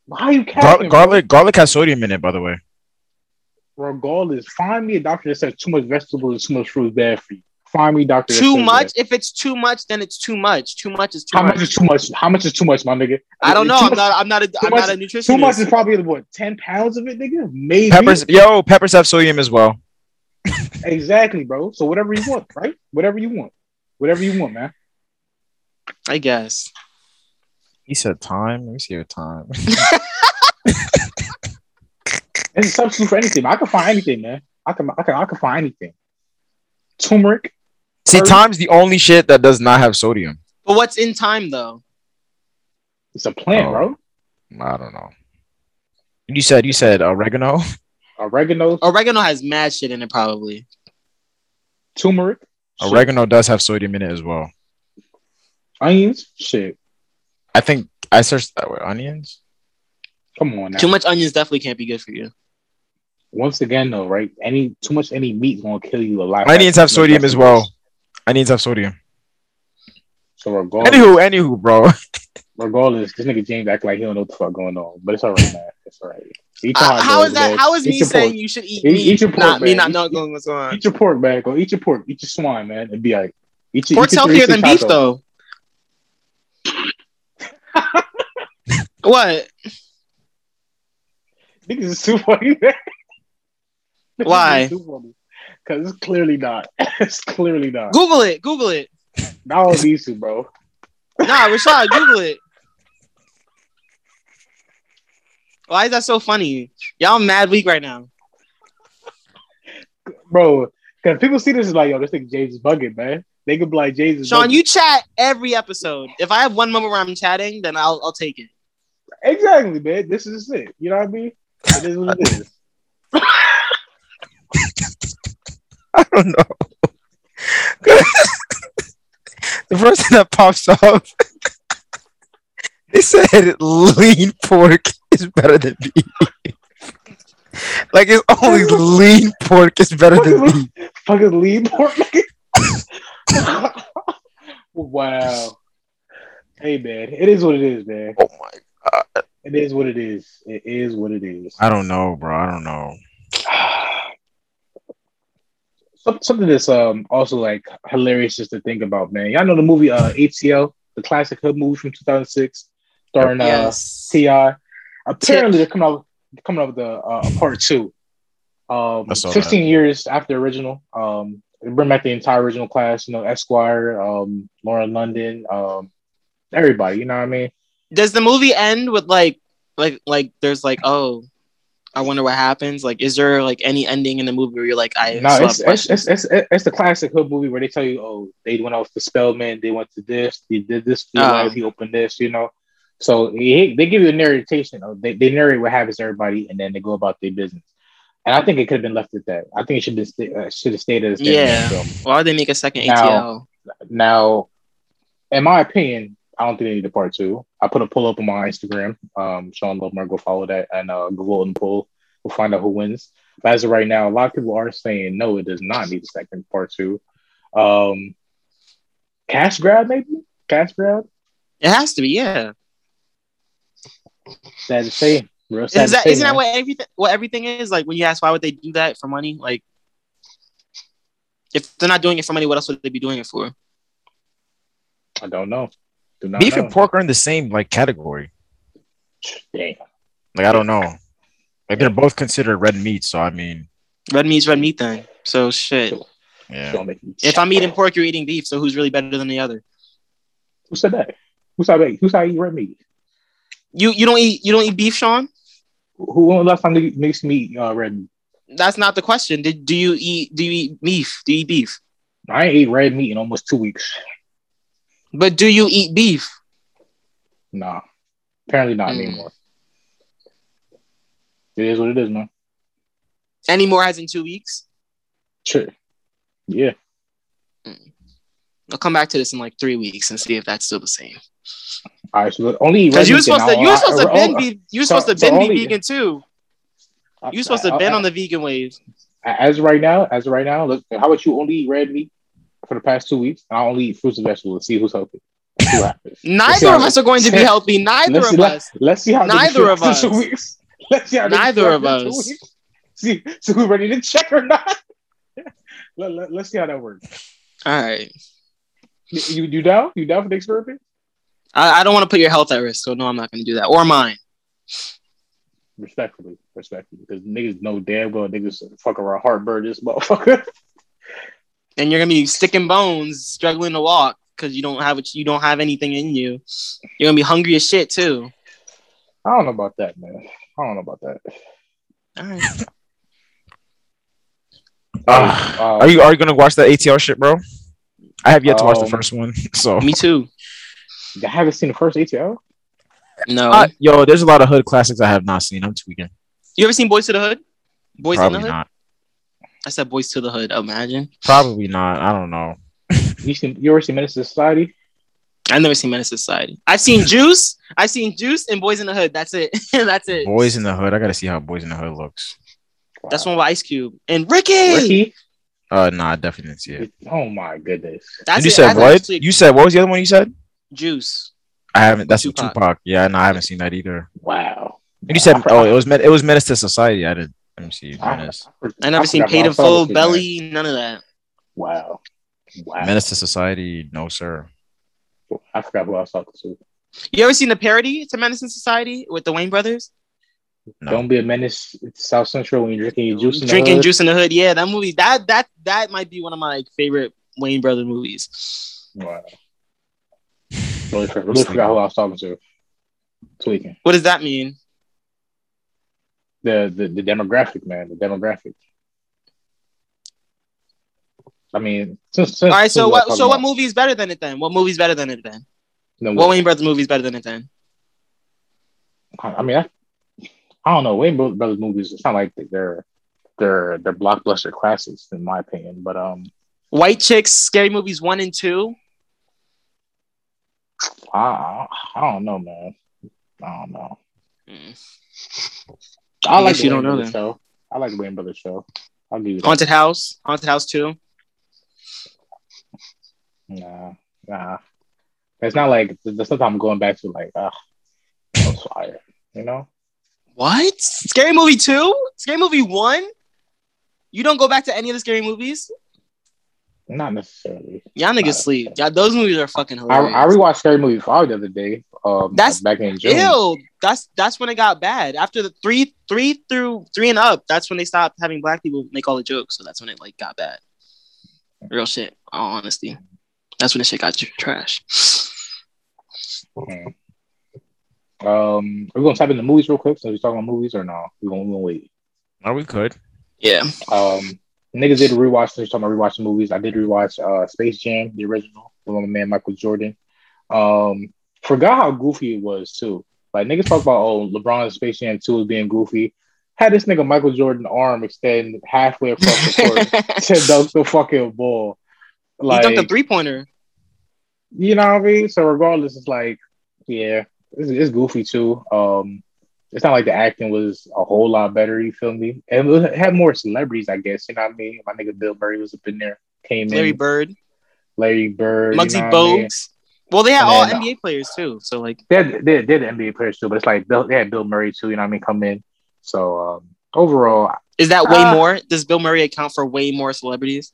[SPEAKER 2] Why are you
[SPEAKER 3] Gar-
[SPEAKER 2] capping? bro?
[SPEAKER 3] garlic. Garlic has sodium in it, by the way.
[SPEAKER 2] regardless, find me a doctor that says too much vegetables and too much fruit is bad for you. Find me a doctor. that
[SPEAKER 1] Too
[SPEAKER 2] says
[SPEAKER 1] much.
[SPEAKER 2] that.
[SPEAKER 1] If it's too much, then it's too much. Too much is too
[SPEAKER 2] How
[SPEAKER 1] much.
[SPEAKER 2] much is too much? How much is too much, my nigga?
[SPEAKER 1] I don't know.
[SPEAKER 2] Too
[SPEAKER 1] I'm
[SPEAKER 2] much-
[SPEAKER 1] not. I'm not a. I'm
[SPEAKER 2] much-
[SPEAKER 1] not a
[SPEAKER 2] Too much is
[SPEAKER 1] nutritionist.
[SPEAKER 2] probably what ten pounds of it, nigga. Maybe
[SPEAKER 3] Peppers. Yo, peppers have sodium as well.
[SPEAKER 2] exactly, bro. So whatever you want, right? Whatever you want, whatever you want, man.
[SPEAKER 1] I guess.
[SPEAKER 3] He said time. Let me see your time.
[SPEAKER 2] It's a substitute for anything. I can find anything, man. I can, I can, I can find anything. Turmeric.
[SPEAKER 3] see,
[SPEAKER 2] Curry.
[SPEAKER 3] time's the only shit that does not have sodium.
[SPEAKER 1] But what's in time though?
[SPEAKER 2] It's a plant,
[SPEAKER 3] Oh.
[SPEAKER 2] bro.
[SPEAKER 3] I don't know. You said you said *laughs* oregano.
[SPEAKER 2] Oregano,
[SPEAKER 1] Oregano has mad shit in it probably.
[SPEAKER 2] turmeric, shit.
[SPEAKER 3] Oregano does have sodium in it as well.
[SPEAKER 2] onions. Shit,
[SPEAKER 3] I think I searched that word, onions.
[SPEAKER 2] come on now.
[SPEAKER 1] Too much onions definitely can't be good for you.
[SPEAKER 2] once again though, right? Any too much any meat gonna kill you alive.
[SPEAKER 3] Onions have sodium as well. Onions have sodium.
[SPEAKER 2] So regardless,
[SPEAKER 3] Anywho, anywho, bro. *laughs*
[SPEAKER 2] regardless, this nigga James act like he don't know what the fuck going on, but it's all right, man. It's all right. Eat your
[SPEAKER 1] Uh,
[SPEAKER 2] hot
[SPEAKER 1] how
[SPEAKER 2] dog,
[SPEAKER 1] is that?
[SPEAKER 2] man.
[SPEAKER 1] How is
[SPEAKER 2] Eat
[SPEAKER 1] me
[SPEAKER 2] your
[SPEAKER 1] saying
[SPEAKER 2] pork.
[SPEAKER 1] you should eat
[SPEAKER 2] Eat-
[SPEAKER 1] meat?
[SPEAKER 2] eat your pork,
[SPEAKER 1] not me not
[SPEAKER 2] man. Eat-
[SPEAKER 1] knowing what's going on.
[SPEAKER 2] Eat your pork, man. Go eat your pork. Eat your swine, man, and be like, eat your.
[SPEAKER 1] Pork's
[SPEAKER 2] eat your
[SPEAKER 1] healthier than
[SPEAKER 2] 360
[SPEAKER 1] beef, though. what?
[SPEAKER 2] Niggas is too funny. man. Niggas
[SPEAKER 1] Why?
[SPEAKER 2] is too funny. Cause it's clearly not. *laughs* it's clearly not.
[SPEAKER 1] Google it. Google it.
[SPEAKER 2] Not all these two, bro.
[SPEAKER 1] Nah, Rashad, Google it. Why is that so funny? Y'all mad weak right now.
[SPEAKER 2] bro. Because people see this as like, yo, this nigga James is bugging, man. They could be like, James is
[SPEAKER 1] Sean,
[SPEAKER 2] bugging.
[SPEAKER 1] you chat every episode. If I have one moment where I'm chatting, then I'll I'll take it.
[SPEAKER 2] Exactly, man. This is it. You know what I mean? It is what it is.
[SPEAKER 3] I don't know. *laughs* the first thing that pops up, *laughs* they said lean pork is better than beef. *laughs* like it's *laughs* always lean pork is better than beef.
[SPEAKER 2] fucking, fucking lead pork. nigga. *laughs* wow. Hey man, it is what it is, man.
[SPEAKER 3] Oh my!
[SPEAKER 2] It is what it is. It is what it is. *sighs*
[SPEAKER 3] I don't know, bro. I don't know.
[SPEAKER 2] Some- Something that's um also like hilarious just to think about, man. Y'all know the movie uh ATL, the classic hood movie from 2006, starring uh,
[SPEAKER 1] yes.
[SPEAKER 2] Ti. Apparently, they're coming out coming up with a, uh, a part two. Um,
[SPEAKER 3] I saw
[SPEAKER 2] 15 years after original. Um, they bring back the entire original class. You know, Esquire, um, Lauren London, um, everybody. You know what I mean?
[SPEAKER 1] Does the movie end with like like like there's like oh I wonder what happens? Like is there like any ending in the movie where you're like I
[SPEAKER 2] No,
[SPEAKER 1] still have
[SPEAKER 2] it's it's, it's it's it's the classic hood movie where they tell you, oh, they went off to Spellman, they went to this, they did this, for your
[SPEAKER 1] Oh.
[SPEAKER 2] life, he opened this, you know. So he, they give you a narration. Of, they, they narrate what happens to everybody, and then they go about their business. And I think it could have been left at that. I think it should have sta- uh, should have stayed as
[SPEAKER 1] Yeah. Why would they make a second
[SPEAKER 2] No.
[SPEAKER 1] ATL?
[SPEAKER 2] Now, in my opinion, I don't think they need a part two. I put a pull up on my Instagram. Um, Sean Lovemore, go follow that and uh, go vote and poll. We'll find out who wins. But as of right now, a lot of people are saying no, it does not need a second part two. Um, cash grab, maybe cash grab.
[SPEAKER 1] It has to be, yeah.
[SPEAKER 2] Sad to say, real sad
[SPEAKER 1] Is
[SPEAKER 2] to
[SPEAKER 1] that
[SPEAKER 2] say,
[SPEAKER 1] isn't that
[SPEAKER 2] man.
[SPEAKER 1] what everything what everything is? Like when you ask why would they do that for money? Like if they're not doing it for money, what else would they be doing it for?
[SPEAKER 2] I don't know. Do not
[SPEAKER 3] beef
[SPEAKER 2] know.
[SPEAKER 3] and pork are in the same like category.
[SPEAKER 2] Damn.
[SPEAKER 3] Like I don't know. Like they're both considered red meat. So I mean,
[SPEAKER 1] Red meat's red meat then. So shit.
[SPEAKER 3] yeah.
[SPEAKER 2] Don't make me-
[SPEAKER 1] If I'm eating pork, you're eating beef, so who's really better than the other?
[SPEAKER 2] who said that? Who said that? Who said I eat red meat?
[SPEAKER 1] You you don't eat you don't eat beef, Sean?
[SPEAKER 2] Who when was the last time they makes me eat uh, red meat?
[SPEAKER 1] That's not the question. Did do you eat do you eat beef? Do you eat beef?
[SPEAKER 2] I ain't ate red meat in almost two weeks.
[SPEAKER 1] But do you eat beef?
[SPEAKER 2] Nah, apparently not
[SPEAKER 1] Mm.
[SPEAKER 2] anymore. It is what it is, man.
[SPEAKER 1] Any more as in two weeks?
[SPEAKER 2] Sure. Yeah.
[SPEAKER 1] I'll come back to this in like three weeks and see if that's still the same.
[SPEAKER 2] All right. So only eat red
[SPEAKER 1] Because you were
[SPEAKER 2] meat
[SPEAKER 1] supposed
[SPEAKER 2] then.
[SPEAKER 1] to you were
[SPEAKER 2] I'll-
[SPEAKER 1] supposed to
[SPEAKER 2] I'll-
[SPEAKER 1] been be you were
[SPEAKER 2] so-
[SPEAKER 1] supposed to
[SPEAKER 2] so
[SPEAKER 1] been
[SPEAKER 2] only-
[SPEAKER 1] be vegan too.
[SPEAKER 2] I'll-
[SPEAKER 1] You were supposed to
[SPEAKER 2] I'll-
[SPEAKER 1] bend
[SPEAKER 2] I'll-
[SPEAKER 1] on the vegan wave.
[SPEAKER 2] As right now, as right now, look. How about you only eat red meat for the past two weeks? And I only eat fruits and vegetables. see who's healthy. See what happens. Let's see
[SPEAKER 1] Neither
[SPEAKER 2] how-
[SPEAKER 1] of us are going to be healthy. *laughs* Neither
[SPEAKER 2] let's
[SPEAKER 1] of
[SPEAKER 2] see, let-
[SPEAKER 1] us.
[SPEAKER 2] Let's see how. niggas
[SPEAKER 1] Neither
[SPEAKER 2] feel
[SPEAKER 1] of
[SPEAKER 2] after Two
[SPEAKER 1] us.
[SPEAKER 2] weeks. *laughs* Let's see how. niggas
[SPEAKER 1] Neither
[SPEAKER 2] feel
[SPEAKER 1] of
[SPEAKER 2] after two
[SPEAKER 1] us.
[SPEAKER 2] weeks. See, so we ready to check or not? *laughs* let, let, let's see how that works.
[SPEAKER 1] All right.
[SPEAKER 2] You you down? You down for the experiment?
[SPEAKER 1] I, I don't want to put your health at risk, so no, I'm not going to do that. Or mine.
[SPEAKER 2] Respectfully, respectfully, because niggas know damn well niggas fuck around heartburn this motherfucker. *laughs*
[SPEAKER 1] And you're going to be sticking bones, struggling to walk because you don't have what you don't have anything in you. You're going to be hungry as shit too.
[SPEAKER 2] I don't know about that, man. I don't know about that.
[SPEAKER 1] All right.
[SPEAKER 3] Ah,
[SPEAKER 2] Wow.
[SPEAKER 3] are you are you gonna watch that ATL shit, bro? I have yet to watch the
[SPEAKER 2] Um,
[SPEAKER 3] first one, *laughs* so
[SPEAKER 1] Me too.
[SPEAKER 2] I haven't seen the first ATL.
[SPEAKER 1] No.
[SPEAKER 3] Uh, yo, there's a lot of hood classics I have not seen. I'm tweaking.
[SPEAKER 1] you ever seen Boys to the Hood? Boys in the
[SPEAKER 3] Probably
[SPEAKER 1] Hood?
[SPEAKER 3] not.
[SPEAKER 1] I said Boys to the Hood. Imagine.
[SPEAKER 3] Probably not. I don't know.
[SPEAKER 2] You seen you ever seen Menace to Society?
[SPEAKER 1] I've never seen Menace Society. I've seen Juice. I've seen Juice and Boys in the Hood. That's it. *laughs* That's it.
[SPEAKER 3] Boys in the Hood. I gotta see how Boys in the Hood looks.
[SPEAKER 2] Wow.
[SPEAKER 1] That's one with Ice Cube and Ricky.
[SPEAKER 2] Ricky.
[SPEAKER 3] Uh, nah, I definitely didn't see it.
[SPEAKER 2] Oh my goodness.
[SPEAKER 1] That's
[SPEAKER 3] And you
[SPEAKER 1] it.
[SPEAKER 3] said
[SPEAKER 1] That's
[SPEAKER 3] what?
[SPEAKER 1] actually
[SPEAKER 3] You said what was the other one you said?
[SPEAKER 1] Juice.
[SPEAKER 3] I haven't. That's Tupac.
[SPEAKER 1] Tupac.
[SPEAKER 3] Tupac. Yeah, no, I haven't seen that either.
[SPEAKER 2] Wow.
[SPEAKER 3] And you said, oh, it was Men- it was Menace to Society. I didn't. Let me see. Menace.
[SPEAKER 1] I never seen
[SPEAKER 2] forgot
[SPEAKER 1] Paid
[SPEAKER 2] my
[SPEAKER 1] in Full,
[SPEAKER 2] father's name.
[SPEAKER 1] Belly, none of that.
[SPEAKER 2] Wow. Wow.
[SPEAKER 3] Menace to Society. No, sir.
[SPEAKER 2] I forgot who I was talking to.
[SPEAKER 1] You ever seen the parody to Menace in Society with the Wayne brothers?
[SPEAKER 3] No.
[SPEAKER 2] Don't be a menace to South Central when you're drinking your juice. in the
[SPEAKER 1] Drinking
[SPEAKER 2] hood.
[SPEAKER 1] Juice in the Hood. Yeah, that movie. That that that might be one of my favorite Wayne brother movies.
[SPEAKER 2] Wow. Really, for- really forgot who I was talking to. Tweaking.
[SPEAKER 1] What does that mean?
[SPEAKER 2] the the, the demographic, man. The demographic. I mean, since,
[SPEAKER 1] All
[SPEAKER 2] since
[SPEAKER 1] right, so
[SPEAKER 2] since
[SPEAKER 1] what?
[SPEAKER 2] we're
[SPEAKER 1] So what
[SPEAKER 2] talking
[SPEAKER 1] movie is better than it then? What movie is better than it then?
[SPEAKER 2] about-
[SPEAKER 1] What Wayne Brothers movie is better than it then?
[SPEAKER 2] I mean, I, I don't know. Wayne Brothers movies. It's not like they're they're they're blockbuster classics in my opinion. But um,
[SPEAKER 1] White Chicks, Scary Movies one and two.
[SPEAKER 2] I I, I don't know, man. I don't know.
[SPEAKER 1] Hmm.
[SPEAKER 2] I,
[SPEAKER 1] I
[SPEAKER 2] like
[SPEAKER 1] guess
[SPEAKER 2] the
[SPEAKER 1] you don't
[SPEAKER 2] Wayne
[SPEAKER 1] know
[SPEAKER 2] Brothers show. I like the Wayne Brothers show. I'll give you that.
[SPEAKER 1] Haunted House, Haunted House two.
[SPEAKER 2] Nah, nah. It's not like the stuff I'm going back to. Like, ah, that was fire. You know,
[SPEAKER 1] What? Scary Movie two? Scary Movie one? You don't go back to any of the scary movies?
[SPEAKER 2] not necessarily.
[SPEAKER 1] Y'all
[SPEAKER 2] Nah.
[SPEAKER 1] niggas sleep. Yeah, those movies are fucking
[SPEAKER 2] I,
[SPEAKER 1] hilarious.
[SPEAKER 2] I rewatched Scary Movie Five the other day. Um,
[SPEAKER 1] That's
[SPEAKER 2] back in June.
[SPEAKER 1] Ew, that's that's when it got bad. After the three, three through three and up, that's when they stopped having black people make all the jokes. So that's when it like got bad. Real shit. All honesty, that's when the shit got tr- trash.
[SPEAKER 2] Okay. Um, are we gonna type in the movies real quick? So we're talking about movies or no? We're gonna, we gonna wait.
[SPEAKER 3] Or we could.
[SPEAKER 1] *laughs* Yeah,
[SPEAKER 2] Um, niggas did rewatch. They're talking about rewatching movies. I did rewatch uh Space Jam, the original, with my man Michael Jordan. Um, forgot how goofy it was too. Like niggas talk about oh LeBron in Space Jam two was being goofy. Had this nigga Michael Jordan arm extend halfway across the
[SPEAKER 1] *laughs* he
[SPEAKER 2] court to dunk the fucking ball. Like
[SPEAKER 1] dunked a three pointer.
[SPEAKER 2] you know what I mean? So regardless, it's like, yeah, it's, it's goofy too. Um, it's not like the acting was a whole lot better. You feel me? And it had more celebrities, I guess. You know what I mean? My nigga Bill Murray was up in there, came
[SPEAKER 1] Larry
[SPEAKER 2] in,
[SPEAKER 1] Bird,
[SPEAKER 2] Larry Bird,
[SPEAKER 1] Muggsy
[SPEAKER 2] you know what I mean?
[SPEAKER 1] Bogues. Well, they had
[SPEAKER 2] And
[SPEAKER 1] all
[SPEAKER 2] then-
[SPEAKER 1] NBA players too. So like,
[SPEAKER 2] They had, they, had, they had the NBA players too, but it's like Bill, they had Bill Murray too. You know what I mean? Come in. So um, overall,
[SPEAKER 1] is that way
[SPEAKER 2] Ah.
[SPEAKER 1] more? Does Bill Murray account for way more celebrities?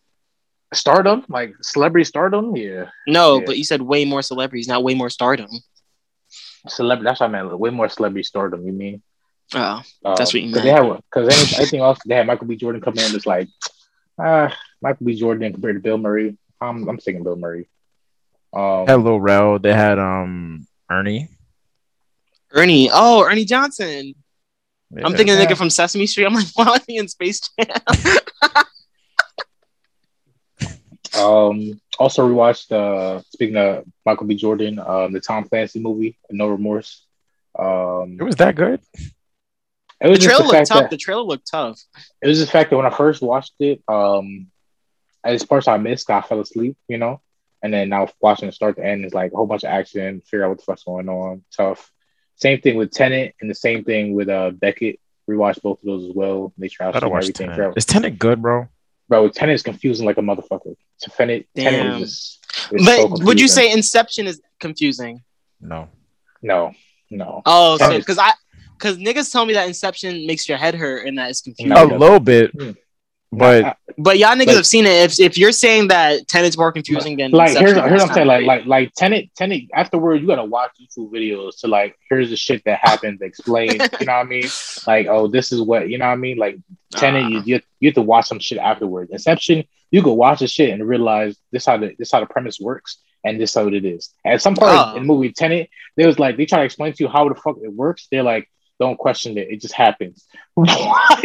[SPEAKER 2] stardom, like celebrity stardom, yeah,
[SPEAKER 1] No,
[SPEAKER 2] Yeah.
[SPEAKER 1] but you said way more celebrities, not way more stardom.
[SPEAKER 2] celebrity. That's what I meant. like, way more celebrity stardom. You mean?
[SPEAKER 1] Oh,
[SPEAKER 2] Um,
[SPEAKER 1] That's what you
[SPEAKER 2] Because they had because anything else they had Michael B. Jordan come in it's like, ah, Michael B. Jordan compared to Bill Murray. I'm I'm thinking Bill Murray. Um,
[SPEAKER 3] Had Lil Rel. They had um Ernie.
[SPEAKER 1] Ernie. Oh, Ernie Johnson. I'm
[SPEAKER 3] Yeah.
[SPEAKER 1] thinking the
[SPEAKER 2] Yeah.
[SPEAKER 1] nigga from Sesame Street. I'm like, *laughs* why is he in Space Jam?
[SPEAKER 2] um, also rewatched uh, speaking of Michael B. Jordan, um, the Tom Clancy movie, No Remorse. Um,
[SPEAKER 3] It was that good.
[SPEAKER 2] it
[SPEAKER 1] The
[SPEAKER 2] was just
[SPEAKER 1] trailer
[SPEAKER 2] the
[SPEAKER 1] looked
[SPEAKER 2] fact
[SPEAKER 1] tough.
[SPEAKER 2] that
[SPEAKER 1] The trailer looked tough.
[SPEAKER 2] it was the fact that when I first watched it, um, as parts I missed, I fell asleep, you know, and then now watching it start to end is like a whole bunch of action, figure out what the fuck's going on, tough. Same thing with Tenant, and the same thing with uh Beckett. Rewatched both of those as well. Make sure I
[SPEAKER 3] I gotta
[SPEAKER 2] stream
[SPEAKER 3] watch
[SPEAKER 2] everything. Figure
[SPEAKER 3] Tenet.
[SPEAKER 2] out-
[SPEAKER 3] Is Tenet good, bro?
[SPEAKER 2] Bro, Tenant is confusing like a motherfucker. Tenet,
[SPEAKER 1] Damn.
[SPEAKER 2] Tenet is just, is
[SPEAKER 1] but
[SPEAKER 2] so
[SPEAKER 1] would you
[SPEAKER 2] confusing.
[SPEAKER 1] say Inception is confusing?
[SPEAKER 3] No.
[SPEAKER 2] no, no?
[SPEAKER 1] Oh,
[SPEAKER 2] That
[SPEAKER 1] so
[SPEAKER 2] is-
[SPEAKER 1] because I because niggas tell me that Inception makes your head hurt and that it's confusing.
[SPEAKER 2] No,
[SPEAKER 3] A
[SPEAKER 2] it doesn't.
[SPEAKER 3] little bit,
[SPEAKER 2] Hmm.
[SPEAKER 3] but
[SPEAKER 2] Nah,
[SPEAKER 1] But y'all niggas
[SPEAKER 2] Like-
[SPEAKER 1] have seen it. If, if you're saying that Tenet's more confusing than
[SPEAKER 2] like
[SPEAKER 1] Inception,
[SPEAKER 2] here's, here's what
[SPEAKER 1] that's
[SPEAKER 2] I'm saying.
[SPEAKER 1] not
[SPEAKER 2] Like
[SPEAKER 1] great.
[SPEAKER 2] like like Tenet, Tenet. Afterward, you gotta watch YouTube videos to like here's the shit that happens. Explain, you know what I mean? Like oh, this is what you know what I mean. Like Tenet,
[SPEAKER 1] Ah,
[SPEAKER 2] you, you you have to watch some shit afterwards. Inception, you can watch the shit and realize this how the this how the premise works and this how it is. At some part
[SPEAKER 1] Oh.
[SPEAKER 2] in the movie Tenet, they was like they try to explain to you how the fuck it works. They're like, don't question it, it just happens. *laughs* what?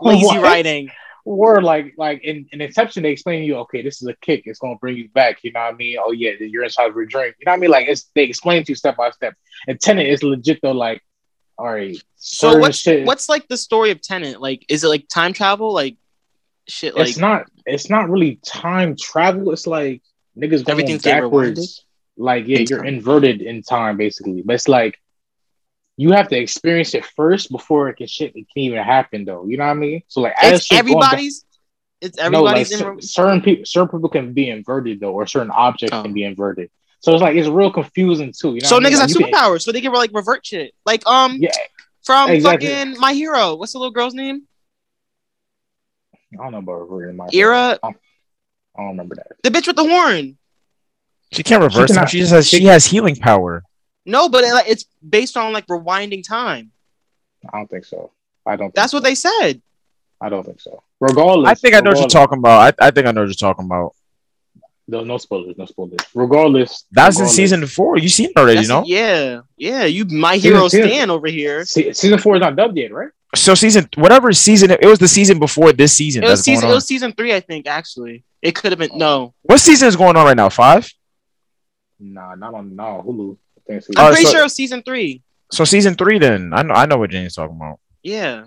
[SPEAKER 1] lazy
[SPEAKER 2] What?
[SPEAKER 1] writing.
[SPEAKER 2] Or like like in, in Inception, they explain to you, okay, this is a kick, it's gonna bring you back. You know what I mean? Oh yeah, you're inside of a drink. You know what I mean? Like it's they explain to you step by step. And Tenet is legit though, like, all right.
[SPEAKER 1] So
[SPEAKER 2] certain
[SPEAKER 1] what's
[SPEAKER 2] shit-
[SPEAKER 1] what's like the story of Tenet? Like, is it like time travel? Like, shit. Like,
[SPEAKER 2] it's not it's not really time travel. It's like niggas going
[SPEAKER 1] Everything's getting rewinded?
[SPEAKER 2] backwards. Like yeah,
[SPEAKER 1] In
[SPEAKER 2] you're
[SPEAKER 1] time.
[SPEAKER 2] inverted in time basically. But it's like you have to experience it first before it can shit it can even happen though. You know what I mean? So like as
[SPEAKER 1] it's
[SPEAKER 2] shit going back-
[SPEAKER 1] everybody's. It's everybody's
[SPEAKER 2] no, like,
[SPEAKER 1] in.
[SPEAKER 2] cer- certain people certain people can be inverted though, or certain objects
[SPEAKER 1] Oh.
[SPEAKER 2] can be inverted. So it's like it's real confusing too. You know
[SPEAKER 1] so
[SPEAKER 2] what
[SPEAKER 1] niggas
[SPEAKER 2] I mean?
[SPEAKER 1] have
[SPEAKER 2] Like, you can-
[SPEAKER 1] superpowers, so they can like revert shit. Like um
[SPEAKER 2] Yeah,
[SPEAKER 1] from
[SPEAKER 2] exactly.
[SPEAKER 1] fucking my hero. What's the little girl's name?
[SPEAKER 2] I don't know about reverting my
[SPEAKER 1] Era-
[SPEAKER 2] I don't- I don't remember that.
[SPEAKER 1] The bitch with the horn.
[SPEAKER 3] she can't reverse
[SPEAKER 2] cannot-
[SPEAKER 3] them. She just has she,
[SPEAKER 2] she-
[SPEAKER 3] has healing power.
[SPEAKER 1] No, but it, like, it's based on like rewinding time.
[SPEAKER 2] I don't think so. I don't. Think
[SPEAKER 1] That's what they said.
[SPEAKER 2] I don't think so. Regardless,
[SPEAKER 3] I think I know what
[SPEAKER 2] regardless.
[SPEAKER 3] you're talking about. I, I think I know what you're talking about.
[SPEAKER 2] No, no spoilers, no spoilers. Regardless,
[SPEAKER 3] That's in
[SPEAKER 2] regardless-
[SPEAKER 3] season four. You seen it already, you
[SPEAKER 1] That's-
[SPEAKER 3] know?
[SPEAKER 1] Yeah, yeah. You, my
[SPEAKER 2] Season
[SPEAKER 1] hero,
[SPEAKER 2] two.
[SPEAKER 1] Stan over here.
[SPEAKER 2] se- season four is not dubbed yet, right?
[SPEAKER 3] So season whatever season it was the season before this season.
[SPEAKER 1] It was
[SPEAKER 3] That's
[SPEAKER 1] season.
[SPEAKER 3] going
[SPEAKER 1] It
[SPEAKER 3] on.
[SPEAKER 1] was season three, I think. Actually, it could have been no.
[SPEAKER 3] what season is going on right now? Five.
[SPEAKER 2] Nah, not on no Hulu. I think it's-
[SPEAKER 1] I'm
[SPEAKER 3] Oh,
[SPEAKER 1] pretty
[SPEAKER 3] so-
[SPEAKER 1] sure it was season three.
[SPEAKER 3] So season three. Then I know I know what Jane's talking about.
[SPEAKER 1] Yeah,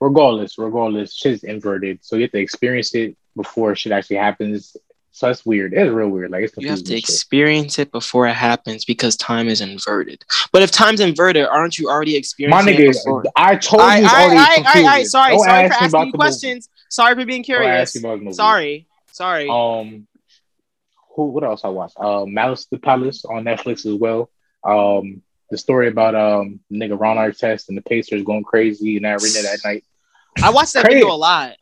[SPEAKER 2] regardless, regardless, shit's inverted. So you have to experience it before shit actually happens. So that's weird. It's real weird. Like it's
[SPEAKER 1] you have
[SPEAKER 2] confusing.
[SPEAKER 1] to
[SPEAKER 2] as shit.
[SPEAKER 1] experience it before it happens because time is inverted. But if time's inverted, aren't you already
[SPEAKER 2] My
[SPEAKER 1] experiencing? it
[SPEAKER 2] nigga,
[SPEAKER 1] before?
[SPEAKER 2] I told you
[SPEAKER 1] I,
[SPEAKER 2] it's already
[SPEAKER 1] I, I, I, I,
[SPEAKER 2] confusing.
[SPEAKER 1] sorry,
[SPEAKER 2] Don't
[SPEAKER 1] sorry for
[SPEAKER 2] ask me about
[SPEAKER 1] asking you
[SPEAKER 2] the movie.
[SPEAKER 1] questions. Sorry for being
[SPEAKER 2] Don't ask
[SPEAKER 1] curious.
[SPEAKER 2] me about the movie.
[SPEAKER 1] Sorry, sorry.
[SPEAKER 2] Um, who? What else I watched? Uh, Malice at the Palace on Netflix as well. Um, the story about um nigga Ron Artest and the Pacers going crazy in that arena that night.
[SPEAKER 1] I watched that
[SPEAKER 2] Crazy.
[SPEAKER 1] video a lot.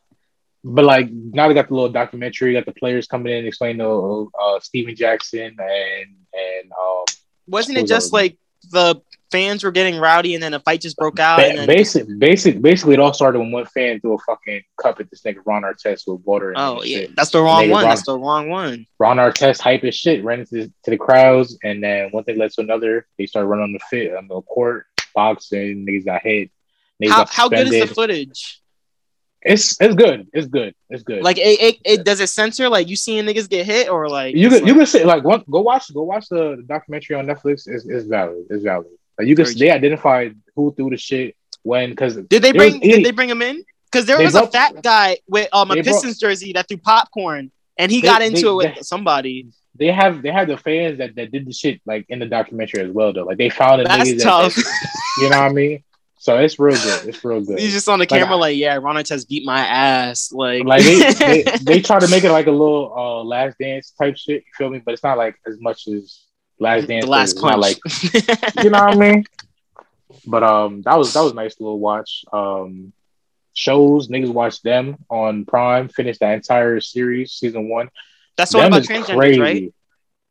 [SPEAKER 2] But like now they got the little documentary, got the players coming in explaining to uh, Steven Jackson and and um
[SPEAKER 1] Wasn't
[SPEAKER 2] Who
[SPEAKER 1] it
[SPEAKER 2] was that
[SPEAKER 1] just
[SPEAKER 2] with
[SPEAKER 1] like the fans were getting rowdy and then a fight just broke out?
[SPEAKER 2] Ba-
[SPEAKER 1] Oh, and then,
[SPEAKER 2] basic, basic, basically, it all started when one fan threw a fucking cup at this nigga Ron Artest with water. in it
[SPEAKER 1] oh
[SPEAKER 2] and
[SPEAKER 1] yeah,
[SPEAKER 2] shit.
[SPEAKER 1] that's the wrong
[SPEAKER 2] Nigga
[SPEAKER 1] one.
[SPEAKER 2] rock-
[SPEAKER 1] That's the wrong one.
[SPEAKER 2] Ron Artest hype as shit ran into the, to the crowds, and then one thing led to another. They started running on the fit on the court, boxing. Niggas got hit. Niggas
[SPEAKER 1] How,
[SPEAKER 2] got
[SPEAKER 1] how good is the
[SPEAKER 2] suspended.
[SPEAKER 1] footage?
[SPEAKER 2] It's it's good. It's good. It's good.
[SPEAKER 1] Like it, it, it does it censor? Like you seeing niggas get hit or like
[SPEAKER 2] you
[SPEAKER 1] it's
[SPEAKER 2] could you
[SPEAKER 1] like-
[SPEAKER 2] could say like one, go watch go watch the documentary on Netflix. It's, it's valid. It's valid. Like you could
[SPEAKER 1] Heard you.
[SPEAKER 2] they identified who threw the shit when because
[SPEAKER 1] did they
[SPEAKER 2] there was
[SPEAKER 1] bring did
[SPEAKER 2] idiot-
[SPEAKER 1] they bring him in? Because there
[SPEAKER 2] They
[SPEAKER 1] was a
[SPEAKER 2] brought-
[SPEAKER 1] fat guy with um a
[SPEAKER 2] they brought-
[SPEAKER 1] Pistons jersey that threw popcorn and he
[SPEAKER 2] They-
[SPEAKER 1] got into
[SPEAKER 2] they-
[SPEAKER 1] it with
[SPEAKER 2] they-
[SPEAKER 1] somebody.
[SPEAKER 2] they have they have the fans that, that did the shit like in the documentary as well though. Like they found the
[SPEAKER 1] That's
[SPEAKER 2] niggas that-
[SPEAKER 1] tough.
[SPEAKER 2] that- you know what I mean? So it's real good.
[SPEAKER 1] *laughs*
[SPEAKER 2] It's real good.
[SPEAKER 1] He's just on the
[SPEAKER 2] Like,
[SPEAKER 1] camera
[SPEAKER 2] I-
[SPEAKER 1] like, yeah, Ron Artest beat my ass. Like,
[SPEAKER 2] like
[SPEAKER 1] *laughs*
[SPEAKER 2] they, they they try to make it like a little uh last dance type shit, you feel me? But it's not like as much as last dance.
[SPEAKER 1] the last
[SPEAKER 2] is. It's not
[SPEAKER 1] punch.
[SPEAKER 2] like you know what I mean? *laughs* But um that was that was a nice little watch. Um shows, niggas watched them on Prime, finished the entire series, season one.
[SPEAKER 1] that's the one
[SPEAKER 2] Them
[SPEAKER 1] about
[SPEAKER 2] is
[SPEAKER 1] transgenders, right?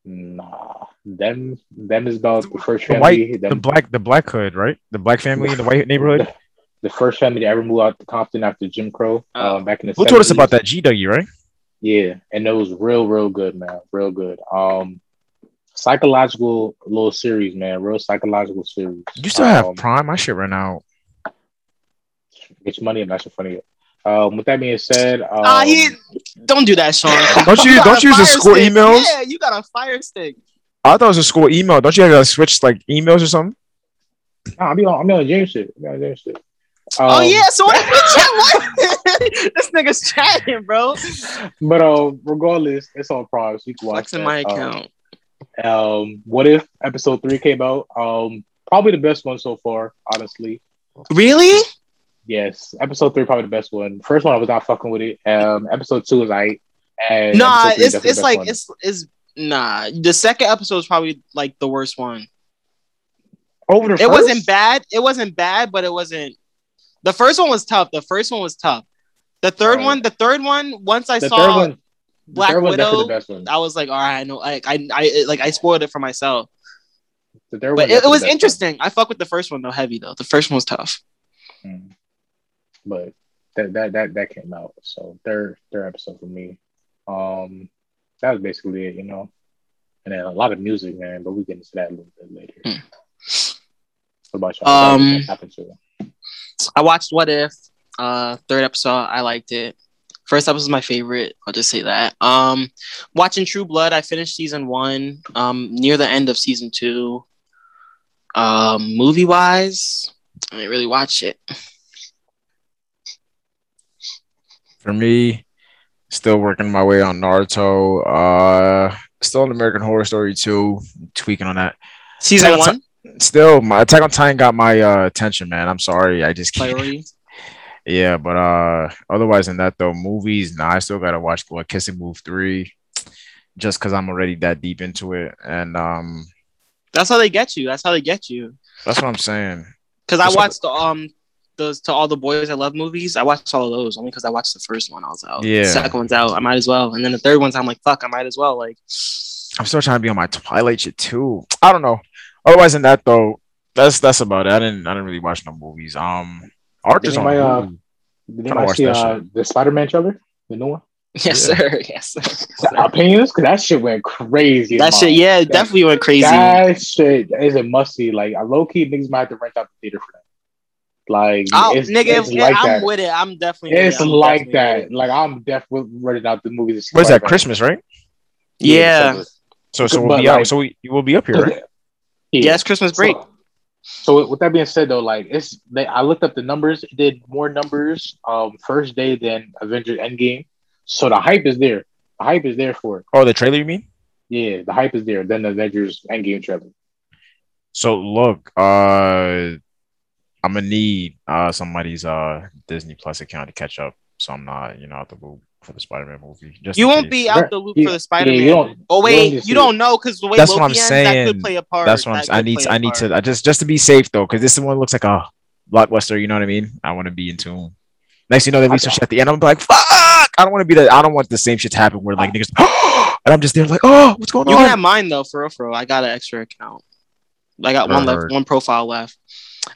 [SPEAKER 2] Nah, them them is about the first
[SPEAKER 3] The
[SPEAKER 2] family.
[SPEAKER 3] white,
[SPEAKER 2] them-
[SPEAKER 3] the black, the black hood, right? The black family in the white neighborhood.
[SPEAKER 2] *laughs* the first family to ever move out to Compton after Jim Crow
[SPEAKER 1] Oh.
[SPEAKER 2] um, back in the.
[SPEAKER 3] Who told us
[SPEAKER 2] 70s.
[SPEAKER 3] about that? G Dougie, right?
[SPEAKER 2] Yeah, and it was real, real good, man. Real good. Um, psychological little series, man. Real psychological series.
[SPEAKER 3] You still have
[SPEAKER 2] um,
[SPEAKER 3] Prime. My shit ran out.
[SPEAKER 2] It's money and that's funny. Um, with that being said, um,
[SPEAKER 1] Ah, he don't do
[SPEAKER 2] *laughs*
[SPEAKER 1] that, Sean.
[SPEAKER 3] Don't you-
[SPEAKER 1] got
[SPEAKER 3] don't you use the
[SPEAKER 1] fire
[SPEAKER 3] school
[SPEAKER 1] stick.
[SPEAKER 3] emails?
[SPEAKER 1] Yeah, you got a fire stick.
[SPEAKER 3] I thought it was a school email. Don't you have to switch like emails or something?
[SPEAKER 2] nah, I'm on, I'm on James shit. I'm on James shit. Um,
[SPEAKER 1] oh yeah, so what? what? *laughs*
[SPEAKER 2] *laughs*
[SPEAKER 1] this nigga's chatting, bro.
[SPEAKER 2] But uh, regardless, it's all props. You can
[SPEAKER 1] What's
[SPEAKER 2] watch
[SPEAKER 1] in
[SPEAKER 2] that.
[SPEAKER 1] my
[SPEAKER 2] Um,
[SPEAKER 1] account?
[SPEAKER 2] Um, what if episode three came out? Um, probably the best one so far, honestly.
[SPEAKER 1] Really?
[SPEAKER 2] Yes, episode three probably the best one. First one I was not fucking with it. Um, episode two is I. And
[SPEAKER 1] Nah,
[SPEAKER 2] episode three
[SPEAKER 1] it's
[SPEAKER 2] is definitely
[SPEAKER 1] it's
[SPEAKER 2] the best
[SPEAKER 1] like
[SPEAKER 2] one.
[SPEAKER 1] it's it's nah. The second episode is probably like the worst one.
[SPEAKER 2] over the
[SPEAKER 1] It was
[SPEAKER 2] first?
[SPEAKER 1] wasn't bad. It wasn't bad, but it wasn't. The first one was tough. The first one was tough. The third
[SPEAKER 2] Right.
[SPEAKER 1] one, the third one, once I
[SPEAKER 2] The
[SPEAKER 1] saw,
[SPEAKER 2] third one,
[SPEAKER 1] Black
[SPEAKER 2] the third one's
[SPEAKER 1] Widow, Uh,
[SPEAKER 2] definitely the best one.
[SPEAKER 1] I was like, all right, I know, like I, I, like I spoiled it for myself.
[SPEAKER 2] The third
[SPEAKER 1] But
[SPEAKER 2] one's
[SPEAKER 1] it, it
[SPEAKER 2] definitely
[SPEAKER 1] was
[SPEAKER 2] the best
[SPEAKER 1] interesting. I fuck with the first one though, heavy though. The first one was tough.
[SPEAKER 2] one. Mm. But that that that that came out. So third third episode for me. Um, that was basically it, you know. And then a lot of music, man. But we get into that a little bit later.
[SPEAKER 1] Mm.
[SPEAKER 2] What about y'all?
[SPEAKER 1] Um,
[SPEAKER 2] What happened to you?
[SPEAKER 1] I watched What If, uh, third episode. I liked it. First episode was my favorite. I'll just say that. Um, watching True Blood, I finished season one. Um, near the end of season two. Um, movie wise, I didn't really watch it.
[SPEAKER 3] For me, still working my way on Naruto. Uh, still on American Horror Story too. Tweaking on that.
[SPEAKER 1] Season
[SPEAKER 3] Attack on *laughs*
[SPEAKER 1] one
[SPEAKER 3] Still, my Attack on Titan got my uh, attention, man. I'm sorry, I just can't.
[SPEAKER 1] priority.
[SPEAKER 3] Yeah, but uh, otherwise than that though, movies. Nah, I still gotta watch Boy Kiss and Move three, just cause I'm already that deep into it, and um,
[SPEAKER 1] That's how they get you. That's how they get you.
[SPEAKER 3] that's what I'm saying.
[SPEAKER 1] Because I
[SPEAKER 3] That's what-
[SPEAKER 1] watched the um those to all the boys I love movies. I watched all of those only because I watched the first one. I was out.
[SPEAKER 3] Yeah.
[SPEAKER 1] The second one's out. I might as well. And then the third one's I'm like fuck. I might as well. Like *laughs*
[SPEAKER 3] I'm still trying to be on my Twilight shit too. I don't know. Otherwise than that though, that's that's about it. I didn't I didn't really watch no movies. Um, art
[SPEAKER 2] Did
[SPEAKER 3] is on
[SPEAKER 2] anybody, uh,
[SPEAKER 3] Hulu.
[SPEAKER 2] Did
[SPEAKER 3] Kinda
[SPEAKER 2] anybody
[SPEAKER 3] watched
[SPEAKER 2] see
[SPEAKER 3] that
[SPEAKER 2] uh, the Spider Man trailer? The new one?
[SPEAKER 1] Yes,
[SPEAKER 3] Yeah.
[SPEAKER 1] sir. *laughs* Yes, sir. Yes, sir.
[SPEAKER 2] Opinions? Because that shit went crazy.
[SPEAKER 1] That
[SPEAKER 2] Mom.
[SPEAKER 1] shit, yeah, it
[SPEAKER 2] That-
[SPEAKER 1] definitely went crazy.
[SPEAKER 2] That shit is a must see. Like, low key, niggas might have to rent out the theater for that. Like,
[SPEAKER 1] Oh,
[SPEAKER 2] it's,
[SPEAKER 1] nigga,
[SPEAKER 2] it's
[SPEAKER 1] yeah,
[SPEAKER 2] like
[SPEAKER 1] I'm
[SPEAKER 2] that.
[SPEAKER 1] with it. I'm definitely. with
[SPEAKER 2] It's
[SPEAKER 1] it. I'm
[SPEAKER 2] like
[SPEAKER 1] definitely
[SPEAKER 2] that. Like, I'm definitely renting out the movies. and shit
[SPEAKER 3] Where's
[SPEAKER 2] like
[SPEAKER 3] that? Christmas, right?
[SPEAKER 1] Yeah.
[SPEAKER 2] Christmas.
[SPEAKER 3] So so we'll
[SPEAKER 2] But,
[SPEAKER 3] be out.
[SPEAKER 2] like-
[SPEAKER 3] So we we'll be up here, right?
[SPEAKER 2] Yeah.
[SPEAKER 1] Yes, Christmas break.
[SPEAKER 2] So, so with that being said, though, like it's they, I looked up the numbers. It did more numbers um first day than Avengers Endgame. So the hype is there. The hype is there for it.
[SPEAKER 3] Oh, the trailer, you mean?
[SPEAKER 2] Yeah, the hype is there. Then the Avengers Endgame trailer.
[SPEAKER 3] So look, uh, I'm gonna need uh somebody's uh Disney Plus account to catch up, so I'm not you know out the loop for the Spider-Man movie. Just
[SPEAKER 1] You
[SPEAKER 3] in
[SPEAKER 1] won't
[SPEAKER 3] case.
[SPEAKER 1] be out
[SPEAKER 2] Bruh,
[SPEAKER 1] the loop
[SPEAKER 2] you-
[SPEAKER 1] for the Spider Man.
[SPEAKER 2] Yeah, you don't.
[SPEAKER 1] oh
[SPEAKER 2] you don't
[SPEAKER 1] wait,
[SPEAKER 2] need to
[SPEAKER 1] you,
[SPEAKER 2] see
[SPEAKER 1] don't know because the way
[SPEAKER 3] That's
[SPEAKER 1] Loki
[SPEAKER 3] what I'm
[SPEAKER 1] ends, that
[SPEAKER 3] saying.
[SPEAKER 1] could play a part.
[SPEAKER 3] That's what I'm.
[SPEAKER 1] That
[SPEAKER 3] I
[SPEAKER 1] could
[SPEAKER 3] need.
[SPEAKER 1] play
[SPEAKER 3] I
[SPEAKER 1] a
[SPEAKER 3] need
[SPEAKER 1] part.
[SPEAKER 3] to. I just just to be safe though, because this one looks like a blockbuster. You know what I mean? I want to be in tune. Next, you know, they leave some shit at the end. I'm like, fuck! I don't want to be that. I don't want the same shit to happen where like niggas, *gasps* and I'm just there like, oh, what's going
[SPEAKER 1] You can
[SPEAKER 3] on?
[SPEAKER 1] have mine though, for real, for real. I got an extra account. I got one left,
[SPEAKER 3] Heard.
[SPEAKER 1] one profile left.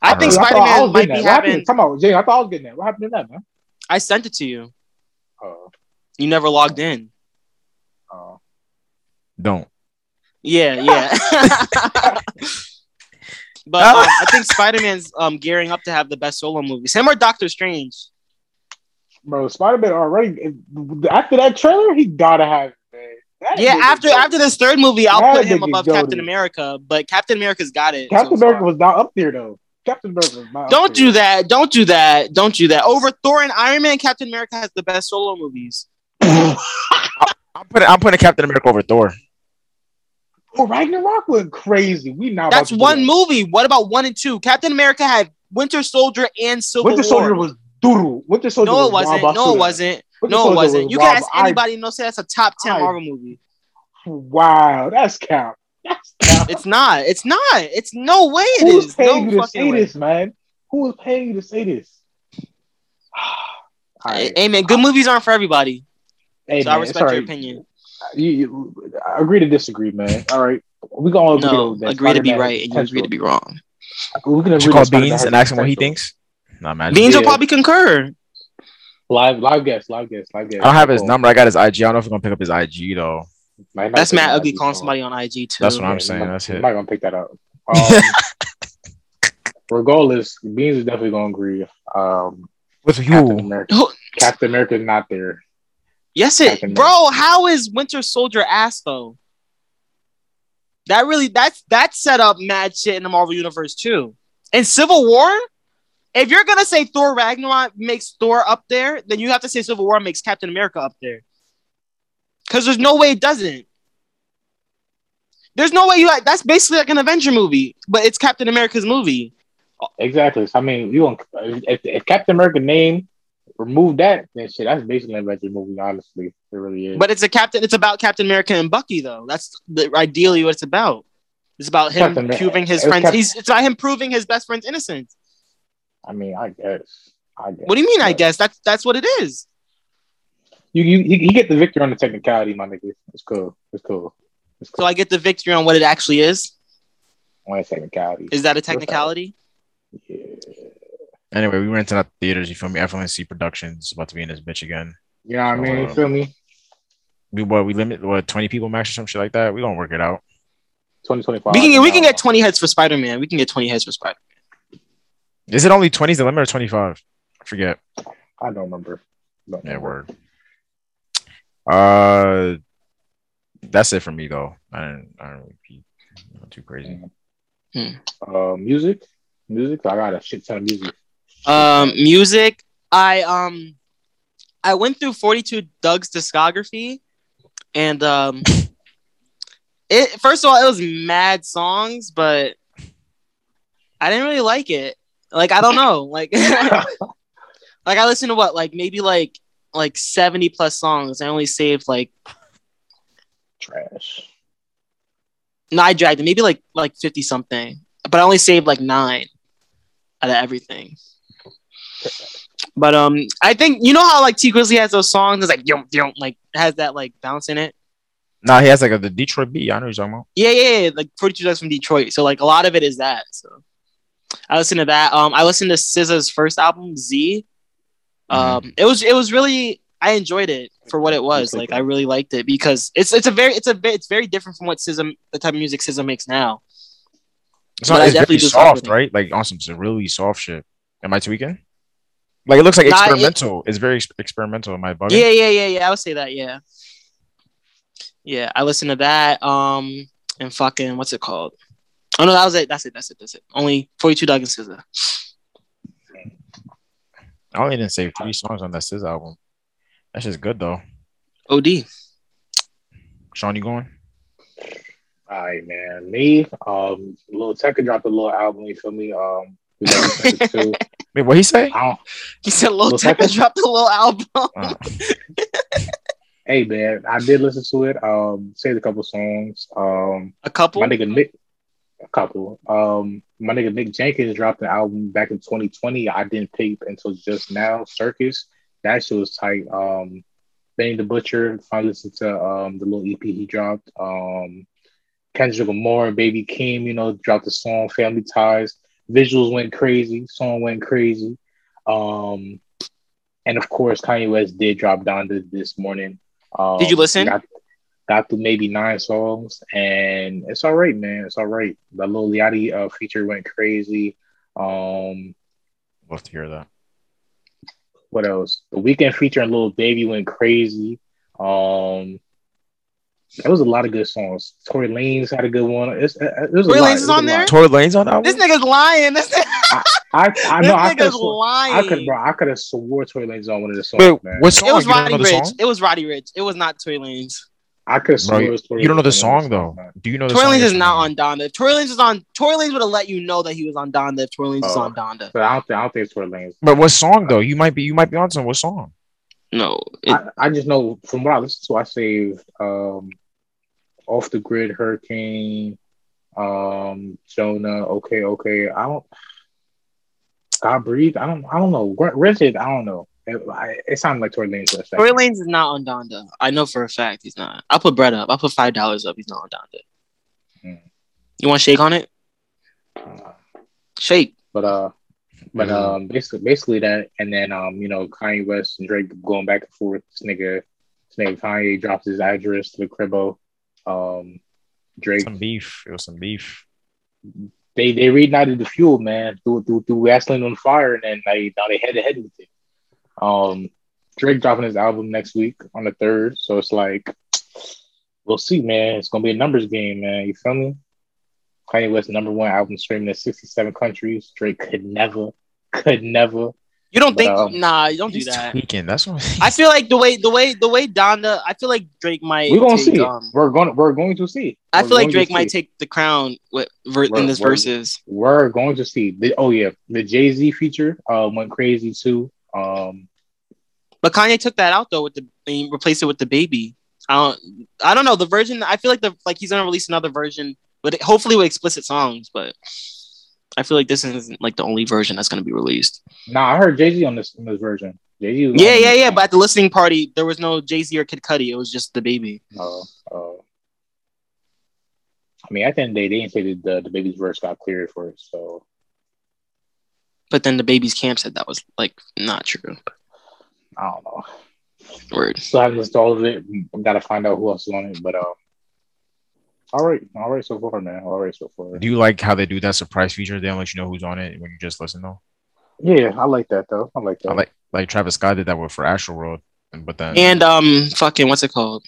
[SPEAKER 1] I
[SPEAKER 3] Heard.
[SPEAKER 1] think
[SPEAKER 3] I thought
[SPEAKER 2] I
[SPEAKER 1] Spider
[SPEAKER 2] thought I
[SPEAKER 1] Man
[SPEAKER 2] was
[SPEAKER 1] might
[SPEAKER 2] getting
[SPEAKER 1] be
[SPEAKER 2] that. What happened?
[SPEAKER 1] having.
[SPEAKER 2] Come on, Jay. I thought I was getting that. What happened to that, man?
[SPEAKER 1] I sent it to you.
[SPEAKER 2] Oh,
[SPEAKER 1] You never logged in.
[SPEAKER 2] oh.
[SPEAKER 3] Don't.
[SPEAKER 1] Yeah, yeah.
[SPEAKER 2] *laughs*
[SPEAKER 1] but um, I think Spider Man's um, gearing up to have the best solo movies. Him or Doctor Strange?
[SPEAKER 2] bro, Spider Man already after that trailer, he gotta have. it, Man. That
[SPEAKER 1] Yeah,
[SPEAKER 2] nigga-
[SPEAKER 1] after after this third movie, I'll
[SPEAKER 2] That
[SPEAKER 1] put him
[SPEAKER 2] nigga
[SPEAKER 1] above
[SPEAKER 2] goated.
[SPEAKER 1] Captain America. But Captain America's got it. so
[SPEAKER 2] Captain America
[SPEAKER 1] far.
[SPEAKER 2] was not up there though. Captain America was not.
[SPEAKER 1] Don't
[SPEAKER 2] up
[SPEAKER 1] do
[SPEAKER 2] *laughs* there.
[SPEAKER 1] that. Don't do that. Don't do that. Over Thor and Iron Man, Captain America has the best solo movies.
[SPEAKER 3] I'm putting. I'm putting Captain America over Thor.
[SPEAKER 2] Oh, Ragnarok went crazy. We not.
[SPEAKER 1] That's
[SPEAKER 2] about to do
[SPEAKER 1] one
[SPEAKER 2] that.
[SPEAKER 1] movie. What about one and two? Captain America had Winter Soldier and Civil
[SPEAKER 2] Winter
[SPEAKER 1] War.
[SPEAKER 2] Soldier was doodle. Winter Soldier.
[SPEAKER 1] no, it
[SPEAKER 2] was
[SPEAKER 1] wasn't.
[SPEAKER 2] Rob
[SPEAKER 1] No,
[SPEAKER 2] Basuda.
[SPEAKER 1] it wasn't.
[SPEAKER 2] Winter
[SPEAKER 1] No,
[SPEAKER 2] Soldier
[SPEAKER 1] it wasn't.
[SPEAKER 2] was
[SPEAKER 1] You can
[SPEAKER 2] Rob-
[SPEAKER 1] ask
[SPEAKER 2] I-
[SPEAKER 1] anybody. No, say that's a top ten
[SPEAKER 2] I-
[SPEAKER 1] Marvel movie.
[SPEAKER 2] wow, that's count. That's count.
[SPEAKER 1] It's not. It's not. It's no way. It is.
[SPEAKER 2] Who's
[SPEAKER 1] No
[SPEAKER 2] paying you to
[SPEAKER 1] fucking
[SPEAKER 2] say
[SPEAKER 1] way.
[SPEAKER 2] this, man? Who is paying you to say this? *sighs* All right.
[SPEAKER 1] Hey man, good movies aren't for everybody.
[SPEAKER 2] Hey,
[SPEAKER 1] so I
[SPEAKER 2] man, it's
[SPEAKER 1] respect
[SPEAKER 2] all
[SPEAKER 1] your
[SPEAKER 2] right.
[SPEAKER 1] opinion.
[SPEAKER 2] You, you- I agree to disagree, man. All right, we gonna agree
[SPEAKER 1] No,
[SPEAKER 2] that
[SPEAKER 1] agree to be
[SPEAKER 2] Spider-Man
[SPEAKER 1] right and you
[SPEAKER 2] has
[SPEAKER 1] agree to be wrong.
[SPEAKER 2] potential. We can
[SPEAKER 3] You
[SPEAKER 2] agree
[SPEAKER 3] should call
[SPEAKER 2] that Spider-Man
[SPEAKER 3] Beans
[SPEAKER 2] has
[SPEAKER 3] and ask him what he
[SPEAKER 2] potential.
[SPEAKER 3] thinks. Not imagine.
[SPEAKER 1] Beans will
[SPEAKER 2] Yeah.
[SPEAKER 1] probably concur.
[SPEAKER 2] Live, live guess, live guess, live guess.
[SPEAKER 3] I don't have his number. I got his IG. I don't know if we're gonna pick up his IG though.
[SPEAKER 2] Might not
[SPEAKER 1] That's
[SPEAKER 2] pick
[SPEAKER 1] Matt
[SPEAKER 2] that
[SPEAKER 1] Ugly
[SPEAKER 2] up.
[SPEAKER 1] calling somebody on IG too.
[SPEAKER 3] That's what I'm
[SPEAKER 2] Yeah,
[SPEAKER 3] saying.
[SPEAKER 2] might-
[SPEAKER 3] That's it.
[SPEAKER 2] Might gonna pick that
[SPEAKER 3] *laughs*
[SPEAKER 2] up. Um, regardless, Beans is definitely gonna agree. Um,
[SPEAKER 3] With
[SPEAKER 2] Captain
[SPEAKER 3] who?
[SPEAKER 2] America, Captain America is not there.
[SPEAKER 1] Yes,
[SPEAKER 2] I can-
[SPEAKER 1] it, bro. How is Winter Soldier ass though? That really that's that set up mad shit in the Marvel universe too. In Civil War, if you're gonna say Thor Ragnarok makes Thor up there, then you have to say Civil War makes Captain America up there. Because there's no way it doesn't. There's no way you like that's basically like an Avenger movie, but it's Captain America's movie.
[SPEAKER 2] Exactly. So, I mean, you don't, if, if Captain America name remove that, then shit, that's basically an Avengers movie. Honestly, it really is.
[SPEAKER 1] But it's a captain. It's about Captain America and Bucky, though. That's the, ideally what it's about. It's about him
[SPEAKER 2] Captain Amer-
[SPEAKER 1] proving his
[SPEAKER 2] it was
[SPEAKER 1] friends.
[SPEAKER 2] Cap-
[SPEAKER 1] He's, it's about him proving his best friend's innocence.
[SPEAKER 2] I mean, I guess. I guess.
[SPEAKER 1] What do you mean? I
[SPEAKER 2] But
[SPEAKER 1] guess that's that's what it is.
[SPEAKER 2] You you he, he get the victory on the technicality, my nigga. It's cool. It's cool. It's
[SPEAKER 1] So
[SPEAKER 2] cool.
[SPEAKER 1] I get the victory on what it actually is.
[SPEAKER 2] on the technicality.
[SPEAKER 1] Is that a technicality?
[SPEAKER 2] Yeah.
[SPEAKER 3] Anyway, we rented out the theaters. You feel me? FLNC Productions about to be in this bitch again.
[SPEAKER 2] You know what I mean? You
[SPEAKER 3] Um,
[SPEAKER 2] feel me?
[SPEAKER 3] We what? We limit what twenty people max or some shit like that. We gonna work it out.
[SPEAKER 2] 2025.
[SPEAKER 1] we can get, we can get twenty heads for Spider Man. We can get twenty heads for Spider.
[SPEAKER 3] Is it only twenty is the limit or twenty five? I forget.
[SPEAKER 2] I don't remember. Don't
[SPEAKER 3] Yeah,
[SPEAKER 2] remember.
[SPEAKER 3] word. Uh, that's it for me though. I didn't. I don't really be you know, too crazy.
[SPEAKER 2] Uh, music, music. I got a shit ton of music.
[SPEAKER 1] Um, music. I um, I went through forty two Doug's discography, and um, it first of all it was mad songs, but I didn't really like it. Like I don't know, like *laughs* like I listened to what like maybe like like seventy plus songs. I only saved like
[SPEAKER 2] Trash.
[SPEAKER 1] no, I dragged it maybe like like fifty something, but I only saved like nine out of everything. But um, I think you know how like T Grizzly has those songs that's like yum yum like has that like bounce in it.
[SPEAKER 3] Nah, he has like a, the Detroit beat. I know what you're talking about.
[SPEAKER 1] Yeah, yeah, yeah. Like 42 Ducks from Detroit. So like a lot of it is that. So I listened to that. Um, I listened to SZA's first album, Z. Um, it was it was really I enjoyed it for what it was. Like I really liked it because it's it's a very it's a ve- it's very different from what Sism the type of music Sism makes now.
[SPEAKER 3] It's,
[SPEAKER 1] But
[SPEAKER 3] not,
[SPEAKER 1] I
[SPEAKER 3] it's
[SPEAKER 1] definitely
[SPEAKER 3] very
[SPEAKER 1] do
[SPEAKER 3] soft,
[SPEAKER 1] something.
[SPEAKER 3] right? Like on some some really soft shit. Am I too weekend? Like it looks like
[SPEAKER 1] Nah, it-
[SPEAKER 3] experimental. it's very ex- experimental. Am I bugging?
[SPEAKER 1] Yeah, yeah, yeah, yeah. I would say that. Yeah, yeah. I listened to that. Um, and fucking what's it called? Oh no, that was it. That's it. That's it. That's it. Only forty two Doug and SZA.
[SPEAKER 3] I only didn't say three songs on that Sis album. That's just good though.
[SPEAKER 1] OD.
[SPEAKER 3] Sean, you going?
[SPEAKER 2] All right, man. Me, um, Lil Tecca dropped a little album. You feel me? Um, we got Tecca too.
[SPEAKER 1] *laughs*
[SPEAKER 3] Wait, what he say?
[SPEAKER 2] I don't,
[SPEAKER 1] *laughs* He said Lil
[SPEAKER 2] Lil
[SPEAKER 1] Tecca
[SPEAKER 2] Tecca?
[SPEAKER 1] dropped a little album.
[SPEAKER 3] Uh,
[SPEAKER 2] hey, man, I did listen to it. Um, saved a couple songs. Um,
[SPEAKER 1] A couple.
[SPEAKER 2] my nigga Nick, a couple. Um, my nigga Nick Jenkins dropped an album back in 2020. I didn't pick until just now. Circus. That shit was tight. Um, Benny the Butcher. I listened to um the little EP he dropped. Um, Kendrick Lamar and Baby Kim. You know, dropped the song Family Ties. Visuals went crazy. Song went crazy. Um, and of course, Kanye West did drop Donda this morning. Um,
[SPEAKER 1] Did you listen?
[SPEAKER 2] Got, got through maybe nine songs, and it's all right, man. It's all right. The Lil Yachty uh, feature went crazy. Um,
[SPEAKER 3] love to hear that.
[SPEAKER 2] what else? The weekend feature and Lil Baby went crazy. Um, that was a lot of good songs. Tory Lanez had a good one. It's, it, it was a
[SPEAKER 1] Tory Lanez
[SPEAKER 2] lot. It
[SPEAKER 1] is
[SPEAKER 2] was a
[SPEAKER 1] on
[SPEAKER 2] lot.
[SPEAKER 1] there?
[SPEAKER 3] Tory Lane's on the album.
[SPEAKER 1] this nigga's lying. *laughs* This,
[SPEAKER 2] I, I
[SPEAKER 1] this
[SPEAKER 2] know. I could
[SPEAKER 1] nigga's
[SPEAKER 2] have
[SPEAKER 1] lying.
[SPEAKER 2] I could, bro. I could have swore Tory Lanez on one of the songs,
[SPEAKER 3] Wait,
[SPEAKER 2] man.
[SPEAKER 3] what song?
[SPEAKER 1] it was
[SPEAKER 3] you don't
[SPEAKER 1] Roddy
[SPEAKER 3] know the
[SPEAKER 1] Rich.
[SPEAKER 3] song?
[SPEAKER 1] It was Roddy Rich. It was not Tory Lanez.
[SPEAKER 2] I could have
[SPEAKER 3] Bro,
[SPEAKER 2] swore it was Tory
[SPEAKER 3] You don't know the
[SPEAKER 2] Lanez on one
[SPEAKER 3] song
[SPEAKER 2] of
[SPEAKER 3] though.
[SPEAKER 2] man.
[SPEAKER 3] Do you know the
[SPEAKER 1] Tory
[SPEAKER 3] song?
[SPEAKER 1] Lanez
[SPEAKER 3] you're
[SPEAKER 1] is not
[SPEAKER 3] singing?
[SPEAKER 1] on Donda. If Tory Lanez is on, Tory Lanez would have let you know that he was on Donda if Tory Lanez is
[SPEAKER 2] Oh.
[SPEAKER 1] on Donda.
[SPEAKER 2] But I don't, think, I don't think it's Tory Lanez.
[SPEAKER 3] But what song though? You might be. You might be on some. What song?
[SPEAKER 1] No, it-
[SPEAKER 2] I, I just know from what I listen to, I save um, off the grid, Hurricane, um, Jonah. Okay, okay. I don't. God breathe. I don't. I don't know. Gr- Rented. I don't know. It, I- it sounded like Tory Lanez. for a second.
[SPEAKER 1] Tory Lanez is not on Donda. I know for a fact he's not. I put Brett up. I put five dollars up. He's not on Donda.
[SPEAKER 2] Hmm.
[SPEAKER 1] You want to shake on it?
[SPEAKER 2] Uh,
[SPEAKER 1] Shake.
[SPEAKER 2] But uh, but
[SPEAKER 3] Mhm.
[SPEAKER 2] um, basically, basically that, and then um, you know, Kanye West and Drake going back and forth. This nigga, this nigga Kanye drops his address to the cribbo. Um, Drake,
[SPEAKER 3] Some beef. It was some beef.
[SPEAKER 2] they they reignited the fuel, man. Threw threw, threw gasoline on fire, and then they now they head to head with it. Um, Drake dropping his album next week on the third, so it's like we'll see, man. It's gonna be a numbers game, man. You feel me? Kanye West number one album streaming in sixty seven countries. Drake could never, could never.
[SPEAKER 1] You don't
[SPEAKER 2] But,
[SPEAKER 1] think?
[SPEAKER 2] um,
[SPEAKER 1] nah, you don't do
[SPEAKER 3] He's
[SPEAKER 1] that.
[SPEAKER 3] tweaking. That's what.
[SPEAKER 1] I feel like the way the way the way Donda. I feel like Drake might.
[SPEAKER 2] We're gonna
[SPEAKER 1] take,
[SPEAKER 2] see.
[SPEAKER 1] Um,
[SPEAKER 2] We're gonna we're going to see.
[SPEAKER 1] I
[SPEAKER 2] We're
[SPEAKER 1] feel like
[SPEAKER 2] going to
[SPEAKER 1] Drake
[SPEAKER 2] see.
[SPEAKER 1] might take the crown with, ver- in
[SPEAKER 2] Word,
[SPEAKER 1] this
[SPEAKER 2] word.
[SPEAKER 1] verses.
[SPEAKER 2] We're going to see. The, oh yeah, the Jay Z feature uh, went crazy too. Um,
[SPEAKER 1] But Kanye took that out though with the and replaced it with the baby. I don't. I don't know the version. I feel like the like he's gonna release another version, but it, hopefully with explicit songs. But I feel like this isn't like the only version that's gonna be released.
[SPEAKER 2] Nah, I heard Jay Z on this on this version. Jay Z.
[SPEAKER 1] Yeah, yeah, yeah. But at the listening party, there was no Jay Z or Kid Cudi. It was just the baby.
[SPEAKER 2] uh, uh, I mean, at the end of the day, they didn't say that the, the baby's verse got cleared for it. So
[SPEAKER 1] But then the baby's camp said that was like not true.
[SPEAKER 2] I don't know.
[SPEAKER 1] Word.
[SPEAKER 2] Still haven't listened to all of it. I gotta find out who else is on it. But um, all right, all right so far, man. All right so far.
[SPEAKER 3] Do you like how they do that surprise feature? They don't let you know who's on it when you just listen though.
[SPEAKER 2] Yeah, I like that though. I like that.
[SPEAKER 3] I like like Travis Scott did that with for Astro World, and but then
[SPEAKER 1] And um, fucking what's it called?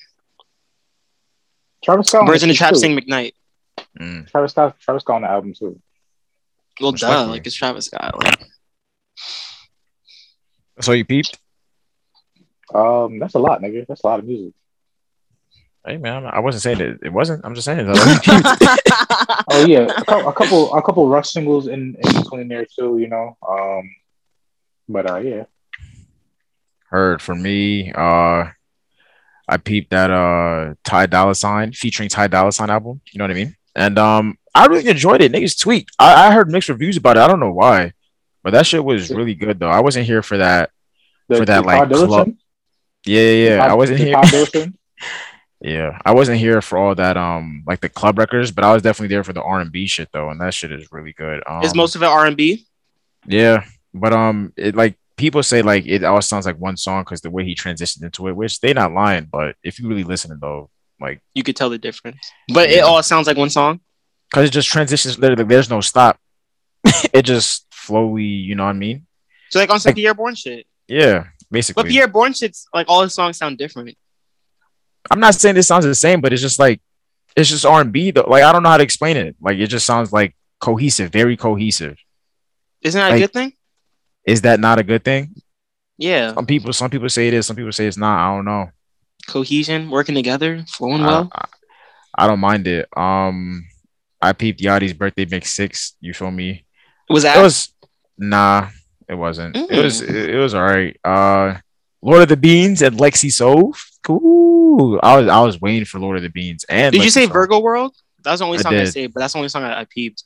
[SPEAKER 2] Travis Scott. on
[SPEAKER 1] Birds
[SPEAKER 2] this
[SPEAKER 1] in the
[SPEAKER 2] shit,
[SPEAKER 1] Trap
[SPEAKER 2] too.
[SPEAKER 1] sing McKnight.
[SPEAKER 3] Mm.
[SPEAKER 2] Travis Scott. Travis Scott on the album too.
[SPEAKER 1] Well,
[SPEAKER 3] Most
[SPEAKER 1] duh,
[SPEAKER 3] likely.
[SPEAKER 1] like it's Travis Scott. Like, *laughs*
[SPEAKER 3] so you peeped.
[SPEAKER 2] Um, that's a lot, nigga. That's a lot of music.
[SPEAKER 3] Hey man, I wasn't saying it. It wasn't. I'm just
[SPEAKER 1] *laughs*
[SPEAKER 3] saying that.
[SPEAKER 2] Oh yeah, a, cou- a couple, a couple Rush singles in, in between there too. You know. Um, but uh, yeah.
[SPEAKER 3] Heard for me. Uh, I peeped that uh Ty Dolla Sign featuring Ty Dolla Sign album. You know what I mean? And um, I really enjoyed it. Niggas tweet. I, I heard mixed reviews about it. I don't know why, but that shit was really good though. I wasn't here for that.
[SPEAKER 2] The-
[SPEAKER 3] For that,
[SPEAKER 2] the
[SPEAKER 3] like,
[SPEAKER 2] Todd Dillerson?
[SPEAKER 3] club- Yeah, yeah, yeah. I wasn't
[SPEAKER 2] The
[SPEAKER 3] here. *laughs*
[SPEAKER 2] Todd Dillerson?
[SPEAKER 3] Yeah, I wasn't here for all that um like the club records, but I was definitely there for the R and B Oh. shit though, and that shit is really good. Um,
[SPEAKER 1] is most of it R and B?
[SPEAKER 3] yeah, but um, it like people say like it all sounds like one song because the way he transitioned into it, which they not lying, but if you really listen though, like
[SPEAKER 1] You could tell the difference. But it all sounds like one song.
[SPEAKER 3] because it just transitions literally there's no stop. *laughs* it just flowy, you know what I mean?
[SPEAKER 1] So like on some Pierre Bourne shit.
[SPEAKER 3] Yeah,
[SPEAKER 1] But
[SPEAKER 3] basically.
[SPEAKER 1] Pierre Bourne shit's like all his songs sound different.
[SPEAKER 3] I'm not saying this sounds the same, but it's just like it's just R and B though. Like I don't know how to explain it. Like it just sounds like cohesive, very cohesive.
[SPEAKER 1] Isn't that a
[SPEAKER 3] Like-
[SPEAKER 1] good thing?
[SPEAKER 3] Is that not a good thing?
[SPEAKER 1] Yeah.
[SPEAKER 3] Some people, some people say it is, some people say it's not. I don't know.
[SPEAKER 1] Cohesion, working together, flowing
[SPEAKER 3] I-
[SPEAKER 1] well.
[SPEAKER 3] I, I don't mind it. Um, I peeped Yachty's birthday mix six. You feel me?
[SPEAKER 1] Was that
[SPEAKER 3] It was nah. It wasn't. It was.
[SPEAKER 1] Mm.
[SPEAKER 3] It, it was all right. Uh, Lord of the Beans and Lexi Soul. Cool. I was. I was waiting for Lord of the Beans and.
[SPEAKER 1] Did you
[SPEAKER 3] Lexi
[SPEAKER 1] say
[SPEAKER 3] Soul.
[SPEAKER 1] Virgo World? That's the only
[SPEAKER 3] I
[SPEAKER 1] song I,
[SPEAKER 3] did.
[SPEAKER 1] saved, but that's the only song I, I peeped.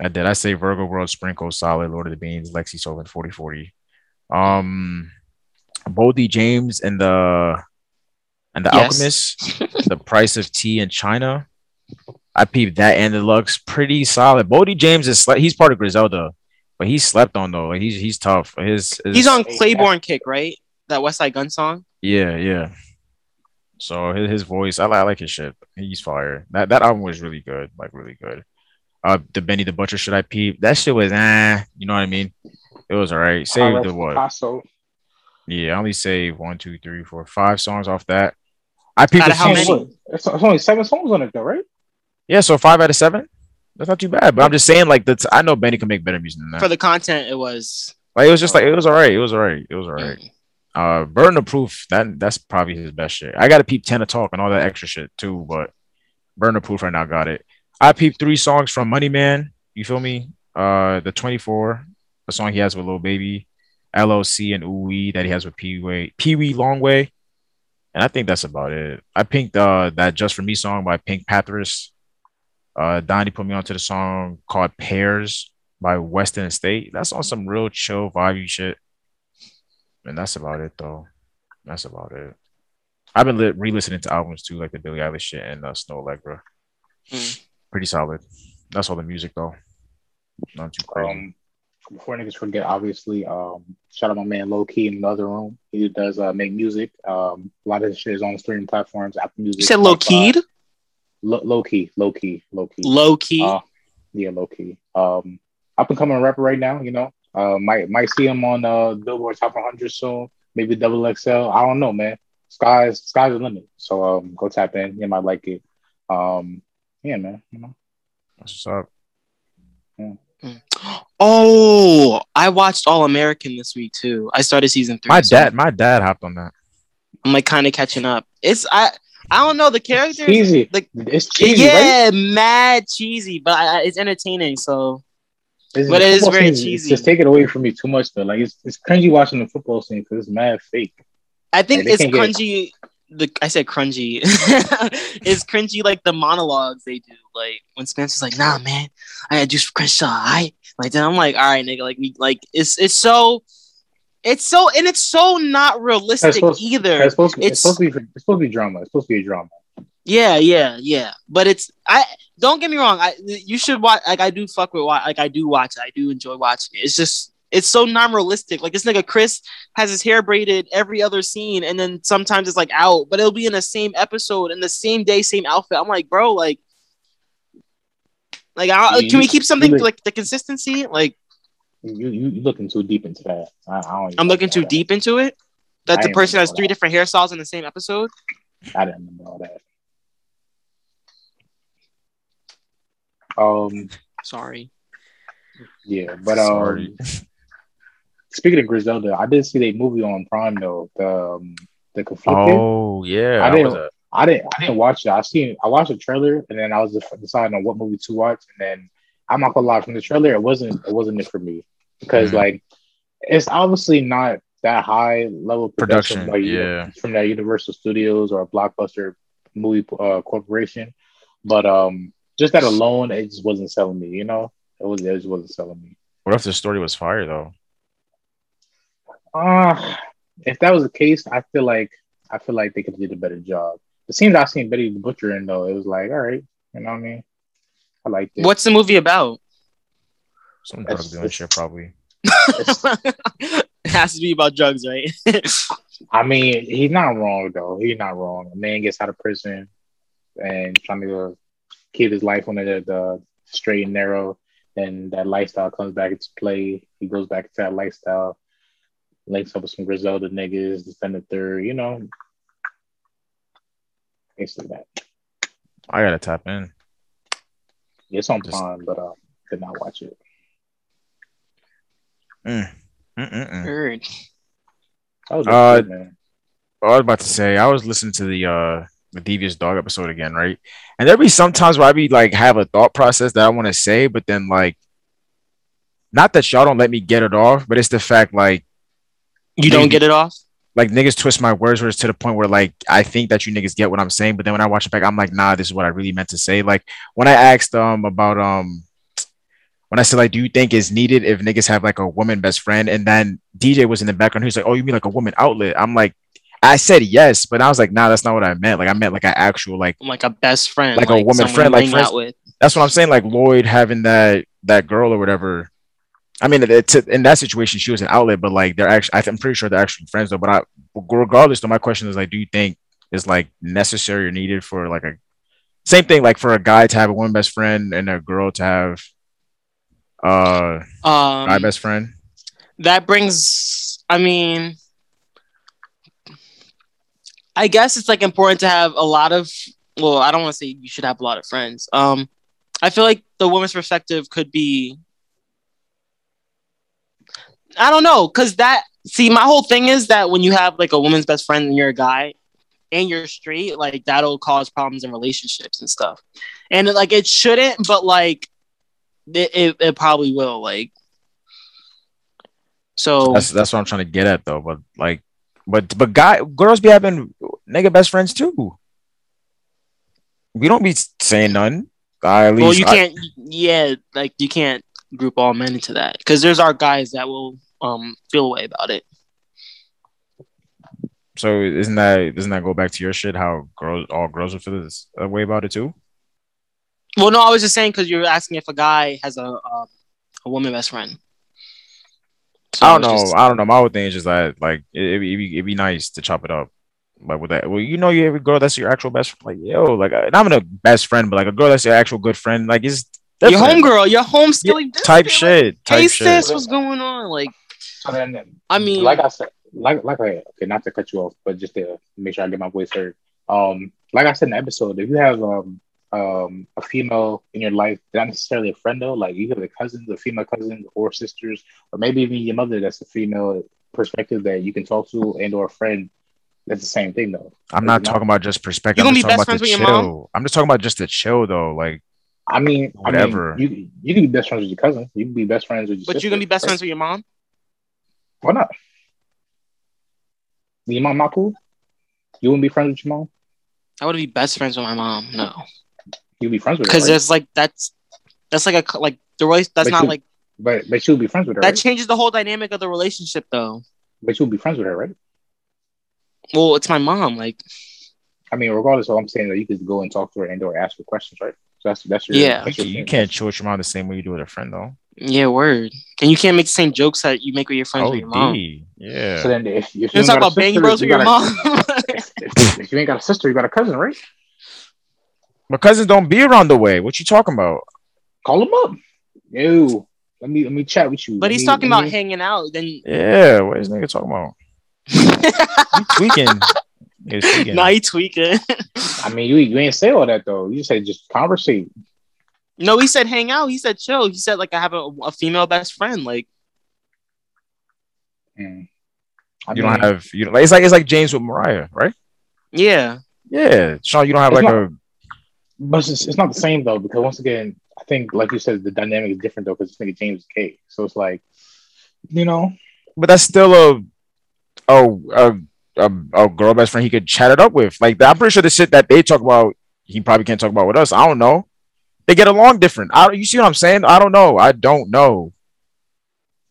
[SPEAKER 3] I did. I say Virgo World, Sprinkle, Solid, Lord of the Beans, Lexi Soul, and 4040. Um, Boldy James and the and the
[SPEAKER 1] Yes.
[SPEAKER 3] Alchemist, The Price of Tea in China. I peeped that and the looks pretty solid. Boldy James is sle- he's part of Griselda, but he's slept on though. Like he's he's tough. His, his
[SPEAKER 1] He's on Claiborne Kick, right? That West Side Gun song.
[SPEAKER 3] yeah yeah. So his, his voice, I, li- I like his shit. He's fire. That that album was really good, like really good. Uh, the Benny the Butcher should I peep? That shit was eh, you know what I mean? It was alright. Save the what?
[SPEAKER 2] Picasso.
[SPEAKER 3] Yeah, I only saved one, two, three, four, five songs off that. I peeped
[SPEAKER 1] Out
[SPEAKER 3] the
[SPEAKER 1] of how
[SPEAKER 3] songs-
[SPEAKER 1] many?
[SPEAKER 2] It's, it's only seven songs on it though, right?
[SPEAKER 3] Yeah, so five out of seven. That's not too bad. But I'm just saying, like that's I know Benny can make better music
[SPEAKER 1] For
[SPEAKER 3] than that.
[SPEAKER 1] the content, it was.
[SPEAKER 3] Like it was just like it was alright. It was alright. It was alright. Uh, burden of proof. That that's probably his best shit. I got to peep ten to talk and all that extra shit too, but burden of proof right now got it. I peeped three songs from Money Man. You feel me? Uh, the twenty four, the song he has with Lil Baby, LOC and Ooey that he has with Pee Wee Pee Wee Longway, and I think that's about it. I pinked uh that Just for Me song by Pink Panthers. Uh, Donnie put me onto the song called Pairs by Weston State. That's on some real chill vibey shit. And that's about it, though. That's about it. I've been li- re-listening to albums too, like the Billie Eilish shit and uh, Snow Allegra.
[SPEAKER 2] Hmm.
[SPEAKER 1] Mm.
[SPEAKER 3] Pretty solid. That's all the music, though. Not too crazy.
[SPEAKER 2] Um, before niggas forget, obviously, um, shout out my man Low Key in another room. He does uh, make music. Um, a lot of his shit is on streaming platforms. Apple Music.
[SPEAKER 1] You said low keyed?
[SPEAKER 2] Lo- low key, low key, low key.
[SPEAKER 1] Low key.
[SPEAKER 3] Oh.
[SPEAKER 2] Uh, yeah, low key. Um, up and coming rapper right now. You know, uh, might might see him on uh Billboard Top 100 soon. Maybe Double XL. I don't know, man. Sky's sky's the limit. So um, go tap in. You might like it. Um, yeah, man. You know,
[SPEAKER 3] What's up?
[SPEAKER 1] oh, I watched All American this week too. I started season three.
[SPEAKER 3] My
[SPEAKER 1] so
[SPEAKER 3] dad, my dad hopped on that.
[SPEAKER 1] I'm like kind of catching up. It's I. I don't know the characters.
[SPEAKER 2] cheesy.
[SPEAKER 1] like-
[SPEAKER 2] it's cheesy,
[SPEAKER 1] yeah,
[SPEAKER 2] right?
[SPEAKER 1] mad cheesy, but I, I- it's entertaining. So
[SPEAKER 2] It's-
[SPEAKER 1] But
[SPEAKER 2] the
[SPEAKER 1] it is
[SPEAKER 2] football
[SPEAKER 1] very
[SPEAKER 2] scene
[SPEAKER 1] cheesy.
[SPEAKER 2] Just take it away from me too much though. Like it's, it's cringy watching the football scene because it's mad fake.
[SPEAKER 1] I think
[SPEAKER 2] Yeah,
[SPEAKER 1] it's
[SPEAKER 2] they can get-
[SPEAKER 1] cringy. The I said cringy. *laughs* it's cringy like the monologues they do. Like when Spencer's like, "Nah, man, I got juice for Crenshaw." I like then I'm like, "All right, nigga." Like we like it's it's so it's so and it's so not realistic
[SPEAKER 2] supposed-
[SPEAKER 1] either.
[SPEAKER 2] It's supposed, to, it's,
[SPEAKER 1] It's-
[SPEAKER 2] supposed to be it's supposed to be drama. It's supposed to be a drama.
[SPEAKER 1] Yeah, yeah, yeah. But it's I don't get me wrong. I you should watch. Like I do fuck with watch. Like I do watch. it. I do enjoy watching it. It's just it's so non-realistic. Like this nigga Chris has his hair braided every other scene, and then sometimes it's like out, but it'll be in the same episode in the same day, same outfit. I'm like, bro, like, like I,
[SPEAKER 2] Yeah,
[SPEAKER 1] can we
[SPEAKER 2] you-
[SPEAKER 1] keep something
[SPEAKER 2] you look-
[SPEAKER 1] like the consistency? Like
[SPEAKER 2] You you you looking too deep into that. I, I don't even
[SPEAKER 1] I'm looking
[SPEAKER 2] know
[SPEAKER 1] too
[SPEAKER 2] that.
[SPEAKER 1] deep into it. That
[SPEAKER 2] I
[SPEAKER 1] the
[SPEAKER 2] ain't
[SPEAKER 1] person has
[SPEAKER 2] gonna
[SPEAKER 1] three
[SPEAKER 2] lie.
[SPEAKER 1] different hairstyles in the same episode.
[SPEAKER 2] I didn't remember all that. Um.
[SPEAKER 1] Sorry.
[SPEAKER 2] Yeah, but um.
[SPEAKER 3] Sorry.
[SPEAKER 2] *laughs* Speaking of Griselda, I did see that movie on Prime though. The um, the conflicted.
[SPEAKER 3] Oh yeah, that
[SPEAKER 2] I
[SPEAKER 3] was
[SPEAKER 2] didn't-
[SPEAKER 3] a-
[SPEAKER 2] I didn't I didn't watch it. I seen I watched the trailer and then I was def- deciding on what movie to watch and then I'm not gonna lie from the trailer it wasn't it wasn't it for me because
[SPEAKER 3] Mhm.
[SPEAKER 2] like it's obviously not that high level production,
[SPEAKER 3] Production,
[SPEAKER 2] like you-
[SPEAKER 3] yeah.
[SPEAKER 2] from that Universal Studios or a blockbuster movie uh, corporation, but um just that alone it just wasn't selling me. You know it was it just wasn't selling me.
[SPEAKER 3] What if the story was fire though?
[SPEAKER 2] Uh, if that was the case, I feel like I feel like they could have did a better job. The scenes I seen Betty the Butcher in though, it was like, all right, you know what I mean? I liked it.
[SPEAKER 1] What's the movie about?
[SPEAKER 3] Some
[SPEAKER 2] That's-
[SPEAKER 3] drug dealing shit probably.
[SPEAKER 1] has to be about drugs, right? *laughs*
[SPEAKER 2] I mean, he's not wrong though. He's not wrong. A man gets out of prison and trying to keep his life on the, the straight and narrow, and that lifestyle comes back into play. He goes back into that lifestyle, links up with some Griselda niggas, this and the third, you know. Things like that.
[SPEAKER 3] I gotta tap in.
[SPEAKER 2] It's on
[SPEAKER 3] Just-
[SPEAKER 2] Prime, but uh, did not watch it.
[SPEAKER 3] Mm. Mm-mm-mm.
[SPEAKER 1] Heard.
[SPEAKER 2] That was
[SPEAKER 3] Uh,
[SPEAKER 2] good, man.
[SPEAKER 3] I was about to say, I was listening to the uh the Devious Dog episode again, right? And there be sometimes where I be like have a thought process that I want to say, but then like not that y'all don't let me get it off, but it's the fact like
[SPEAKER 1] You don't
[SPEAKER 3] Maybe.
[SPEAKER 1] get it off?
[SPEAKER 3] like niggas twist my words words to the point where like I think that you niggas get what I'm saying, but then when I watch it back, I'm like, nah, this is what I really meant to say. Like when I asked um about um when I said like, do you think it's needed if niggas have like a woman best friend? And then DJ was in the background, he was like, oh, you mean like a woman outlet? I'm like, I said yes, but I was like, nah, that's not what I meant. Like I meant like an actual like
[SPEAKER 1] I'm like a best friend.
[SPEAKER 3] Like a woman
[SPEAKER 1] someone
[SPEAKER 3] friend,
[SPEAKER 1] you
[SPEAKER 3] like
[SPEAKER 1] hang
[SPEAKER 3] friends-
[SPEAKER 1] out with.
[SPEAKER 3] that's what I'm saying. Like Lloyd having that that girl or whatever. I mean, it's in that situation, she was an outlet, but like they're actually, I'm pretty sure they're actually friends though. But I, regardless, though, my question is like, do you think is like necessary or needed for like a same thing, like for a guy to have a woman best friend and a girl to have uh guy
[SPEAKER 1] Um,
[SPEAKER 3] best friend?
[SPEAKER 1] that brings, I mean, I guess it's like important to have a lot of, well, I don't want to say you should have a lot of friends. Um, I feel like the woman's perspective could be, I don't know, because that, see, my whole thing is that when you have like a woman's best friend and you're a guy and you're straight, like that'll cause problems in relationships and stuff. And like it shouldn't, but like it, it, it probably will. Like, so
[SPEAKER 3] That's that's what I'm trying to get at though. But like, but but guy girls be having nigga best friends too. We don't be saying none. I at least
[SPEAKER 1] Well, you
[SPEAKER 3] I-
[SPEAKER 1] can't. yeah, like you can't group all men into that because there's our guys that will um feel away about it.
[SPEAKER 3] So isn't that doesn't that go back to your shit? How girls, all girls would feel this uh, way about it too.
[SPEAKER 1] Well, no, I was just saying because you were asking if a guy has a um, a woman best friend. So
[SPEAKER 3] I don't
[SPEAKER 1] it's
[SPEAKER 3] know.
[SPEAKER 1] just-
[SPEAKER 3] I don't know. My whole thing is just that like it, it'd be, it'd be- it'd be nice to chop it up. Like with that, well, you know, you every girl that's your actual best friend. Like yo, like I- not even a best friend, but like a girl that's your actual good friend. Like is
[SPEAKER 1] your homegirl, your home skilly
[SPEAKER 3] type shit. Type
[SPEAKER 1] Hey
[SPEAKER 3] shit.
[SPEAKER 1] sis, what's going on? Like,
[SPEAKER 2] So then,
[SPEAKER 1] I mean-
[SPEAKER 2] like I said, like like I okay, not to cut you off, but just to make sure I get my voice heard. Um, like I said in the episode, if you have um um a female in your life, not necessarily a friend though, like you have the cousins, the female cousins or sisters, or maybe even your mother that's a female perspective that you can talk to and or a friend. That's the same thing though.
[SPEAKER 3] I'm not talking about just perspective.
[SPEAKER 1] You
[SPEAKER 3] I'm
[SPEAKER 1] gonna
[SPEAKER 3] just
[SPEAKER 1] be best
[SPEAKER 3] talking about the
[SPEAKER 1] friends with your mom?
[SPEAKER 3] chill. I'm just talking about just the chill though. Like
[SPEAKER 2] I mean,
[SPEAKER 3] Whatever.
[SPEAKER 2] I mean, you you can be best friends with your cousin. You can be best friends with your.
[SPEAKER 1] but
[SPEAKER 2] sister,
[SPEAKER 1] you're gonna be best
[SPEAKER 2] right?
[SPEAKER 1] friends with your mom.
[SPEAKER 2] Why not? Your mom not cool. You wouldn't be friends with your mom.
[SPEAKER 1] I would be best friends with my mom. No,
[SPEAKER 2] You'd be friends with her.
[SPEAKER 1] because
[SPEAKER 2] right?
[SPEAKER 1] there's like that's that's like a c- like the rela- that's
[SPEAKER 2] But
[SPEAKER 1] not
[SPEAKER 2] you-
[SPEAKER 1] like
[SPEAKER 2] But but she'll be friends with her.
[SPEAKER 1] that
[SPEAKER 2] Right?
[SPEAKER 1] changes the whole dynamic of the relationship though.
[SPEAKER 2] but you'll be friends with her, right?
[SPEAKER 1] Well, it's my mom. Like,
[SPEAKER 2] I mean, regardless of what I'm saying, that you could go and talk to her and or ask her questions, right? So that's that's your
[SPEAKER 1] Yeah.
[SPEAKER 2] that's your
[SPEAKER 3] you
[SPEAKER 2] thing.
[SPEAKER 3] can't chill with your mom the same way you do with a friend though.
[SPEAKER 1] Yeah, word. And you can't make the same jokes that you make with your friends
[SPEAKER 3] Oh,
[SPEAKER 1] with your mom.
[SPEAKER 3] yeah.
[SPEAKER 2] So then, if, if you
[SPEAKER 1] You
[SPEAKER 2] ain't
[SPEAKER 1] talk
[SPEAKER 2] got a
[SPEAKER 1] about banging
[SPEAKER 2] sister,
[SPEAKER 1] bros with
[SPEAKER 2] you
[SPEAKER 1] your
[SPEAKER 2] got a-
[SPEAKER 1] mom.
[SPEAKER 2] if, *laughs* if you ain't got a sister, you got a cousin, right?
[SPEAKER 3] My cousins don't be around the way. What you talking about?
[SPEAKER 2] Call him up. Yo, let me let me chat with you.
[SPEAKER 1] *laughs* but
[SPEAKER 2] Let
[SPEAKER 1] he's
[SPEAKER 2] me-
[SPEAKER 1] talking
[SPEAKER 2] let
[SPEAKER 1] about
[SPEAKER 2] me-
[SPEAKER 1] hanging out. Then
[SPEAKER 3] Yeah, what is nigga talking about? You tweaking. Nigga
[SPEAKER 1] *laughs*
[SPEAKER 3] tweaking.
[SPEAKER 1] nah, he tweaking.
[SPEAKER 2] I mean, you you ain't say all that though. You say just conversate.
[SPEAKER 1] no, he said hang out. He said chill. He said like I have a, a female best friend. Like
[SPEAKER 2] Mm. I
[SPEAKER 3] you
[SPEAKER 2] mean,
[SPEAKER 3] don't have you don't, like, it's like it's like James with Mariah, right?
[SPEAKER 1] yeah,
[SPEAKER 3] Yeah. Sean, you don't have
[SPEAKER 2] It's
[SPEAKER 3] like a
[SPEAKER 2] But it's, it's not the same though, because once again, I think like you said, the dynamic is different though, because this nigga James is K. So it's like, you know,
[SPEAKER 3] but that's still a a a, a, a girl best friend he could chat it up with. Like I'm pretty sure the shit that they talk about he probably can't talk about with us. I don't know. They get along different. I you see what I'm saying? I don't know. I don't know.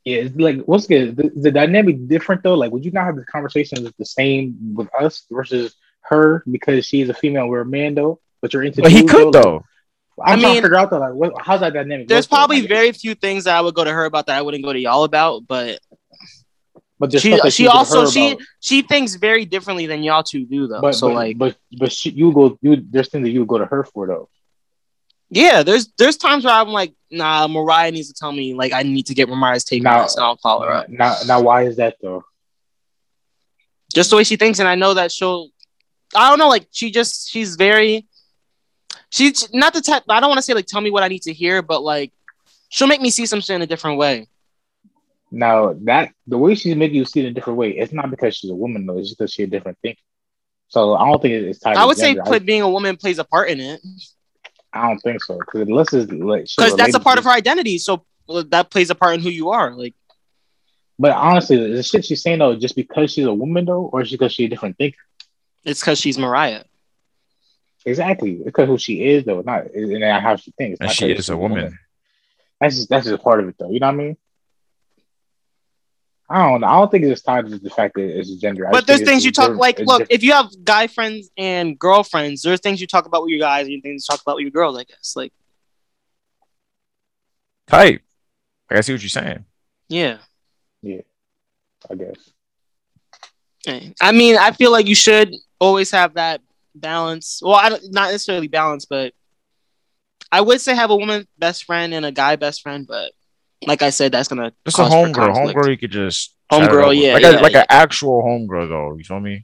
[SPEAKER 2] yeah, it's like once again, the, the dynamic different though. Like, would you not have the conversations the same with us versus her because she's a female, we're a man though, but you're into.
[SPEAKER 3] But he
[SPEAKER 2] dudes,
[SPEAKER 3] could
[SPEAKER 2] Like,
[SPEAKER 3] though.
[SPEAKER 2] I'm
[SPEAKER 1] I
[SPEAKER 2] trying
[SPEAKER 1] mean,
[SPEAKER 2] to figure out though, like, what, how's that dynamic?
[SPEAKER 1] there's
[SPEAKER 2] work, though?
[SPEAKER 1] probably
[SPEAKER 2] Like,
[SPEAKER 1] very few things that I would go to her about that I wouldn't go to y'all about. But
[SPEAKER 2] But there's
[SPEAKER 1] she
[SPEAKER 2] stuff that
[SPEAKER 1] she
[SPEAKER 2] you can
[SPEAKER 1] also
[SPEAKER 2] hear
[SPEAKER 1] she
[SPEAKER 2] about.
[SPEAKER 1] she thinks very differently than y'all two do though.
[SPEAKER 2] But
[SPEAKER 1] so
[SPEAKER 2] but,
[SPEAKER 1] like
[SPEAKER 2] but but she, you go you there's things that you would go to her for though.
[SPEAKER 1] yeah, there's there's times where I'm like, nah, Mariah needs to tell me like I need to get Mariah's take
[SPEAKER 2] Now-
[SPEAKER 1] on this and I'll call her up.
[SPEAKER 2] Now now why is that though?
[SPEAKER 1] Just the way she thinks, and I know that she'll I don't know, like she just she's very she's not the type I don't want to say like tell me what I need to hear, but like she'll make me see some shit in a different way.
[SPEAKER 2] Now that the way she's making you see it a different way, it's not because she's a woman though. It's just because she's a different thing. So I don't think it's tied.
[SPEAKER 1] I
[SPEAKER 2] to
[SPEAKER 1] would say
[SPEAKER 2] gender. I-
[SPEAKER 1] pl- being a woman plays a part in it.
[SPEAKER 2] I, don't think so because unless it's like she's
[SPEAKER 1] Because that's a
[SPEAKER 2] related
[SPEAKER 1] part
[SPEAKER 2] to-
[SPEAKER 1] of her identity. So well, that plays a part in who you are. Like
[SPEAKER 2] But honestly, the shit she's saying though, just because she's a woman though, or just because she's a different thinker.
[SPEAKER 1] it's because she's Mariah.
[SPEAKER 2] Exactly, it's because who she is though, not and how she thinks.
[SPEAKER 3] And
[SPEAKER 2] not
[SPEAKER 3] she
[SPEAKER 2] 'cause
[SPEAKER 3] is
[SPEAKER 2] she's
[SPEAKER 3] a woman.
[SPEAKER 2] That's just that's just part of it though. You know what I mean? I don't know. I don't think it's tied to the fact that it's gender. I
[SPEAKER 1] but
[SPEAKER 2] just
[SPEAKER 1] there's
[SPEAKER 2] think it's
[SPEAKER 1] things you
[SPEAKER 2] just
[SPEAKER 1] talk
[SPEAKER 2] different-
[SPEAKER 1] like.
[SPEAKER 2] it's
[SPEAKER 1] Look,
[SPEAKER 2] different.
[SPEAKER 1] if you have guy friends and girlfriends, there's things you talk about with your guys and things you talk about with your girls. I guess. Like
[SPEAKER 3] Type. Like, I see what you're saying.
[SPEAKER 1] yeah.
[SPEAKER 2] I guess.
[SPEAKER 1] Okay. I mean, I feel like you should always have that balance. Well, I don't, not necessarily balance, but I would say have a woman best friend and a guy best friend. But like I said, that's gonna
[SPEAKER 3] Just a
[SPEAKER 1] cause for
[SPEAKER 3] homegirl.
[SPEAKER 1] conflict.
[SPEAKER 3] Homegirl, you could just
[SPEAKER 1] Homegirl,
[SPEAKER 3] chat it over.
[SPEAKER 1] yeah,
[SPEAKER 3] like
[SPEAKER 1] yeah,
[SPEAKER 3] a, like
[SPEAKER 1] yeah.
[SPEAKER 3] an actual homegirl though. You feel me?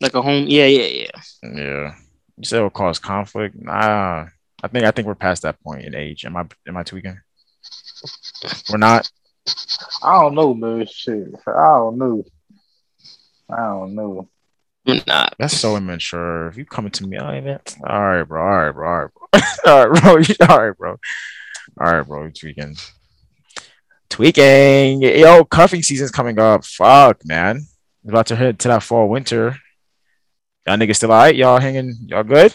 [SPEAKER 1] like a home. Yeah, yeah, yeah.
[SPEAKER 3] Yeah. You said it would cause conflict. Nah, I think I think we're past that point in age. Am I am I tweaking? We're not.
[SPEAKER 2] I don't know, man. Shit, I don't know. I don't know.
[SPEAKER 1] I'm not.
[SPEAKER 3] That's so immature. If you coming to me, I ain't it. All right, bro. All right, bro. All right, bro. *laughs* all right, bro. you- All right, bro. All right, bro. You tweaking. Tweaking. Yo, cuffing season's coming up. Fuck, man. We're about to head to that fall winter. Y'all niggas still all right? Y'all hanging? Y'all good?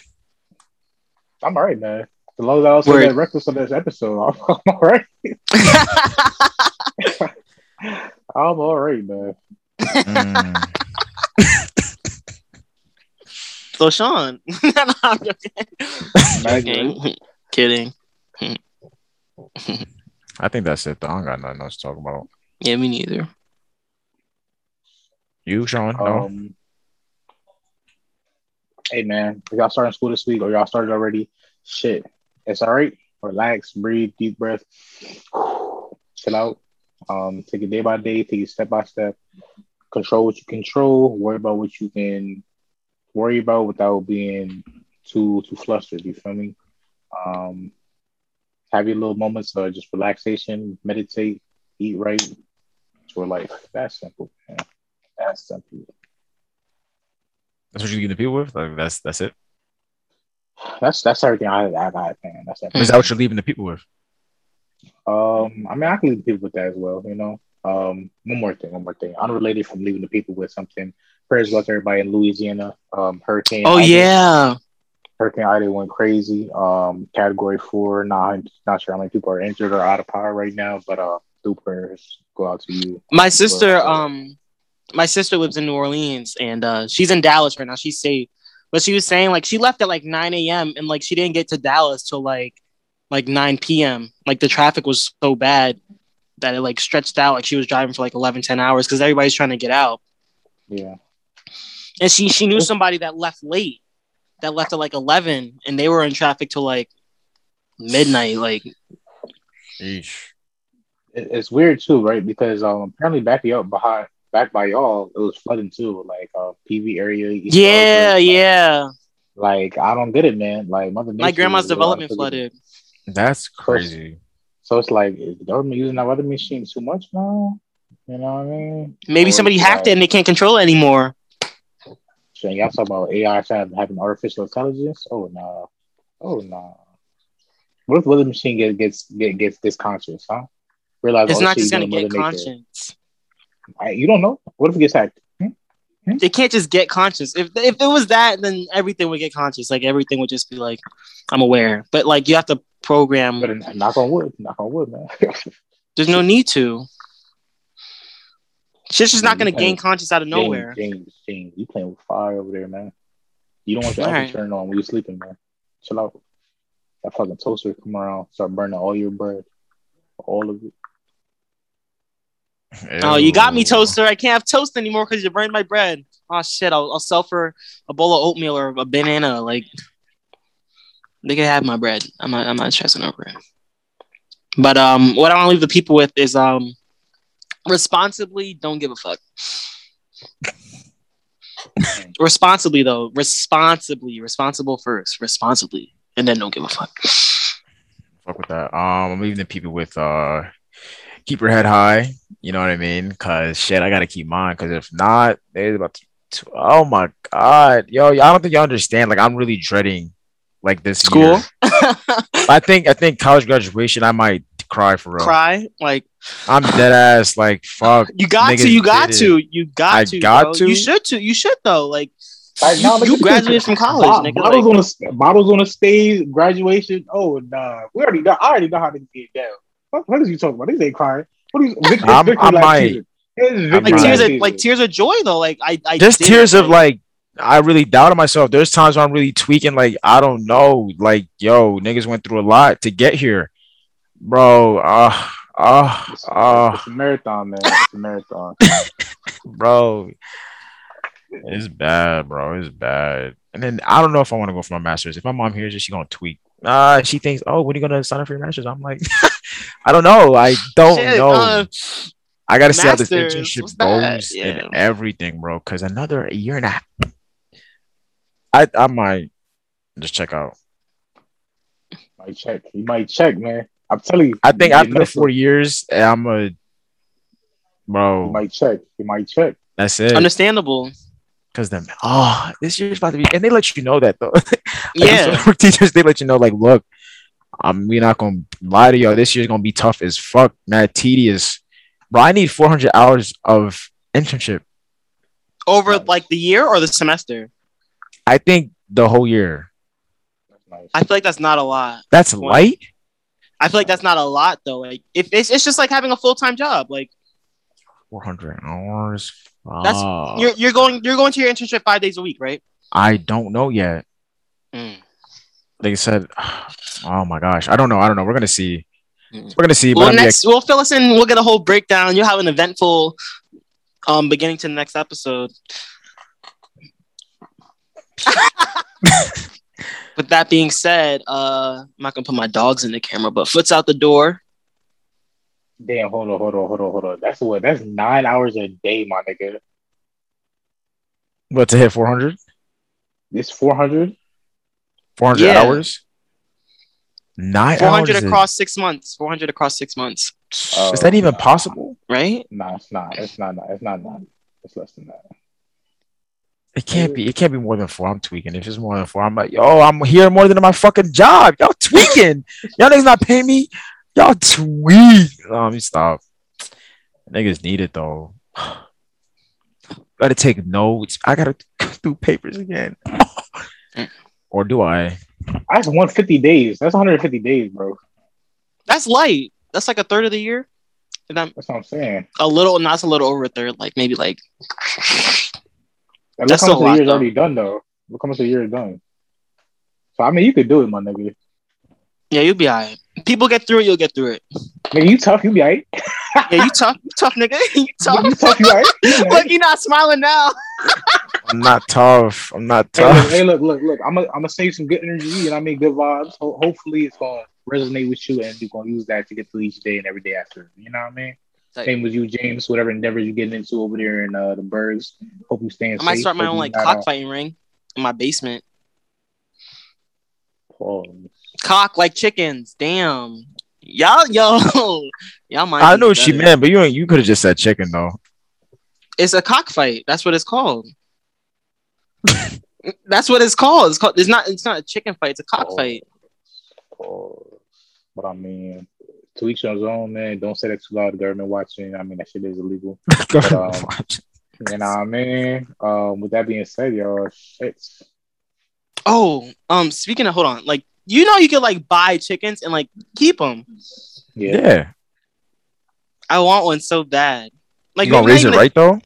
[SPEAKER 2] I'm all right, man. As long as I also
[SPEAKER 1] Word.
[SPEAKER 2] get reckless on this episode, *laughs* I'm, I'm all
[SPEAKER 1] *laughs*
[SPEAKER 2] right. I'm all right, man.
[SPEAKER 3] Mm.
[SPEAKER 1] so Sean. *laughs* No, I'm joking.
[SPEAKER 2] Imagine-
[SPEAKER 1] Kidding. *laughs* Kidding.
[SPEAKER 3] I think that's it. Though. I don't got nothing else to talk about.
[SPEAKER 1] Yeah, me neither.
[SPEAKER 3] You, Sean? No.
[SPEAKER 2] Um, hey man, if y'all starting school this week or y'all started already, shit, it's all right. Relax, breathe, deep breath, *sighs* chill out. Um, take it day by day, take it step by step. Control what you control. Worry about what you can worry about without being too too flustered. You feel me? Um, have your little moments of just relaxation, meditate, eat right. It's your life. That's simple. Man. That's simple.
[SPEAKER 3] That's what you leaving the people with? Like that's that's it.
[SPEAKER 2] That's that's everything I I got, man. That's everything.
[SPEAKER 3] Is that what you're leaving the people with?
[SPEAKER 1] Mm.
[SPEAKER 2] Um, I mean, I can leave people with that as well. You know. Um, one more thing. One more thing. Unrelated from leaving the people with something. Prayers go out to everybody in Louisiana. Um, Hurricane.
[SPEAKER 1] Oh
[SPEAKER 2] Ida-
[SPEAKER 1] yeah,
[SPEAKER 2] Hurricane Ida went crazy. Um, Category four. Not not sure how many people are injured or out of power right now, but uh, do prayers go out to you.
[SPEAKER 1] my sister. Um, my sister lives in New Orleans, and uh, she's in Dallas right now. She's safe, but she was saying like she left at like 9 a.m. and like she didn't get to Dallas till like like 9 p.m. Like the traffic was so bad that it like stretched out. Like she was driving for like 11, 10 hours because everybody's trying to get out.
[SPEAKER 2] Yeah.
[SPEAKER 1] And she she knew somebody that left late, that left at like 11, and they were in traffic till like midnight. Like
[SPEAKER 3] Eesh.
[SPEAKER 2] it, it's weird too, right? Because um, apparently back y'all behind back by y'all, it was flooding too, like uh, PV area. East
[SPEAKER 1] yeah,
[SPEAKER 2] Harlem,
[SPEAKER 1] yeah.
[SPEAKER 2] Like I don't get it, man. Like Mother
[SPEAKER 1] My
[SPEAKER 2] Nature
[SPEAKER 1] grandma's
[SPEAKER 2] is a lot
[SPEAKER 1] development
[SPEAKER 2] of-
[SPEAKER 1] flooded.
[SPEAKER 3] That's crazy.
[SPEAKER 2] So it's like is the government using that weather machine too much now? You know what I mean?
[SPEAKER 1] Maybe
[SPEAKER 2] Or
[SPEAKER 1] somebody
[SPEAKER 2] it's
[SPEAKER 1] hacked it
[SPEAKER 2] like-
[SPEAKER 1] and they can't control it anymore.
[SPEAKER 2] So y'all talking about AI trying to having artificial intelligence? Oh no, oh no. What if the weather machine get, gets get, gets this conscious, huh? Realize
[SPEAKER 1] It's
[SPEAKER 2] oh,
[SPEAKER 1] not
[SPEAKER 2] shit,
[SPEAKER 1] just
[SPEAKER 2] you
[SPEAKER 1] gonna
[SPEAKER 2] doing
[SPEAKER 1] get
[SPEAKER 2] Mother Nature.
[SPEAKER 1] conscience.
[SPEAKER 2] I- you don't know. What if it gets hacked?
[SPEAKER 1] They can't just get conscious. If if it was that, then everything would get conscious. Like everything would just be like, I'm aware. But like you have to
[SPEAKER 2] But
[SPEAKER 1] program.
[SPEAKER 2] knock on wood, knock on wood, man. *laughs*
[SPEAKER 1] There's no need to. Shit's just not gonna
[SPEAKER 2] Okay.
[SPEAKER 1] gain conscious out of nowhere.
[SPEAKER 2] James, James, James, you playing with fire over there, man. You don't want your
[SPEAKER 1] All
[SPEAKER 2] oven
[SPEAKER 1] right.
[SPEAKER 2] turned on when you're sleeping, man. Chill out. That fucking toaster come around, start burning all your bread, all of it.
[SPEAKER 1] Oh, you got me, toaster. I can't have toast anymore because you burned my bread. Oh shit, I'll, I'll sell for a bowl of oatmeal or a banana. Like they can have my bread. I'm not, I'm not stressing over it. But um, what I want to leave the people with is um, responsibly. Don't give a fuck. responsibly though, responsibly, responsible first, responsibly, and then don't give a fuck.
[SPEAKER 3] Fuck with that. Um, I'm leaving the people with uh, keep your head high. You know what I mean? Cause shit, I gotta keep mine. Cause if not, they're about to. to- oh my god, yo, I don't think y'all understand. Like, I'm really dreading like this
[SPEAKER 1] School?
[SPEAKER 3] year. I think I think college graduation. I might cry for
[SPEAKER 1] *laughs*
[SPEAKER 3] real.
[SPEAKER 1] Cry like
[SPEAKER 3] I'm dead ass. Like, fuck.
[SPEAKER 1] you got
[SPEAKER 3] Niggas
[SPEAKER 1] to, you got
[SPEAKER 3] did it.
[SPEAKER 1] to, you got
[SPEAKER 3] I
[SPEAKER 1] to,
[SPEAKER 3] got
[SPEAKER 1] bro.
[SPEAKER 3] to?
[SPEAKER 1] You should to, you should though. Like
[SPEAKER 2] Like,
[SPEAKER 1] you,
[SPEAKER 2] nah, look
[SPEAKER 1] you
[SPEAKER 2] at this.
[SPEAKER 1] graduated from college,
[SPEAKER 2] Bo-
[SPEAKER 1] nigga.
[SPEAKER 2] bottles
[SPEAKER 1] Like,
[SPEAKER 2] on the bottles on the stage, graduation. Oh nah, we already know. I already know how to get down. What, what is you talking about? These ain't crying. What is Victor,
[SPEAKER 3] I'm-
[SPEAKER 2] Victor
[SPEAKER 3] I
[SPEAKER 2] last
[SPEAKER 3] might.
[SPEAKER 2] season. It's Victor
[SPEAKER 1] like
[SPEAKER 3] Right.
[SPEAKER 2] last
[SPEAKER 1] tears, of,
[SPEAKER 2] season.
[SPEAKER 1] like tears of joy though. Like I, I
[SPEAKER 3] There's
[SPEAKER 1] did
[SPEAKER 3] tears
[SPEAKER 1] it.
[SPEAKER 3] of like I really doubted myself. There's times where I'm really tweaking. Like, I don't know. Like, yo, niggas went through a lot to get here, bro. Ah, ah,
[SPEAKER 2] It's-
[SPEAKER 3] ah,
[SPEAKER 2] it's a marathon, man. It's a marathon. It's
[SPEAKER 3] bro. It's bad, bro. It's bad. And then I don't know if I want to go for my master's. If my mom hears this, she gonna tweak. Uh, she thinks, oh, when are you gonna sign up for your master's? I'm like, *laughs* I don't know. I don't
[SPEAKER 1] Shit,
[SPEAKER 3] know.
[SPEAKER 1] uh,
[SPEAKER 3] I gotta see how this
[SPEAKER 1] Masters,
[SPEAKER 3] internship
[SPEAKER 1] what's that?
[SPEAKER 3] goes
[SPEAKER 1] Yeah.
[SPEAKER 3] and everything, bro. Because another year and a half, I I might just check out.
[SPEAKER 2] might check. You might check, man. I'm telling you.
[SPEAKER 3] I think
[SPEAKER 2] you
[SPEAKER 3] after the
[SPEAKER 2] messed up.
[SPEAKER 3] four years, I'm a
[SPEAKER 2] You
[SPEAKER 3] bro.
[SPEAKER 2] might check. You might check.
[SPEAKER 3] That's it.
[SPEAKER 1] understandable.
[SPEAKER 3] Because then, oh, this year's about to be, and they let you know that though. *laughs* Like,
[SPEAKER 1] Yeah.
[SPEAKER 3] some teachers they let you know, like, look, I'm we not gonna lie to y'all. This year's gonna be tough as fuck, mad tedious. Bro, I need 400 hours of internship.
[SPEAKER 1] over
[SPEAKER 2] Nice.
[SPEAKER 1] like the year or the semester.
[SPEAKER 3] I think the whole year.
[SPEAKER 2] That's nice.
[SPEAKER 1] I feel like that's not a lot.
[SPEAKER 3] That's
[SPEAKER 1] Wow.
[SPEAKER 3] light.
[SPEAKER 1] I feel like that's not a lot though. Like if it's, it's just like having a full time job. Like
[SPEAKER 3] 400 hours.
[SPEAKER 1] That's-
[SPEAKER 3] Fuck.
[SPEAKER 1] you're you're going you're going to your internship five days a week, right?
[SPEAKER 3] I don't know yet.
[SPEAKER 1] Mm.
[SPEAKER 3] They said, *sighs* oh my gosh, I don't know. I don't know. We're gonna see.
[SPEAKER 1] Mm.
[SPEAKER 3] We're gonna see. But
[SPEAKER 1] Well,
[SPEAKER 3] I'm yeah,
[SPEAKER 1] next we'll fill us in. We'll get a whole breakdown. You'll have an eventful um beginning to the next episode. With that being said, uh, I'm not gonna put my dogs in the camera, but foot's out the door.
[SPEAKER 2] Damn, hold on, hold on, hold on, hold on. That's what that's nine hours a day, my nigga.
[SPEAKER 3] what to hit 400?
[SPEAKER 2] This four hundred?
[SPEAKER 3] 400
[SPEAKER 1] Yeah.
[SPEAKER 3] hours. Nine
[SPEAKER 1] 400
[SPEAKER 3] hours a-
[SPEAKER 1] across six months. 400 across six months,
[SPEAKER 3] is that even
[SPEAKER 2] Oh.
[SPEAKER 3] possible?
[SPEAKER 1] right?
[SPEAKER 2] Nah, it's not. It's not it's not nine. It's less than that.
[SPEAKER 3] It can't be. It can't be more than four. I'm tweaking. If it's more than four, I'm like, yo, I'm here more than my fucking job. Y'all *laughs* tweaking. Y'all niggas not paying me. Y'all tweak. Oh, let me stop. Niggas need it though. gotta take notes. I gotta do papers *laughs* again. or do I?
[SPEAKER 2] That's one fifty days. That's one hundred fifty days, bro.
[SPEAKER 1] That's light. That's like a third of the year. And I'm
[SPEAKER 2] That's what I'm saying.
[SPEAKER 1] a little, not a little over a third, like maybe like
[SPEAKER 2] And
[SPEAKER 1] That's
[SPEAKER 2] look how
[SPEAKER 1] a
[SPEAKER 2] much
[SPEAKER 1] lot,
[SPEAKER 2] of the year's
[SPEAKER 1] though.
[SPEAKER 2] already done though. Look how much of the year is done. So I mean you could do it, my nigga.
[SPEAKER 1] Yeah, you'll be all right. People get through it, you'll get through it.
[SPEAKER 2] Nigga, you tough, you be alright.
[SPEAKER 1] Yeah, you tough, you tough nigga. *laughs* You *laughs* tough.
[SPEAKER 2] You
[SPEAKER 1] *laughs*
[SPEAKER 2] tough, you alright. You be alright.
[SPEAKER 1] Look, you're not smiling now.
[SPEAKER 3] I'm not tough. I'm not
[SPEAKER 2] Hey, look,
[SPEAKER 3] tough.
[SPEAKER 2] hey, look, look, look. I'm gonna I'm gonna save some good energy. You know what I mean? Good vibes. Ho- hopefully, it's gonna resonate with you, and you're gonna use that to get through each day and every day after. You know what I mean?
[SPEAKER 1] Like-
[SPEAKER 2] Same with you, James. Whatever endeavors you're getting into over there in uh, the birds. Hope you staying
[SPEAKER 1] I
[SPEAKER 2] safe.
[SPEAKER 1] might start my
[SPEAKER 2] Hope
[SPEAKER 1] own
[SPEAKER 2] you
[SPEAKER 1] like
[SPEAKER 2] not,
[SPEAKER 1] cockfighting ring in my basement.
[SPEAKER 2] uh, pause.
[SPEAKER 1] Cock like chickens. Damn. Y'all, *laughs* yo, y'all might.
[SPEAKER 3] I
[SPEAKER 1] be
[SPEAKER 3] know what she
[SPEAKER 1] better.
[SPEAKER 3] meant, but you ain't- you could have just said chicken though. *laughs*
[SPEAKER 1] It's a cockfight. That's what it's called. *laughs* That's what it's called. It's called. It's not. It's not a chicken fight. It's a
[SPEAKER 3] Oh.
[SPEAKER 1] cockfight.
[SPEAKER 2] Pause. But I mean, to each his own, man. Don't say that too loud. The government watching. I mean, that shit is illegal.
[SPEAKER 3] uh,
[SPEAKER 2] um, You know what I mean? Um, with that being said, y'all, shit.
[SPEAKER 1] Oh, um, speaking of, hold on. Like, you know, you could like buy chickens and like keep them.
[SPEAKER 2] Yeah.
[SPEAKER 3] yeah.
[SPEAKER 1] I want one so bad. Like,
[SPEAKER 3] you gonna
[SPEAKER 1] maybe not
[SPEAKER 3] raise it
[SPEAKER 1] even a-
[SPEAKER 3] right though?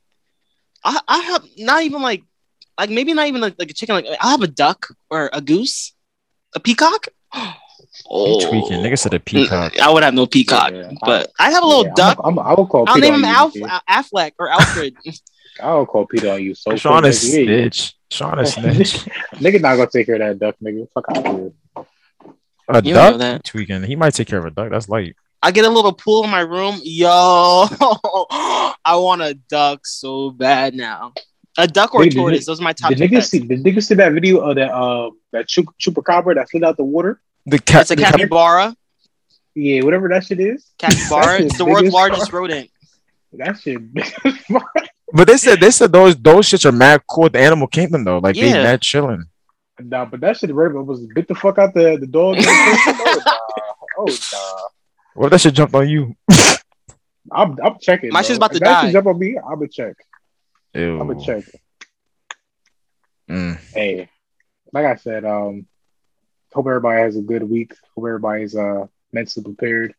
[SPEAKER 1] I I have not even like
[SPEAKER 2] *gasps*
[SPEAKER 1] like maybe not even like, like a chicken. Like I have a duck or a goose, a peacock. Oh,
[SPEAKER 3] You tweaking. Nigga said a peacock.
[SPEAKER 1] I would have no peacock,
[SPEAKER 2] Yeah.
[SPEAKER 1] but I have a little
[SPEAKER 2] Yeah, I'm-
[SPEAKER 1] duck.
[SPEAKER 2] I'm, I'm, I will call
[SPEAKER 1] I'll
[SPEAKER 2] Peter
[SPEAKER 1] name him
[SPEAKER 2] on you,
[SPEAKER 1] Alf-
[SPEAKER 2] dude.
[SPEAKER 1] Affleck or
[SPEAKER 2] *laughs*
[SPEAKER 1] Alfred.
[SPEAKER 2] I will call Peter on you. So
[SPEAKER 3] Sean
[SPEAKER 2] quick,
[SPEAKER 3] is
[SPEAKER 2] nigga. Yeah,
[SPEAKER 3] snitch. Sean is snitch.
[SPEAKER 2] Nigga not gonna take care of that duck, nigga. Fuck out of here.
[SPEAKER 3] A
[SPEAKER 1] You know
[SPEAKER 3] duck?
[SPEAKER 1] that.
[SPEAKER 3] Tweaking. He might take care of a duck. That's light.
[SPEAKER 1] I get a little pool in my room. Yo, *laughs* I want a duck so bad now. A duck or
[SPEAKER 2] Wait,
[SPEAKER 1] a
[SPEAKER 2] did
[SPEAKER 1] tortoise.
[SPEAKER 2] it-
[SPEAKER 1] Those are my top
[SPEAKER 2] Did
[SPEAKER 1] two.
[SPEAKER 2] niggas
[SPEAKER 1] pets.
[SPEAKER 2] see? Did niggas see that video of that uh that chup- chupacabra that slid out the water?
[SPEAKER 3] The cat.
[SPEAKER 1] It's a
[SPEAKER 3] the cap-
[SPEAKER 1] capybara.
[SPEAKER 2] Yeah, whatever that shit is.
[SPEAKER 1] Capybara.
[SPEAKER 2] *laughs* That's
[SPEAKER 1] it's the
[SPEAKER 2] the
[SPEAKER 1] world's
[SPEAKER 2] biggest
[SPEAKER 1] largest rodent.
[SPEAKER 2] That shit. *laughs*
[SPEAKER 3] But they said they said those those shits are mad cool at the animal kingdom though. Like they
[SPEAKER 1] Yeah.
[SPEAKER 3] mad chilling.
[SPEAKER 2] nah, but that shit right, was bit the fuck out the
[SPEAKER 1] *laughs*
[SPEAKER 2] the dog. oh, nah. oh nah.
[SPEAKER 3] What if that shit jumped on you?
[SPEAKER 2] I'm, I'm checking.
[SPEAKER 1] My
[SPEAKER 2] bro.
[SPEAKER 1] shit's about to
[SPEAKER 2] If that
[SPEAKER 1] die.
[SPEAKER 2] Shit jump on me. I'm a check.
[SPEAKER 3] Ew.
[SPEAKER 2] I'm
[SPEAKER 3] Oh.
[SPEAKER 2] a check.
[SPEAKER 3] Mm.
[SPEAKER 2] Hey, like I said, um, hope everybody has a good week. Hope everybody's uh mentally prepared.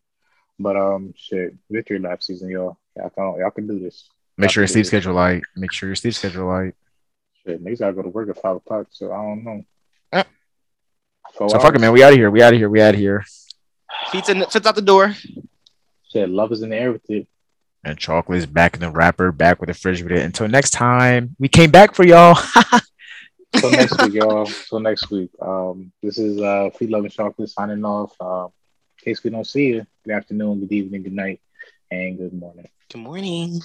[SPEAKER 2] But um, shit, victory lap season, y'all. Y'all can y'all can do this.
[SPEAKER 3] Make sure your sleep schedule light. Make sure your sleep schedule light.
[SPEAKER 2] Shit, niggas gotta go to work at five o'clock, so I don't know.
[SPEAKER 3] Eh.
[SPEAKER 2] So, um,
[SPEAKER 3] So fuck it, man. We out of here. We out of here. We out of here.
[SPEAKER 1] Feet's in, fits out the door.
[SPEAKER 2] Shit, love is in the air with it.
[SPEAKER 3] And chocolate's back in the wrapper, back with the refrigerator. Until next time, we came back for y'all.
[SPEAKER 2] So next week, y'all. So next week. Um, this is uh, Feed Love and Chocolate signing off. Um, in case we don't see you, good afternoon, good evening, good night, and good morning.
[SPEAKER 1] Good morning.